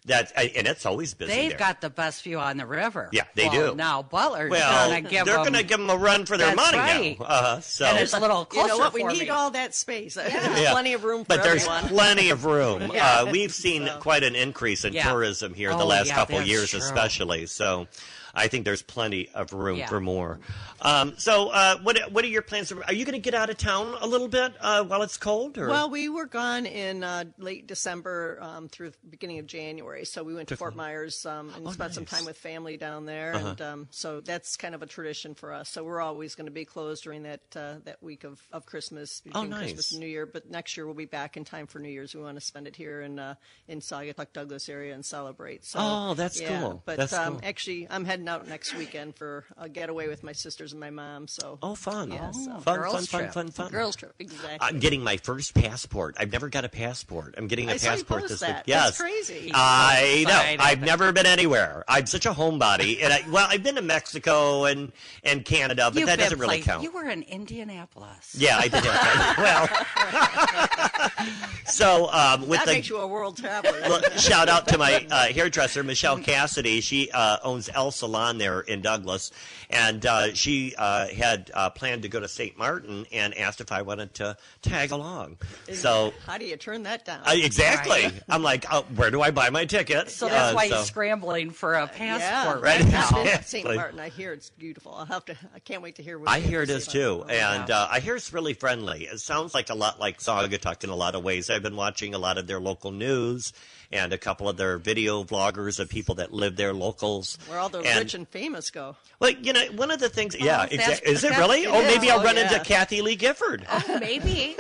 S1: That and it's always busy.
S2: They've
S1: there.
S2: got the best view on the river.
S1: Yeah, they
S2: Well,
S1: do.
S2: Now Butler's
S1: well,
S2: gonna give
S1: they're
S2: them.
S1: going to give them a run for their
S2: That's
S1: money
S2: right.
S1: now. Uh, so
S2: and it's a little
S4: You
S2: closer
S4: know what? We
S2: for
S4: need
S2: me.
S4: all that space.
S1: Yeah.
S4: Plenty of room for
S1: but there's
S4: everyone.
S1: plenty of room.
S4: Yeah.
S1: uh, we've seen quite an increase in
S2: Yeah.
S1: tourism here the
S2: Oh,
S1: last
S2: yeah,
S1: couple
S2: that's
S1: years,
S2: true.
S1: especially. So, I think there's plenty of room
S2: Yeah.
S1: for more. Um, so, uh, what what are your plans? Are you going to get out of town a little bit uh, while it's cold? Or?
S4: Well, we were gone in uh, late December um, through the beginning of January. So we went to Fort Myers um, and
S1: Oh,
S4: spent some time with family down there.
S1: Uh-huh.
S4: And um, so that's kind of a tradition for us. So we're always going to be closed during that uh, that week of, of Christmas, between
S1: Oh, nice.
S4: Christmas and New Year. But next year we'll be back in time for New Year's. We want to spend it here in uh, in Saugatuck Douglas area and celebrate. So,
S1: Oh, that's
S4: yeah.
S1: cool.
S4: But
S1: That's
S4: um,
S1: cool.
S4: actually, I'm heading heading out next weekend for a getaway with my sisters and my mom. So
S1: Oh, fun.
S4: Yes.
S1: fun,
S2: girls
S1: fun, fun,
S2: trip.
S1: fun, fun.
S4: girls trip exactly.
S1: I'm getting my first passport. I've never got a passport. I'm getting a
S4: I saw you
S1: passport
S4: post
S1: this
S4: that.
S1: week. Yes.
S4: That's crazy.
S1: I
S2: Sorry,
S1: know. I've
S2: Nathan.
S1: never been anywhere. I'm such a homebody, and I, well, I've been to Mexico and and Canada, but
S2: You've
S1: that
S2: been
S1: doesn't really
S2: playing-
S1: count.
S2: You were in Indianapolis.
S1: yeah, I did. Have well, so um, with
S4: that
S1: the
S4: makes you a world traveler.
S1: Well, shout out to my uh, hairdresser, Michelle Cassidy. She uh, owns El Salon there in Douglas. And uh, she uh, had uh, planned to go to St. Martin and asked if I wanted to tag along. So,
S4: how do you turn that down?
S1: I exactly. I'm like, oh, where do I buy my ticket?
S2: So that's
S1: Uh,
S2: why you're scrambling for a passport
S4: yeah,
S2: right
S4: I've been
S2: now.
S4: to
S1: Exactly.
S4: St. Martin. I hear it's beautiful. I'll have to. I can't wait to hear. What
S1: I
S4: you have
S1: hear it
S4: to
S1: is
S4: say about
S1: too, and uh, I hear it's really friendly. It sounds like a lot like Saugatuck in a lot of ways. I've been watching a lot of their local news and a couple of their video vloggers of people that live there, locals.
S4: Where all the
S1: And-
S4: rich and famous go.
S1: Well, you know, one of the things, yeah,
S2: that's-
S1: exactly. Is it
S2: that's-
S1: really?
S2: it
S1: Oh, maybe
S4: is.
S1: I'll
S4: Oh,
S1: run
S4: yeah.
S1: into Kathy Lee Gifford.
S2: Maybe.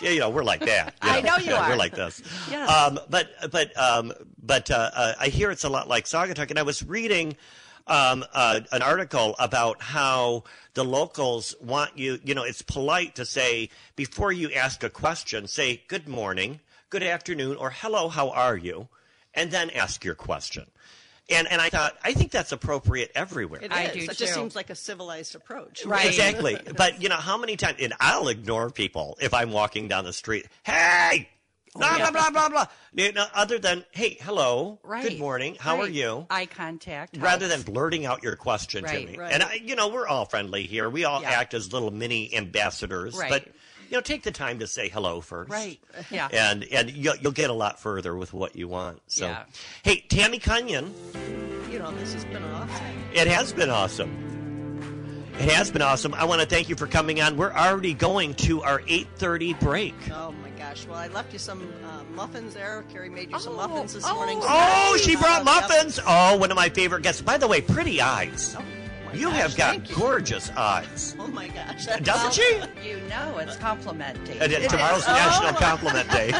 S1: Yeah, you know, we're like that.
S2: I know you
S1: Yeah, We're
S2: are.
S1: like this.
S2: Yes.
S1: Um, but but um, but uh, uh, I hear it's a lot like Saugatuck, and I was reading um, uh, an article about how the locals want you. You know, it's polite to say before you ask a question, say good morning, good afternoon, or hello, how are you, and then ask your question. And and I thought I think that's appropriate everywhere.
S4: It is.
S2: I do
S4: It just
S2: too.
S4: seems like a civilized approach.
S2: Right.
S1: Exactly. But you know how many times and I'll ignore people if I'm walking down the street. Hey, blah
S2: Oh, yeah.
S1: blah blah blah blah. You know, other than hey, hello,
S2: Right.
S1: good morning, how are
S2: Right.
S1: you?
S2: Eye contact.
S1: Rather than
S2: helps.
S1: blurting out your question
S2: Right.
S1: to me.
S4: Right.
S1: And I, you know, we're all friendly here. We all
S2: Yeah.
S1: act as little mini ambassadors.
S2: Right.
S1: But you know, take the time to say hello first.
S2: Right. Yeah.
S1: And and you'll, you'll get a lot further with what you want. So,
S2: Yeah.
S1: hey, Tammy Cunyon.
S4: You know, this has been awesome.
S1: It has been awesome. It has been awesome. I want to thank you for coming on. We're already going to our 8:30 break.
S4: Oh my gosh. Well, I left you some uh, muffins there. Carrie made you some
S2: Oh,
S4: muffins this
S2: oh.
S4: morning.
S1: Oh, she
S4: Uh,
S1: brought
S4: yep.
S1: muffins. Oh, one of my favorite guests. By the way, pretty eyes.
S4: Oh, my
S1: You
S4: gosh,
S1: have got
S4: thank you.
S1: gorgeous eyes.
S4: Oh my gosh. That
S1: Doesn't she?
S2: You know it's complimenting.
S1: And then tomorrow's
S4: Oh.
S1: National Compliment Day.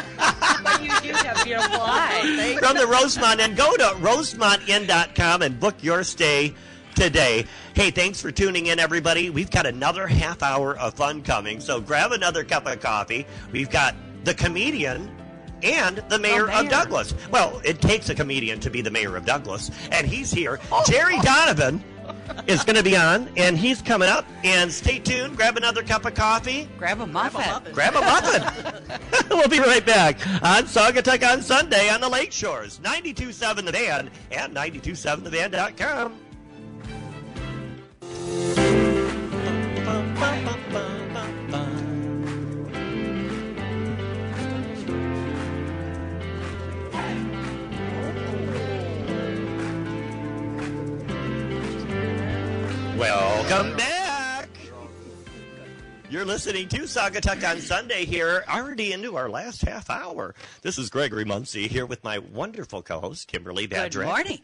S2: but you do have beautiful eyes.
S4: Thank
S1: From the Rosemont Inn, go to rosemontinn.com and book your stay today. Hey, thanks for tuning in, everybody. We've got another half hour of fun coming, so grab another cup of coffee. We've got the comedian and the mayor, of
S2: mayor.
S1: Douglas. Well, it takes a comedian to be the mayor of Douglas, and he's here. Jerry Donovan is going to be on, and he's coming up. And stay tuned. Grab another cup of coffee.
S2: Grab a muffin.
S4: muffin.
S1: Grab a muffin. we'll be right back on Saugatuck on Sunday on the Lake Shores, 92.7 The Van and 92.7thevan.com. Welcome back. You're listening to Sagatuck on Sunday here, already into our last half hour. This is Gregory Muncy here with my wonderful co-host, Kimberly
S2: Good
S1: Badrick.
S2: morning.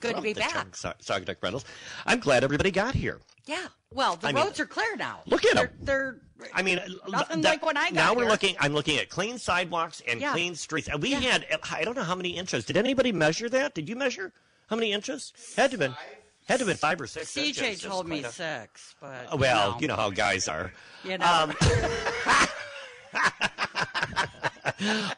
S2: Good to be
S1: The
S2: back.
S1: Sa- Sagatuck Rentals. I'm glad everybody got here.
S2: Yeah. Well, the
S1: I mean,
S2: roads are clear now.
S1: look at
S2: They're-
S1: 'em.
S2: They're,
S1: I mean,
S2: Nothing
S1: that-
S2: like when I got
S1: Now we're
S2: here.
S1: looking. I'm looking at clean sidewalks and
S2: Yeah.
S1: clean streets. And we had. uh, I don't know how many inches. Did anybody measure that? Did you measure how many inches? Had to been. Had to been five or six.
S2: CJ
S1: inches. That's
S2: told me
S1: quite a-
S2: six, but
S1: Well, you know how guys are.
S2: you know,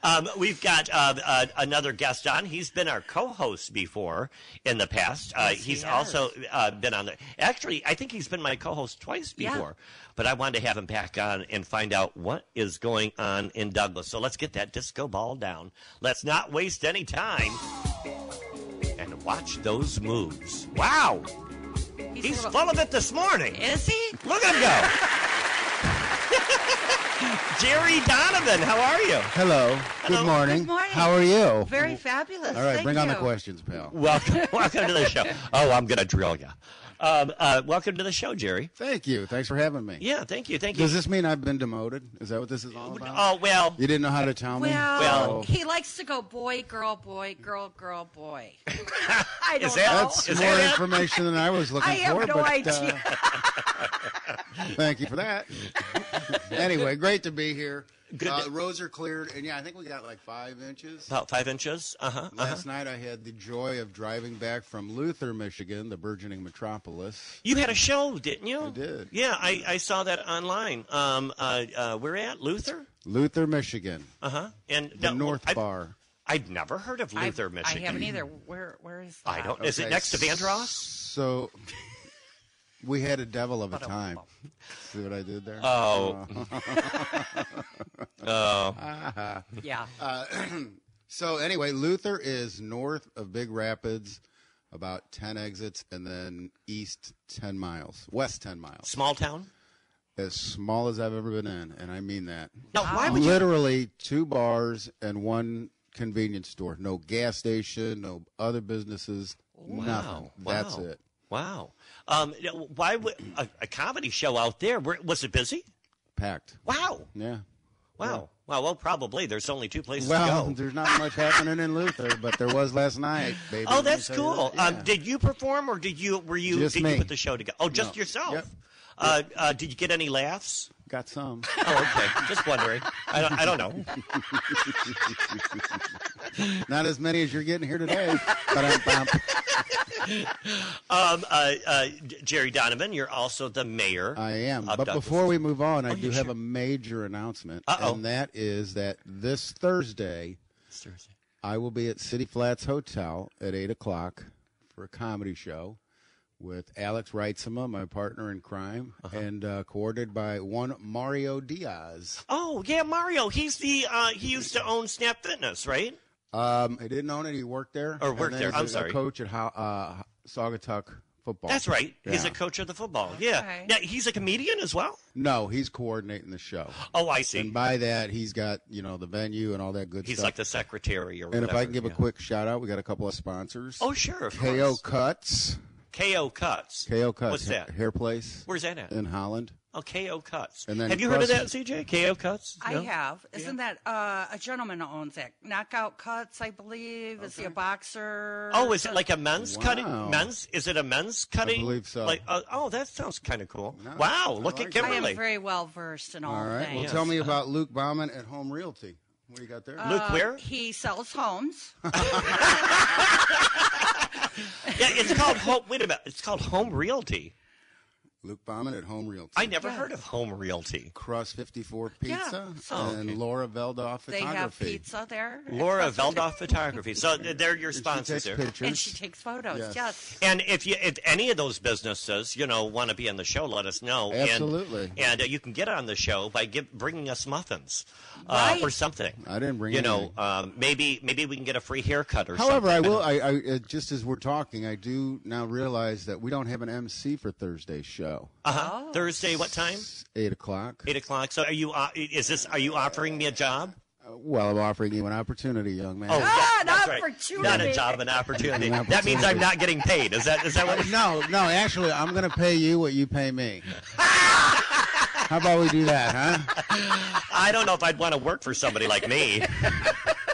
S1: Um, we've got uh, uh, another guest on. He's been our co-host before in the past. Uh,
S2: Yes, he
S1: he's
S2: has.
S1: also uh, been on the. Actually, I think he's been my co-host twice
S2: Yeah.
S1: before. But I wanted to have him back on and find out what is going on in Douglas. So let's get that disco ball down. Let's not waste any time and watch those moves. Wow,
S2: he's,
S1: he's
S2: a little-
S1: full of it this morning.
S2: Is he?
S1: Look at him go. Jerry Donovan, how are you?
S5: Hello.
S1: Hello.
S5: Good morning.
S2: Good morning.
S5: How are you?
S2: Very fabulous.
S5: All right,
S2: Thank
S5: bring on the
S2: you.
S5: questions, pal.
S1: Welcome, welcome to the show. Oh, I'm gonna drill you. Um, uh, welcome to the show, Jerry.
S5: Thank you. Thanks for having me.
S1: Yeah, thank you, thank you.
S5: Does this mean I've been demoted? Is that what this is all about?
S1: oh well,
S5: You didn't know how to tell me? Oh,
S2: Well,
S1: Well-
S2: he likes to go boy, girl, boy, girl, girl, boy. I don't
S1: that-
S2: know.
S5: That's
S1: Is
S5: more
S1: that it?
S5: information than I was looking uh,
S2: I have
S5: for.
S2: no
S5: but,
S2: idea.
S5: Uh, thank you for that. anyway, great to be here.
S1: Good
S5: Uh,
S1: to-
S5: roads are cleared, and yeah, I think we got like five inches.
S1: About five inches. Uh huh. Uh-huh.
S5: Last night, I had the joy of driving back from Luther, Michigan, the burgeoning metropolis.
S1: You had a show, didn't you? I
S5: did.
S1: Yeah, I, I saw that online. Um, uh, uh, we're at Luther.
S5: Luther, Michigan,
S1: Uh huh. And
S5: the
S1: no,
S5: North
S1: I've,
S5: Bar.
S1: I've never heard of
S2: I've-
S1: Luther, Michigan.
S2: I haven't either. Where where is that?
S1: I don't. Is it
S5: Okay,
S1: next to Vandross?
S5: So we had a devil of a time. See what I did there? Uh-huh.
S1: Oh.
S5: Uh,
S1: Oh.
S2: Yeah.
S5: So anyway, Luther is north of Big Rapids, about ten exits, and then east ten miles, west ten miles.
S1: small town.
S5: As small as I've ever been in, and I mean that.
S1: Now,
S5: Oh.
S1: why would you?
S5: Literally two bars and one convenience store. No gas station, no other businesses, nothing. That's
S1: wow,
S5: it.
S1: Wow. Um, yeah, why would a, a comedy show out there? Where, was it busy?
S5: Packed.
S1: Wow.
S5: Yeah.
S1: Wow. Wow. Well, probably. There's only two places
S5: Well,
S1: to go.
S5: there's not much happening in Luther, but there was last night, baby.
S1: Oh,
S5: Let me
S1: that's
S5: tell you
S1: cool.
S5: that.
S1: Um,
S5: Yeah.
S1: did you perform, or did you were you
S5: Just
S1: did you
S5: me.
S1: put the show together? Oh, just
S5: No.
S1: yourself.
S5: Yep.
S1: Uh, uh, did you get any laughs?
S5: Got some.
S1: Oh, okay. just wondering. I don't, I don't know.
S5: Not as many as you're getting here today, but I'm,
S1: Um, uh, uh, J- Jerry Donovan, you're also the mayor.
S5: I am.
S1: of
S5: but
S1: Douglas.
S5: before we move on, I do
S1: yeah,
S5: have
S1: sure.
S5: a major announcement,
S1: Oh, Uh-oh.
S5: and that is that this Thursday
S1: Thursday.
S5: I will be at City Flats Hotel at eight o'clock for a comedy show with Alex Reitzema, my partner in crime,
S1: Uh-huh.
S5: and uh, coordinated by one Mario Diaz.
S1: Oh yeah, Mario. He's the uh, he used to own Snap Fitness, right?
S5: Um, he didn't own it; he worked there,
S1: Or
S5: and
S1: worked
S5: then
S1: there.
S5: he's
S1: I'm
S5: a- a
S1: sorry.
S5: coach at Ho- uh, Saugatuck football.
S1: That's right. He's a
S5: Yeah.
S1: coach of the football. Yeah.
S2: Okay.
S1: Now, he's a comedian as well.
S5: No, he's coordinating the show.
S1: Oh, I see.
S5: And by that, he's got you know the venue and all that good
S1: He's
S5: stuff.
S1: like the secretary or
S5: and if I can give a
S1: yeah.
S5: quick shout out, we got a couple of sponsors.
S1: Oh, sure. Of
S5: KO
S1: course.
S5: Cuts.
S1: KO Cuts.
S5: KO Cuts.
S1: What's
S5: ha-
S1: that?
S5: Hair place
S1: Where's that at?
S5: in Holland.
S1: Oh, KO Cuts.
S5: And then
S1: have you heard of that,
S5: across-
S1: CJ? KO Cuts?
S2: I
S1: No?
S2: have. Isn't that uh, a gentleman owns that? Knockout Cuts, I believe. Is he a boxer?
S1: Oh, is it like a men's
S5: Wow.
S1: cutting? Men's? Is it a men's cutting?
S5: believe so.
S1: Like, uh, oh, that sounds kind of cool.
S5: No,
S1: wow,
S5: I
S1: look
S5: like
S1: at
S5: that.
S2: I am
S1: Kimberly.
S2: very well versed in all,
S5: All right.
S2: things.
S5: Well, tell me about Luke Bauman at Home Realty. What do you got there?
S2: Uh,
S1: Luke, where?
S2: He sells homes.
S1: Yeah, it's called home. Wait a minute, it's called Home Realty.
S5: Luke Bauman at Home Realty.
S1: I never heard of Home Realty.
S5: Cross 54
S2: Yeah,
S5: Pizza
S2: so-
S5: and Laura Veldoff
S2: They
S5: Photography.
S2: have pizza there.
S1: Laura Veldoff Photography. So uh, they're your
S5: She
S1: sponsors
S5: takes
S1: there.
S5: pictures.
S2: And she takes photos.
S5: Yes.
S2: Yes.
S1: And if you if any of those businesses you know want to be on the show, let us know. And-
S5: Absolutely.
S1: And, uh, you can get on the show by give, bringing us muffins uh,
S2: Right.
S1: or something.
S5: I didn't bring
S1: You know,
S5: anything.
S1: um, maybe maybe we can get a free haircut or
S5: However,
S1: something.
S5: I will. I, I uh, just as we're talking, I do now realize that we don't have an MC for Thursday's show.
S1: Uh-huh. Thursday, what time?
S5: It's eight o'clock.
S1: Eight o'clock. So are you? Uh, is this? Are you offering me a job?
S5: Uh, well, I'm offering you an opportunity, young man.
S1: Oh,
S2: Ah,
S1: yeah, that's
S2: an
S1: right.
S2: opportunity.
S1: Not a job, an opportunity.
S5: An
S1: That means I'm
S5: opportunity.
S1: not getting paid. Is that? Is that what?
S5: No, no. Actually, I'm going to pay you what you pay me. How about we do that, huh?
S1: I don't know if I'd want to work for somebody like me.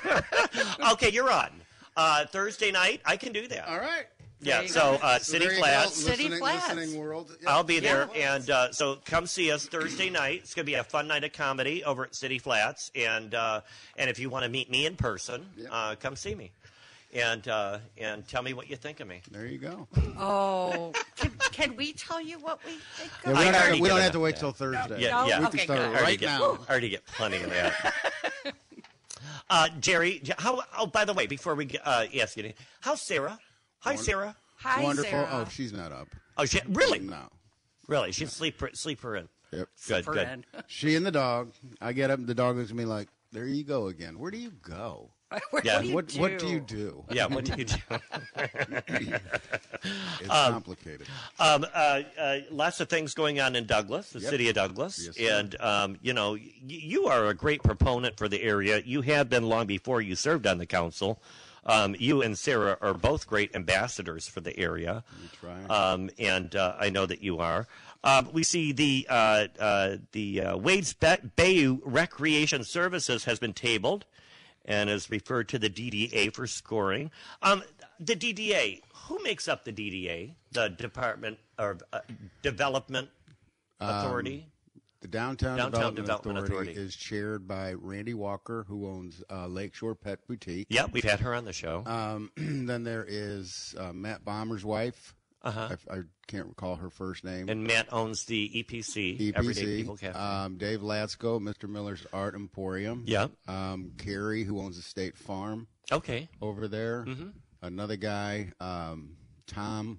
S1: okay, you're on. Uh, Thursday night, I can do that.
S5: All right.
S1: Yeah, so uh, City
S5: There you go,
S1: Flats.
S2: City
S5: listening,
S2: Flats.
S5: listening world. Yeah.
S1: I'll be there. And uh, so come see us Thursday night. It's going to be a fun night of comedy over at City Flats. And uh, and if you want to meet me in person, uh, come see me. And uh, and tell me what you think of me.
S5: There you go.
S2: Oh, can, can we tell you what we think
S5: Yeah,
S2: of?
S5: we don't, have,
S1: already
S5: we don't
S1: did
S5: have to
S1: that.
S5: wait till Thursday.
S1: Yeah, yeah.
S5: We can
S2: Okay,
S5: start
S2: good.
S1: I already
S5: right
S1: get,
S5: now.
S1: I already get plenty of that. uh, Jerry, how? Oh, by the way, before we get- uh, ask you, how's Sarah? Hi, Sarah.
S2: Hi,
S5: Wonderful.
S2: Sarah.
S5: Oh, she's not up.
S1: Oh, she, really?
S5: No.
S1: Really? She's sleep sleeper in.
S5: Yep.
S1: Good,
S2: For
S1: good.
S2: Ann.
S5: She and the dog. I get up. and The dog looks at me like, "There you go again. Where do you go?
S2: What
S1: Yeah.
S2: do you
S5: what What do you do?
S1: Yeah. What do you do?
S5: It's
S1: Uh,
S5: complicated.
S1: Um, uh, uh, lots of things going on in Douglas, the
S5: Yep.
S1: city of Douglas,
S5: Yes, sir.
S1: and um, you know y- you are a great proponent for the area. You have been long before you served on the council. Um, you and Sarah are both great ambassadors for the area,
S5: right.
S1: um, and uh, I know that you are. Um, we see the uh, uh, the uh, Wade's Ba- Bayou Recreation Services has been tabled, and is referred to the DDA for scoring. Um, the DDA, who makes up the DDA? The Department of uh, Development Authority.
S5: The Downtown,
S1: Downtown
S5: Development,
S1: Development
S5: Authority,
S1: Authority.
S5: is chaired by Randy Walker, who owns uh, Lakeshore Pet Boutique.
S1: Yeah, we've had her on the show.
S5: Um, then there is uh, Matt Bomber's wife.
S1: Uh-huh.
S5: I, I can't recall her first name.
S1: and Matt owns the
S5: E
S1: EPC, Everyday People
S5: EPC.
S1: Cafe.
S5: Um, Dave Latsko, Mr. Miller's Art Emporium.
S1: yeah.
S5: Um, Carrie, who owns the state farm
S1: Okay.
S5: over there. Another guy, um, Tom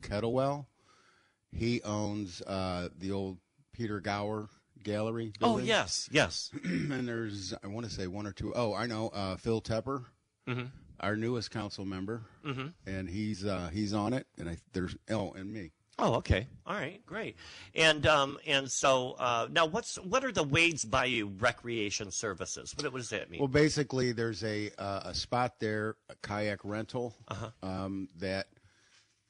S5: Kettlewell. He owns uh, the old Peter Gower Gallery.
S1: Oh
S5: building.
S1: yes, yes.
S5: and there's I want to say one or two. Oh, I know uh, Phil Tepper, our newest council member, and he's uh, he's on it. And I, there's oh, and me.
S1: Oh, okay. All right, great. And um, and so uh, now, what's what are the Wade's Bayou Recreation Services? What, what does that mean?
S5: Well, basically, there's a uh, a spot there, a kayak rental, um, that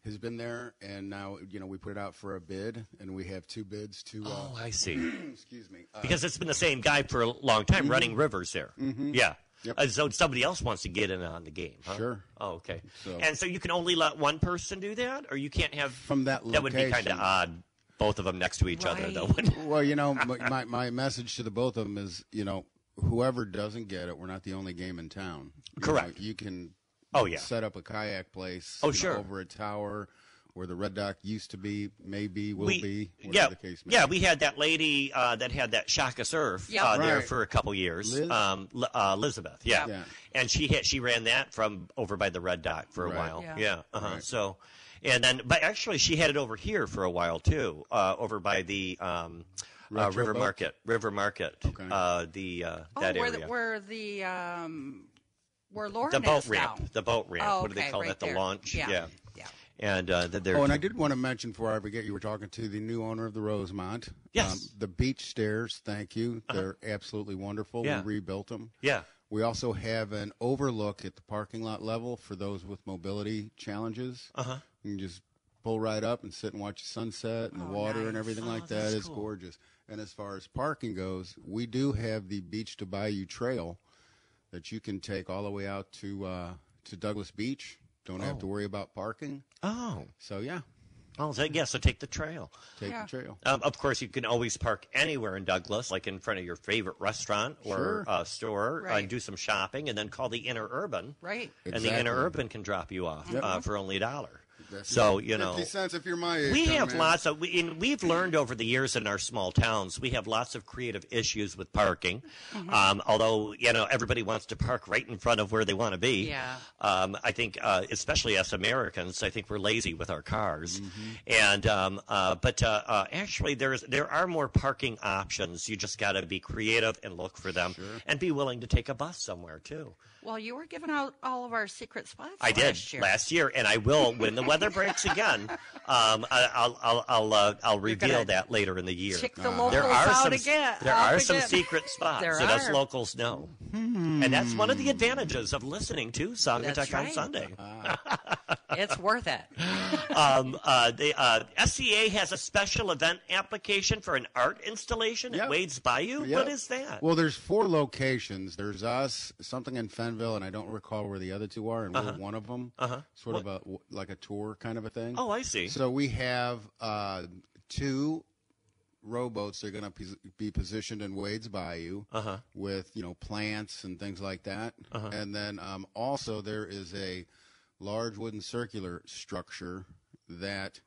S5: has been there, and now you know we put it out for a bid, and we have two bids. Two, uh,
S1: oh, I see.
S5: excuse me. Uh,
S1: Because it's been the same guy for a long
S5: Mm-hmm.
S1: time, running Rivers there. Yeah. Uh, so somebody else wants to get in on the game. Huh?
S5: Sure.
S1: Oh, okay.
S5: So-
S1: And so you can only let one person do that, or you can't have
S5: From that
S1: That would be kind
S5: location.
S1: of odd. Both of them next to each other, though.
S2: Right.
S1: wouldn't it?
S5: well, you know, my, my my message to the both of them is, you know, whoever doesn't get it, we're not the only game in town. You know,
S1: Correct.
S5: you can
S1: Oh, yeah.
S5: set up a kayak place.
S1: Oh,
S5: you know,
S1: sure.
S5: over a tower where the Red Dock used to be, maybe will be. whatever
S1: yeah,
S5: the case may
S1: yeah,
S5: be.
S1: we had that lady uh, that had that Shaka surf
S2: Yeah.
S1: uh, there
S5: Right.
S1: for a couple years,
S5: Liz?
S1: um, Li- uh, Elizabeth. Yeah.
S5: Yeah.
S1: and she had, she ran that from over by the Red Dot for a
S5: Right.
S1: while.
S2: Yeah.
S1: Yeah, uh-huh. so and then but actually she had it over here for a while too, uh, over by the um, uh,
S5: Retro
S1: River
S5: boat?
S1: Market, River Market,
S5: Okay.
S1: uh, the uh,
S2: Oh,
S1: that
S2: where
S1: area.
S2: the where the um where Lauren
S1: the boat
S2: is
S1: ramp,
S2: now.
S1: the boat ramp.
S2: Oh,
S1: what do they
S2: okay,
S1: call
S2: right
S1: that? The
S2: there.
S1: launch.
S2: Yeah.
S1: yeah.
S2: Yeah.
S1: And uh, that they're
S5: Oh, and I did want to mention before I forget, you were talking to the new owner of the Rosemont. Um,
S1: Yes. Uh-huh.
S5: the beach stairs. Thank you. They're absolutely wonderful.
S1: Yeah.
S5: We rebuilt them.
S1: yeah.
S5: We also have an overlook at the parking lot level for those with mobility challenges. Uh-huh. You can just pull right up and sit and watch the sunset and the water and everything like that. It's gorgeous. And as far as parking goes, we do have the Beach to Bayou Trail that you can take all the way out to uh, to Douglas Beach. Don't have to worry about parking.
S1: Oh,
S5: So yeah,
S1: oh, so, yeah. So take the trail.
S5: take
S2: Yeah.
S5: the trail.
S1: Um, of course, you can always park anywhere in Douglas, like in front of your favorite restaurant or
S5: Sure.
S1: uh, store, uh, and
S2: Right.
S1: do some shopping, and then call the Inner Urban,
S2: Right.
S1: and the
S5: Exactly.
S1: Inner Urban can drop you off uh, for only a dollar.
S5: That's
S1: so you know,
S5: fifty cents if you're my age.
S1: we
S5: young
S1: have
S5: man.
S1: lots of, we, and we've learned over the years in our small towns, we have lots of creative issues with parking. Um, although, you know, everybody wants to park right in front of where they want to be.
S2: Yeah.
S1: Um, I think, uh, especially as Americans, I think we're lazy with our cars. And, um, uh, but, uh, uh, actually there's, there are more parking options. You just gotta be creative and look for them and be willing to take a bus somewhere too.
S2: Well, you were giving out all of our secret spots.
S1: I did
S2: last year.
S1: and I will when the weather breaks again. Um, I, I'll I'll I'll, uh, I'll reveal
S2: gonna
S1: that later in the year. Uh,
S2: Check the locals
S1: there are
S2: out
S1: some
S2: again.
S1: there
S2: out
S1: are some
S2: again.
S1: secret spots
S2: There
S1: that us
S2: are. Hmm.
S1: locals know, and that's one of the advantages of listening to Song
S2: That's
S1: Attack on
S2: right.
S1: Sunday.
S2: It's worth it. Uh-huh.
S1: Um, uh, the uh, SCA has a special event application for an art installation
S5: Yep.
S1: at Wade's Bayou.
S5: Yeah.
S1: What is that?
S5: Well, there's four locations. There's us, something in Fenville, and I don't recall where the other two are, and we're one of them. Uh-huh. Sort of a w- like a tour kind of a thing.
S1: oh, I see.
S5: So we have uh, two rowboats. They're going to pos- be positioned in Wade's Bayou
S1: Uh-huh.
S5: with you know plants and things like that. And then um, also there is a large wooden circular structure that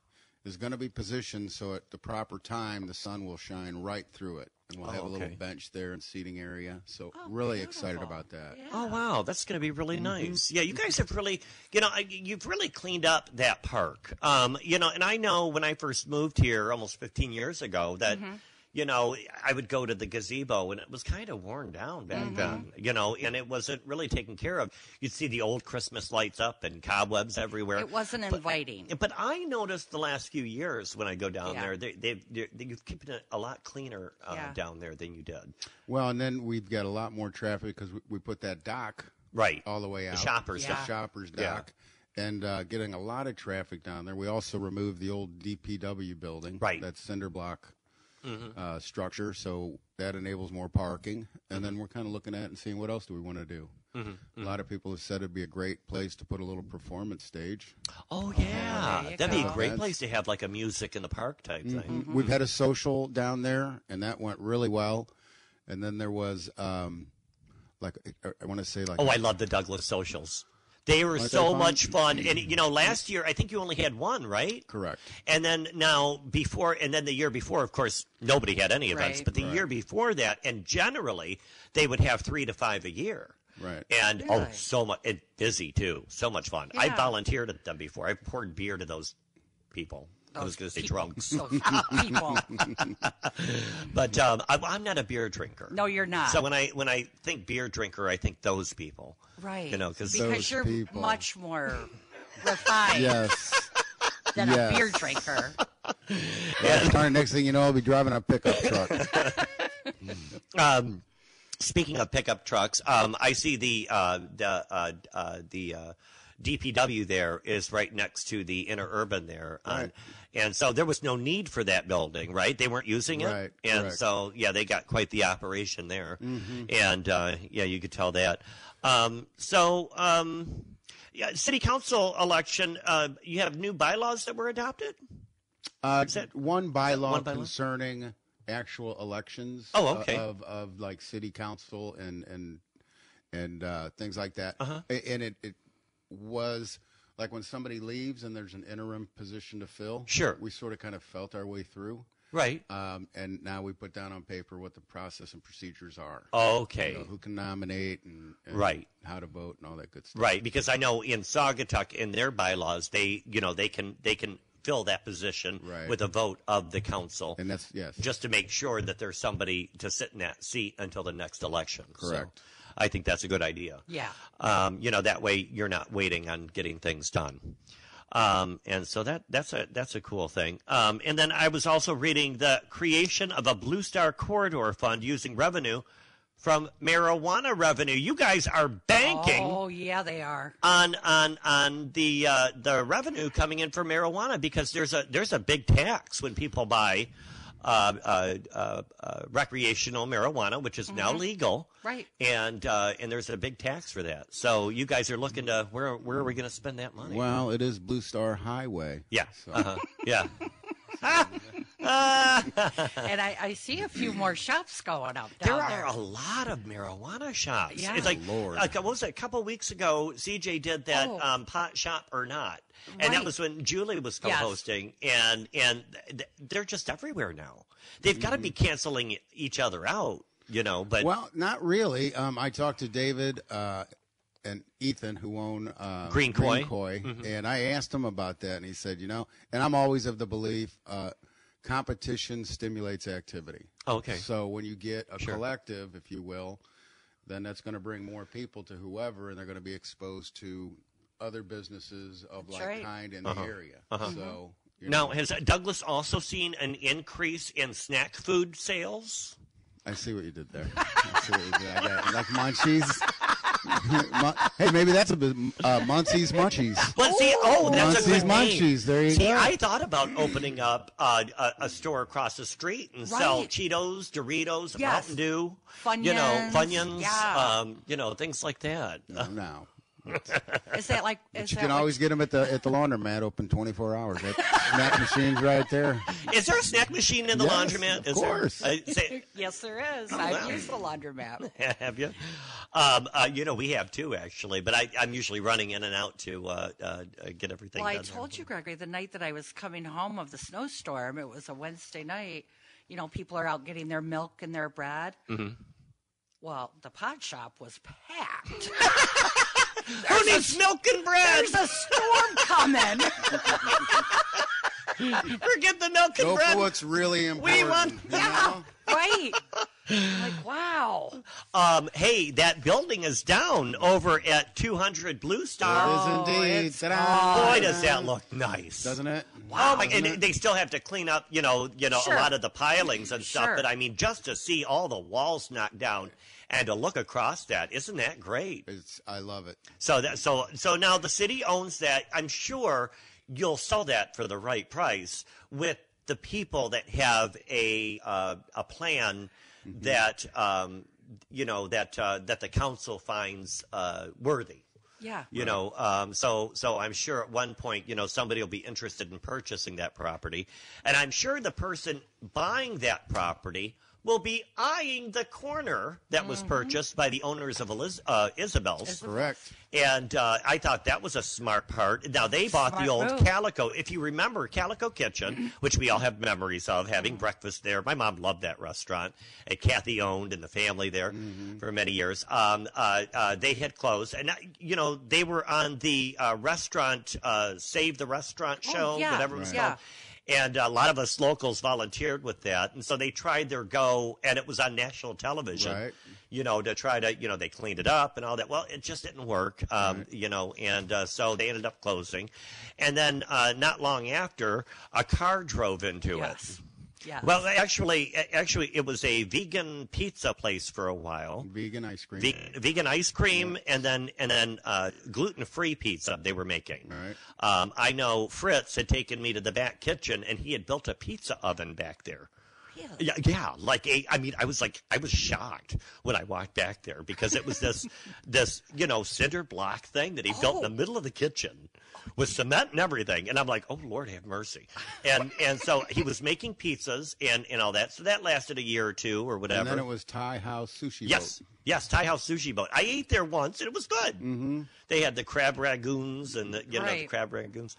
S5: is going to be positioned so at the proper time the sun will shine right through it, and we'll have a
S1: Oh, okay.
S5: little bench there and seating area. So really excited about that.
S1: Oh wow, that's going to be really
S2: Mm-hmm.
S1: nice. Yeah, you guys have really, you know, I- you've really cleaned up that park. Um, you know, and I know when I first moved here almost 15 years ago that
S2: Mm-hmm.
S1: you know, I would go to the gazebo and it was kind of worn down back
S2: Mm-hmm.
S1: then, you know, and it wasn't really taken care of. You'd see the old Christmas lights up and cobwebs everywhere.
S2: It wasn't inviting.
S1: But I noticed the last few years when I go down
S2: Yeah.
S1: there, they, they, they, you've kept it a lot cleaner uh,
S2: Yeah.
S1: down there than you did.
S5: Well, and then we've got a lot more traffic because we, we put that dock
S1: Right.
S5: all the way out.
S1: shoppers
S5: the
S2: dock.
S5: shoppers
S1: Yeah.
S5: dock, and uh, getting a lot of traffic down there. We also removed the old DPW building,
S1: Right. Mm-hmm.
S5: That cinder block uh, structure, so that enables more parking.
S1: Mm-hmm.
S5: And then we're kind of looking at and seeing what else do we want to do. A lot of people have said it'd be a great place to put a little performance stage.
S1: Oh yeah,
S2: there you
S1: that'd be a
S2: go.
S1: great
S5: That's- Mm-hmm.
S1: place to have like a music in the park type thing.
S5: We've had a social down there, and that went really well. And then there was, um, like, I, I want to say, like,
S1: Oh, I love the Douglas socials. They were
S5: Aren't
S1: so
S5: they fun?
S1: much fun, and you know, last year I think you only had one, right?
S5: correct.
S1: And then now before, and then the year before, of course, nobody had any events.
S2: Right.
S1: But the year before that, and generally, they would have three to five a year.
S5: Right.
S1: And oh,
S2: Really?
S1: so much and busy too. So much fun. I
S2: Yeah.
S1: volunteered at them before. I poured beer to those people. I was going to say drunks,
S2: So people.
S1: but um, I, I'm not a beer drinker.
S2: No, you're not.
S1: So when I when I think beer drinker, I think those people.
S2: right.
S1: You know, 'cause
S5: those
S2: because you're
S5: people.
S2: much more refined
S5: Yes.
S2: than
S5: yes.
S2: a beer drinker.
S5: All right, next thing you know, I'll be driving a pickup truck.
S1: Um, speaking of pickup trucks, um, I see the uh, the uh, uh, the uh, DPW there is right next to the interurban there, on, and so there was no need for that building, right? They weren't using it,
S5: Right,
S1: and
S5: correct. Mm-hmm.
S1: so yeah, they got quite the operation there, and uh, yeah, you could tell that. Um, so. Um, yeah, city council election. Uh, you have new bylaws that were adopted.
S5: Uh,
S1: that-
S5: one bylaw
S1: one bylaw?
S5: concerning actual elections.
S1: Oh,
S5: uh,
S1: okay.
S5: Of, of like city council and and and uh, things like that.
S1: Uh-huh.
S5: A- And it it was like when somebody leaves and there's an interim position to fill.
S1: Sure.
S5: we sort of kind of felt our way through.
S1: Right.
S5: Um, and now we put down on paper what the process and procedures are.
S1: Okay.
S5: You know, who can nominate and, and
S1: Right.
S5: how to vote and all that good stuff.
S1: Right, because I know in Saugatuck, in their bylaws, they you know they can they can fill that position
S5: Right.
S1: with a vote of the council,
S5: And that's yes.
S1: just to make sure that there's somebody to sit in that seat until the next election. So
S5: Correct.
S1: I think that's a good idea.
S2: Yeah.
S1: Um, you know that way you're not waiting on getting things done. Um, and so that that's a that's a cool thing. Um, and then I was also reading the creation of a Blue Star Corridor fund using revenue from marijuana revenue. You guys are banking
S2: Oh yeah, they are.
S1: on on on the uh, the revenue coming in for marijuana because there's a there's a big tax when people buy uh, uh, uh, uh, recreational marijuana, which is now legal,
S2: Right.
S1: And uh, and there's a big tax for that. So you guys are looking to where where are we going to spend that money?
S5: Well, it is Blue Star Highway.
S1: yeah,
S5: So.
S1: uh-huh. yeah.
S2: And I, I see a few more shops going up
S1: There
S2: down
S1: are a lot of marijuana shops.
S2: Yeah.
S1: It's like,
S5: Lord.
S1: like, what was it? A couple weeks ago, CJ did that
S2: Oh.
S1: um, pot shop or not, and that
S2: Right.
S1: was when Julie was
S2: Yes.
S1: co-hosting. And and th- th- they're just everywhere now. They've got to be
S5: Mm-hmm.
S1: canceling e, each other out, you know. But
S5: Well, not really. Um, I talked to David uh, and Ethan, who own uh,
S1: Green Mm-hmm. Koi.
S5: and I asked him about that, and he said, you know, and I'm always of the belief uh, competition stimulates activity.
S1: Okay.
S5: So when you get a
S1: Sure.
S5: collective, if you will, then that's going to bring more people to whoever, and they're going to be exposed to other businesses of like
S2: right.
S5: kind in the area. So you
S1: Uh-huh. now,
S5: know,
S1: has Douglas also seen an increase in snack food sales?
S5: I see what you did there. I see what you did. I got it. Like munchies. Mun- hey, maybe that's a bit uh, munchies munchies.
S1: Well, see, oh, that's a
S5: Munchies,
S1: good name.
S5: munchies. There you
S1: see,
S5: go.
S1: I thought about opening up uh, a, a store across the street and sell
S2: Right.
S1: Cheetos, Doritos,
S2: Yes.
S1: Mountain Dew, you know,
S2: Funyuns.
S1: Funyuns,
S2: Yeah.
S1: um, you know, things like that.
S5: No, no.
S1: uh,
S2: Is that like? Is
S5: you
S2: that
S5: can
S2: like-
S5: always get them at the at the laundromat open 24 hours. That snack machine's right there.
S1: Is there a snack machine in the
S5: Yes,
S1: laundromat?
S5: of
S1: Is
S5: course.
S1: There, I say,
S2: Yes, there is.
S1: Oh,
S2: I've used the laundromat.
S1: have you? Um, uh, you know, we have two actually, but I, I'm usually running in and out to uh, uh, uh, get everything.
S2: Well, I
S1: done there.
S2: told you, Gregory, the night that I was coming home of the snowstorm, it was a Wednesday night. You know, people are out getting their milk and their bread.
S1: Mm-hmm.
S2: Well, the pot shop was packed.
S1: Who needs milk and bread?
S2: There's a storm coming.
S1: Forget the milk and
S5: Go
S1: bread.
S5: for what's really important.
S1: want-
S5: you
S2: Yeah,
S5: know?
S2: right. like, wow.
S1: Um, hey, that building is down over at 200 Blue Star.
S5: It is indeed.
S2: it's
S5: Ta-da.
S1: Boy, does that look nice.
S5: Doesn't it?
S1: Oh my! And they still have to clean up, you know, you know,
S2: Sure.
S1: a lot of the pilings and stuff.
S2: Sure.
S1: But I mean, just to see all the walls knocked down and to look across that, isn't that great?
S5: It's, I love it.
S1: So that so so now the city owns that. I'm sure you'll sell that for the right price with the people that have a uh, a plan that um, you know that uh, that the council finds uh, worthy.
S2: Yeah.
S1: You know, um, so so I'm sure at one point, you know, somebody will be interested in purchasing that property, and I'm sure the person buying that property will be eyeing the corner that was purchased by the owners of Eliz- uh, Isabel's.
S5: Correct.
S1: And uh, I thought that was a smart part. Now they bought the
S2: Smart
S1: old
S2: move.
S1: Calico. If you remember Calico Kitchen, which we all have memories of
S2: Mm-hmm.
S1: having breakfast there. My mom loved that restaurant. And Kathy owned and the family there
S2: Mm-hmm.
S1: for many years. Um, uh, uh, they had closed, and uh, you know they were on the uh, restaurant uh, Save the Restaurant show,
S2: Oh, yeah,
S1: whatever it was
S2: Right. yeah.
S1: called. And a lot of us locals volunteered with that, and so they tried their go, and it was on national television
S5: Right.
S1: you know, to try to, you know, they cleaned it up and all that. Well, it just didn't work, um, you know, and uh, so they ended up closing. And then uh, not long after, a car drove into
S2: Yes. Yes.
S1: it. Well, actually, actually, it was a vegan pizza place for a while.
S5: Vegan ice cream.
S1: Ve- vegan ice cream and then and then uh, gluten free pizza they were making.
S5: Right.
S1: Um, I know Fritz had taken me to the back kitchen and he had built a pizza oven back there.
S2: Really?
S1: Yeah, yeah, like a, I mean, I was like, I was shocked when I walked back there because it was this, this, you know, cinder block thing that he built in the middle of the kitchen with cement and everything, and I'm like, oh Lord, have mercy, and and so he was making pizzas and and all that, so that lasted a year or two or whatever.
S5: And then it was Thai House Sushi
S1: Yes,
S5: Boat.
S1: yes, Thai House Sushi Boat. I ate there once, and it was good. Mm-hmm. They had the crab ragoons and the you know the
S2: Right.
S1: crab ragoons.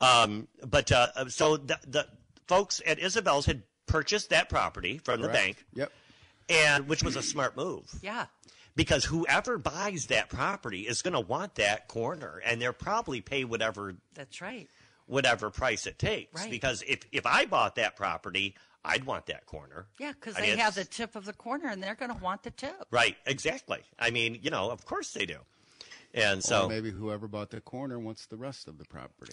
S1: Um, but uh, uh, so the, the folks at Isabel's had purchased that property from the
S5: Correct.
S1: bank,
S5: Yep.
S1: and which was a smart move
S2: Yeah.
S1: because whoever buys that property is going to want that corner, and they'll probably pay whatever
S2: That's right.
S1: whatever price it takes.
S2: Right.
S1: Because if if I bought that property, I'd want that corner.
S2: Yeah, because
S1: I
S2: they
S1: mean,
S2: have the
S1: it's-
S2: tip of the corner and they're going to want the tip.
S1: Right, exactly. I mean, you know, of course they do. And so
S5: Or maybe whoever bought the corner wants the rest of the property.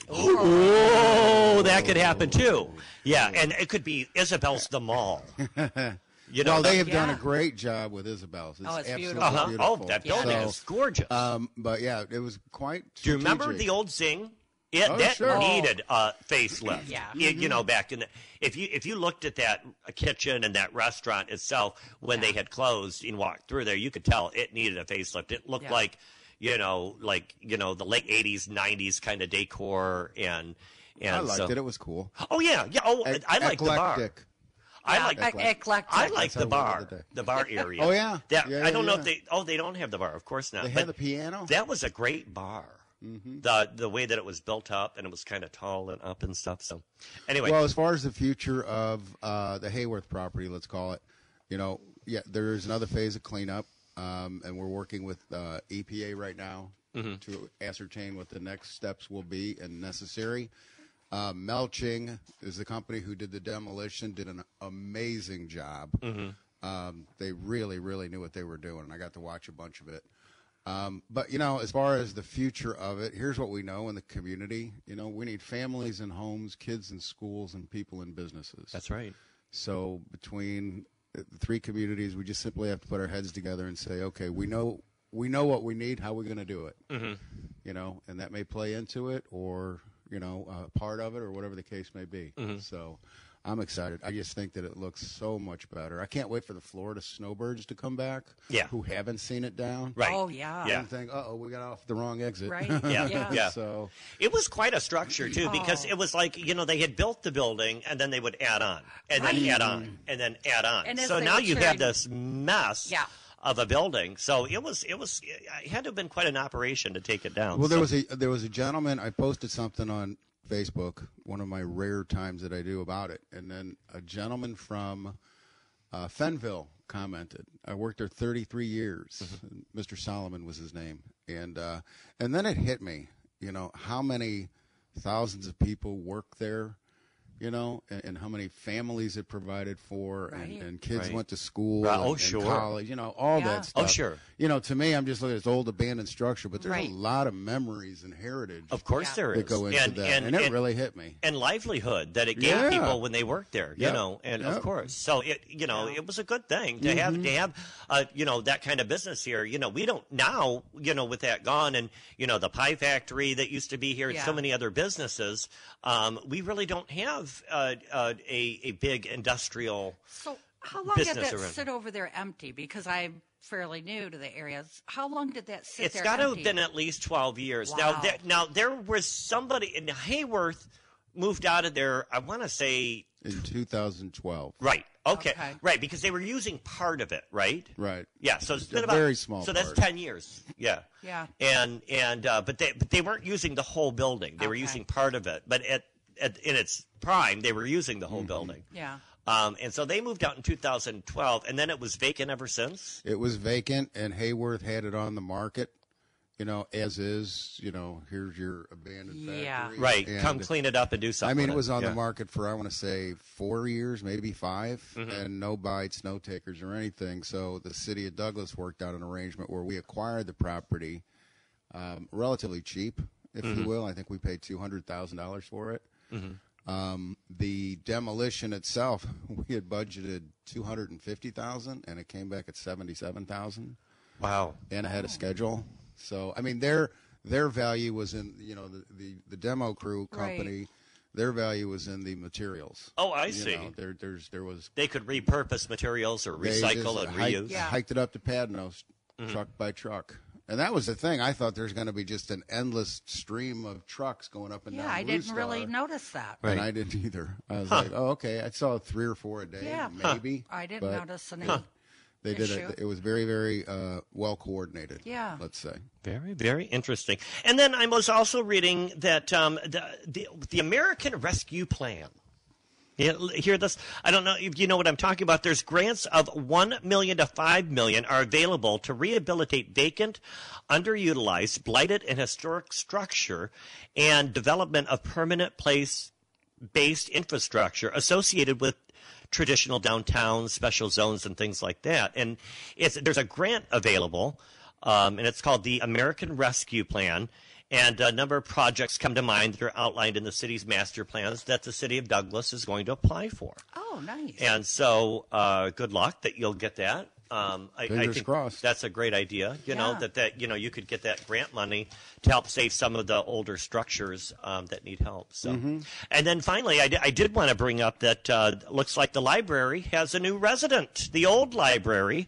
S1: Oh, that could happen too.
S5: Oh.
S1: Yeah, and it could be Isabel's the mall. You know,
S5: Well, they have done
S2: Yeah.
S5: a great job with Isabel's. It's
S2: Oh, it's
S5: absolutely
S2: beautiful.
S1: uh-huh.
S5: beautiful.
S1: oh, that building
S5: So,
S1: is gorgeous.
S5: Um, but yeah, it was quite.
S1: Do you remember
S5: strategic.
S1: the old Zing? It
S5: Oh,
S1: that
S5: sure. Mm-hmm.
S1: needed a facelift.
S2: Yeah.
S1: It- you know, back in the, if you if you looked at that kitchen and that restaurant itself when they had closed and walked through there, you could tell it needed a facelift. It looked
S2: Yeah.
S1: like, you know, like you know the late '80s, '90s kind of decor and. And
S5: I liked
S1: so,
S5: it. It was cool.
S1: Oh yeah, yeah. Oh,
S5: E-
S1: I like the bar.
S5: eclectic.
S1: I
S2: Yeah,
S1: like
S2: e- eclectic.
S1: I like
S5: That's
S1: the
S5: how we
S1: bar,
S5: did it.
S1: the bar area.
S5: Oh, yeah.
S1: that
S5: Yeah,
S1: I
S5: yeah,
S1: don't know
S5: yeah.
S1: if they. Oh, they don't have the bar. Of course not.
S5: They
S1: but
S5: had the piano. Mm-hmm.
S1: That was a great bar. The the way that it was built up and it was kind of tall and up and stuff. So, anyway,
S5: Well, as far as the future of uh, the Hayworth property, let's call it, you know, yeah, there's another phase of cleanup, um, and we're working with uh, EPA right now
S1: Mm-hmm.
S5: to ascertain what the next steps will be and necessary. Uh, Melching is the company who did the demolition, did an amazing job.
S1: Mm-hmm.
S5: Um, they really, really knew what they were doing, and I got to watch a bunch of it. Um, but you know, as far as the future of it, here's what we know in the community. You know, we need families and homes, kids and schools, and people and businesses.
S1: that's right.
S5: So between uh, the three communities, we just simply have to put our heads together and say, okay, we know we know what we need. How are we going to do it? Mm-hmm. You know, and that may play into it, or you know, uh, part of it, or whatever the case may be.
S1: Mm-hmm.
S5: So. I'm excited. I just think that it looks so much better. I can't wait for the Florida snowbirds to come back.
S1: Yeah.
S5: Who haven't seen it down.
S1: Right.
S2: Oh, yeah.
S1: Yeah.
S5: And think, uh oh, we got off the wrong exit.
S2: Right?
S1: Yeah, yeah.
S5: So
S1: It was quite a structure too, because
S2: Oh.
S1: it was like you know they had built the building and then they would add on and then
S2: Right.
S1: add on and then add on.
S2: And as
S1: so
S2: they
S1: now
S2: were
S1: you have
S2: sharing-
S1: this mess
S2: Yeah.
S1: of a building. So it was it was it had to have been quite an operation to take it down.
S5: Well, there
S1: So-
S5: was a there was a gentleman. I posted something on Facebook, one of my rare times that I do about it, and then a gentleman from uh, Fenville commented. I worked there 33 years.
S1: Mm-hmm.
S5: Mr. Solomon was his name, and uh, and then it hit me. You know how many thousands of people work there. You know, and, and how many families it provided for,
S2: Right.
S5: and, and kids
S1: Right.
S5: went to school,
S1: Right.
S5: and,
S1: Oh,
S5: and
S1: sure.
S5: college, you know, all
S2: Yeah.
S5: that stuff.
S1: Oh, sure.
S5: You know, to me, I'm just looking at this old abandoned structure, but there's
S2: Right.
S5: a lot of memories and heritage
S1: Of course
S2: Yeah.
S1: there is.
S5: that go into that, and, it really hit me.
S1: and livelihood that it gave
S5: Yeah.
S1: people when they worked there, you
S5: Yep.
S1: know, and of
S5: Yep.
S1: course, so it, you know, it was a good thing to have to have, uh, you know, that kind of business here. You know, we don't now, you know, with that gone, and you know, the pie factory that used to be here, and so
S2: Yeah.
S1: many other businesses, um, we really don't have of uh, uh, a a big industrial.
S2: So how long did
S1: business
S2: that
S1: around.
S2: sit over there empty? Because I'm fairly new to the area. How long did that sit
S1: It's
S2: there?
S1: got to
S2: empty?
S1: have been at least twelve years.
S2: Wow.
S1: Now, there, now there was somebody in Hayworth moved out of there. I want to say
S5: in 2012.
S1: right. Okay.
S2: Okay.
S1: right because they were using part of it, right?
S5: Right.
S1: Yeah, so it's
S5: a
S1: been about
S5: very small
S1: So that's
S5: part.
S1: ten years. Yeah.
S2: Yeah.
S1: And and uh, but they but they weren't using the whole building. They were
S2: Okay.
S1: using part of it. But at, at in its prime, they were using the whole
S5: Mm-hmm.
S1: building.
S2: Yeah.
S1: Um, and so they moved out in 2012, and then it was vacant ever since.
S5: It was vacant, and Hayworth had it on the market, you know, as is. You know, here's your abandoned
S2: Yeah.
S5: factory.
S1: Right.
S5: And-
S1: Come clean it up and do something.
S5: I mean,
S1: with
S5: it was on
S1: Yeah.
S5: the market for I want to say four years, maybe 5
S1: Mm-hmm.
S5: and no bites, no takers, or anything. So the city of Douglas worked out an arrangement where we acquired the property, um, relatively cheap, if
S1: Mm-hmm.
S5: you will. I think we paid two hundred thousand dollars for it.
S1: Mm-hmm.
S5: Um, the demolition itself, we had budgeted two hundred and fifty thousand, and it came back at seventy-seven thousand
S1: Wow.
S5: and ahead of schedule. So I mean their their value was in you know the the, the demo crew
S2: Right.
S5: company, their value was in the materials.
S1: Oh, I
S5: You
S1: see.
S5: know, there there's there was
S1: They could repurpose materials or
S5: they just
S1: recycle and
S5: hiked,
S1: reuse. Mm-hmm.
S2: Yeah.
S5: hiked it up to Padnos, truck by truck. And that was the thing. I thought there's going to be just an endless stream of trucks going up and
S2: Yeah,
S5: down.
S2: I
S5: Blue
S2: didn't really
S5: Star.
S2: notice that.
S5: And I didn't either. I was like, oh, okay. I saw three or four a day,
S2: Yeah.
S5: maybe.
S2: I didn't
S5: but
S2: notice any.
S5: They did
S2: issue.
S5: it. It was very, very uh, well coordinated.
S2: Yeah.
S5: Let's say.
S1: Very, very interesting. And then I was also reading that um, the, the the American Rescue Plan. Yeah, l- hear this? I don't know if you know what I'm talking about. There's grants of one million to five million are available to rehabilitate vacant, underutilized, blighted, and historic structure, and development of permanent place based infrastructure associated with traditional downtowns, special zones, and things like that. And it's there's a grant available, um, and it's called the American Rescue Plan. And a number of projects come to mind that are outlined in the city's master plans that the city of Douglas is going to apply for.
S2: Oh, nice.
S1: And so, uh, good luck that you'll get that. Um, I, I
S5: Fingers
S1: think
S5: crossed.
S1: That's a great idea. You
S2: Yeah.
S1: know that that you know you could get that grant money to help save some of the older structures um, that need help. So,
S5: Mm-hmm.
S1: and then finally, I, di- I did want to bring up that uh, looks like the library has a new resident. The old library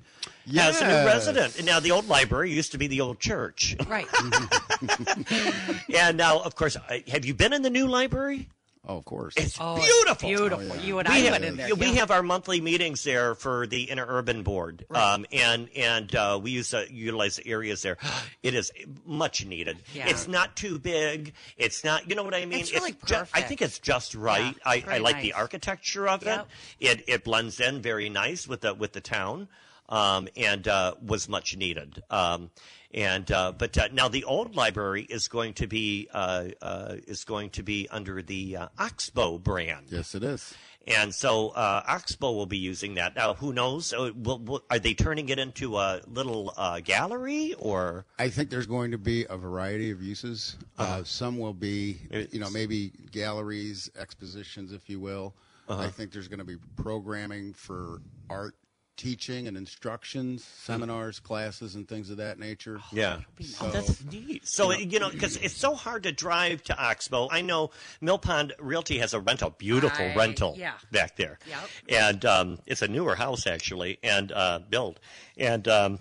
S1: has a new
S5: Yes.
S1: resident. And now the old library used to be the old church,
S2: right.
S5: Mhm.
S1: and now of course, I, have you been in the new library?
S5: Oh, of course.
S1: It's
S2: Oh, it's
S1: beautiful.
S2: Beautiful. You and
S1: we
S2: I
S1: have,
S2: went in there.
S1: we
S2: yeah.
S1: have our monthly meetings there for the interurban board, um, and and uh, we use uh, utilize the areas there. It is much needed.
S2: Yeah.
S1: It's not too big. It's not. You know what I mean?
S2: It's really
S1: ju- I
S2: perfect.
S1: think it's just right.
S2: Yeah,
S1: I, I
S2: pretty
S1: like the
S2: nice.
S1: architecture of
S2: Yep.
S1: it. It it blends in very nice with the with the town. Um, and uh, was much needed. Um, and uh, but uh, now the old library is going to be uh, uh, is going to be under the uh, Oxbow brand.
S5: yes, it is.
S1: And so uh, Oxbow will be using that. Now, who knows? Uh, will, will, are they turning it into a little uh, gallery or?
S5: I think there's going to be a variety of uses. uh some will be,
S1: Maybe
S5: you know, maybe galleries, expositions, if you will. I think there's going to be programming for art teaching and instructions, seminars, classes, and things of that nature.
S1: Yeah.
S2: Oh,
S5: So,
S1: That's neat. So, you know, because it's so hard to drive to Oxbow. I know Mill Pond Realty has a rental, beautiful
S2: I-
S1: rental
S2: yeah.
S1: back there.
S2: Yep.
S1: And um, it's a newer house, actually, and uh, built. And um,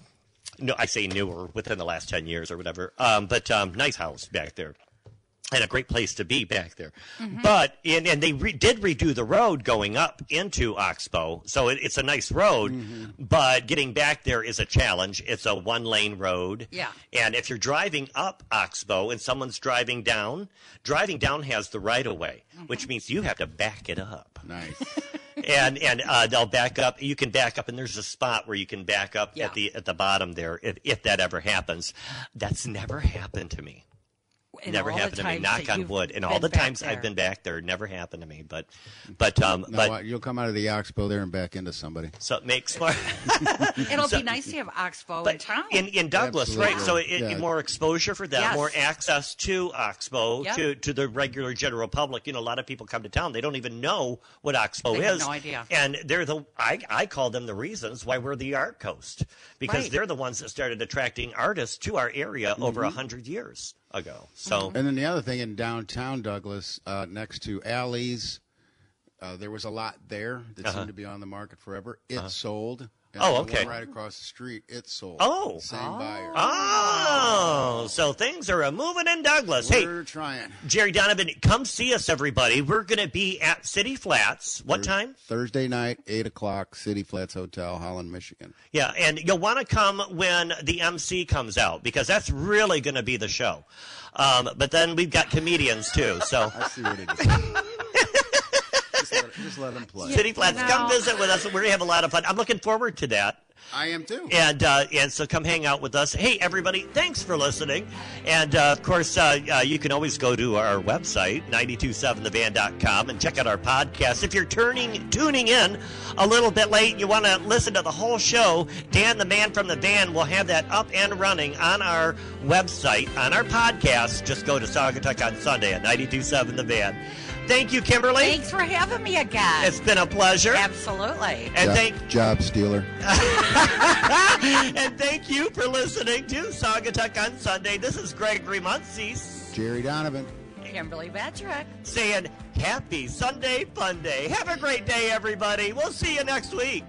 S1: no, I say newer within the last 10 years or whatever, um, but um, nice house back there. And a great place to be back there,
S2: Mm-hmm.
S1: but and, and they re- did redo the road going up into Oxbow, so it, it's a nice road.
S2: Mm-hmm.
S1: But getting back there is a challenge. It's a one lane road,
S2: Yeah.
S1: and if you're driving up Oxbow and someone's driving down, driving down has the right of way,
S2: Mm-hmm.
S1: which means you have to back it up.
S5: nice.
S1: and and uh, they'll back up. You can back up, and there's a spot where you can back up
S2: Yeah.
S1: at the at the bottom there if, if that ever happens. That's never happened to me.
S2: In
S1: never
S2: all the
S1: happened to me.
S2: times
S1: Knock
S2: that
S1: on
S2: you've
S1: wood. And
S2: been
S1: all the
S2: back
S1: times
S2: there.
S1: I've been back there, it never happened to me. But but um
S5: Now,
S1: but
S5: uh, you'll come out of the Oxbow there and back into somebody.
S1: so it makes more.
S2: It'll be nice to have Oxbow in town.
S1: in, in Douglas, right? So it,
S5: Absolutely. Yeah.
S1: more exposure for them,
S2: Yes.
S1: more access to Oxbow,
S2: Yep.
S1: to, to the regular general public. You know, a lot of people come to town; they don't even know what Oxbow
S2: They
S1: is.
S2: have no idea.
S1: And they're the I, I call them the reasons why we're the art coast because
S2: Right.
S1: they're the ones that started attracting artists to our area over
S5: Mm-hmm.
S1: a hundred years ago. So
S5: And then the other thing in downtown Douglas, uh, next to alleys, Uh, there was a lot there that seemed to be on the market forever. It sold. And
S1: Uh-huh. Oh,
S5: the
S1: okay.
S5: One right across the street, it sold.
S1: Oh.
S5: Same buyer.
S1: Oh, so things are a moving in Douglas. Hey,
S5: We're trying.
S1: Jerry Donovan, come see us, everybody. We're going to be at City Flats. What time?
S5: Thursday night, 8 o'clock, City Flats Hotel, Holland, Michigan.
S1: Yeah, and you'll want to come when the MC comes out because that's really going to be the show. Um, but then we've got comedians too. So,
S5: I see what it is. just, let, just let 'em play.
S1: City Flats, come
S2: No.
S1: visit with us. We're going to have a lot of fun. I'm looking forward to that.
S5: I am too.
S1: And, uh, and so come hang out with us. Hey, everybody, thanks for listening. And, uh, of course, uh, uh, you can always go to our website, 927thevan.com, and check out our podcast. If you're turning, tuning in a little bit late and you want to listen to the whole show, Dan, the man from the van, will have that up and running on our website, on our podcast. Just go to Saugatuck on Sunday at 927 The Van. Thank you, Kimberly.
S2: Thanks for having me again.
S1: It's been a pleasure.
S2: Absolutely.
S1: And
S5: job,
S1: thank
S5: job stealer.
S1: and thank you for listening to Saugatuck on Sunday. This is Gregory Muncie
S5: Jerry Donovan.
S2: Kimberly Patrick.
S1: saying happy Sunday Fun Day. Have a great day, everybody. We'll see you next week.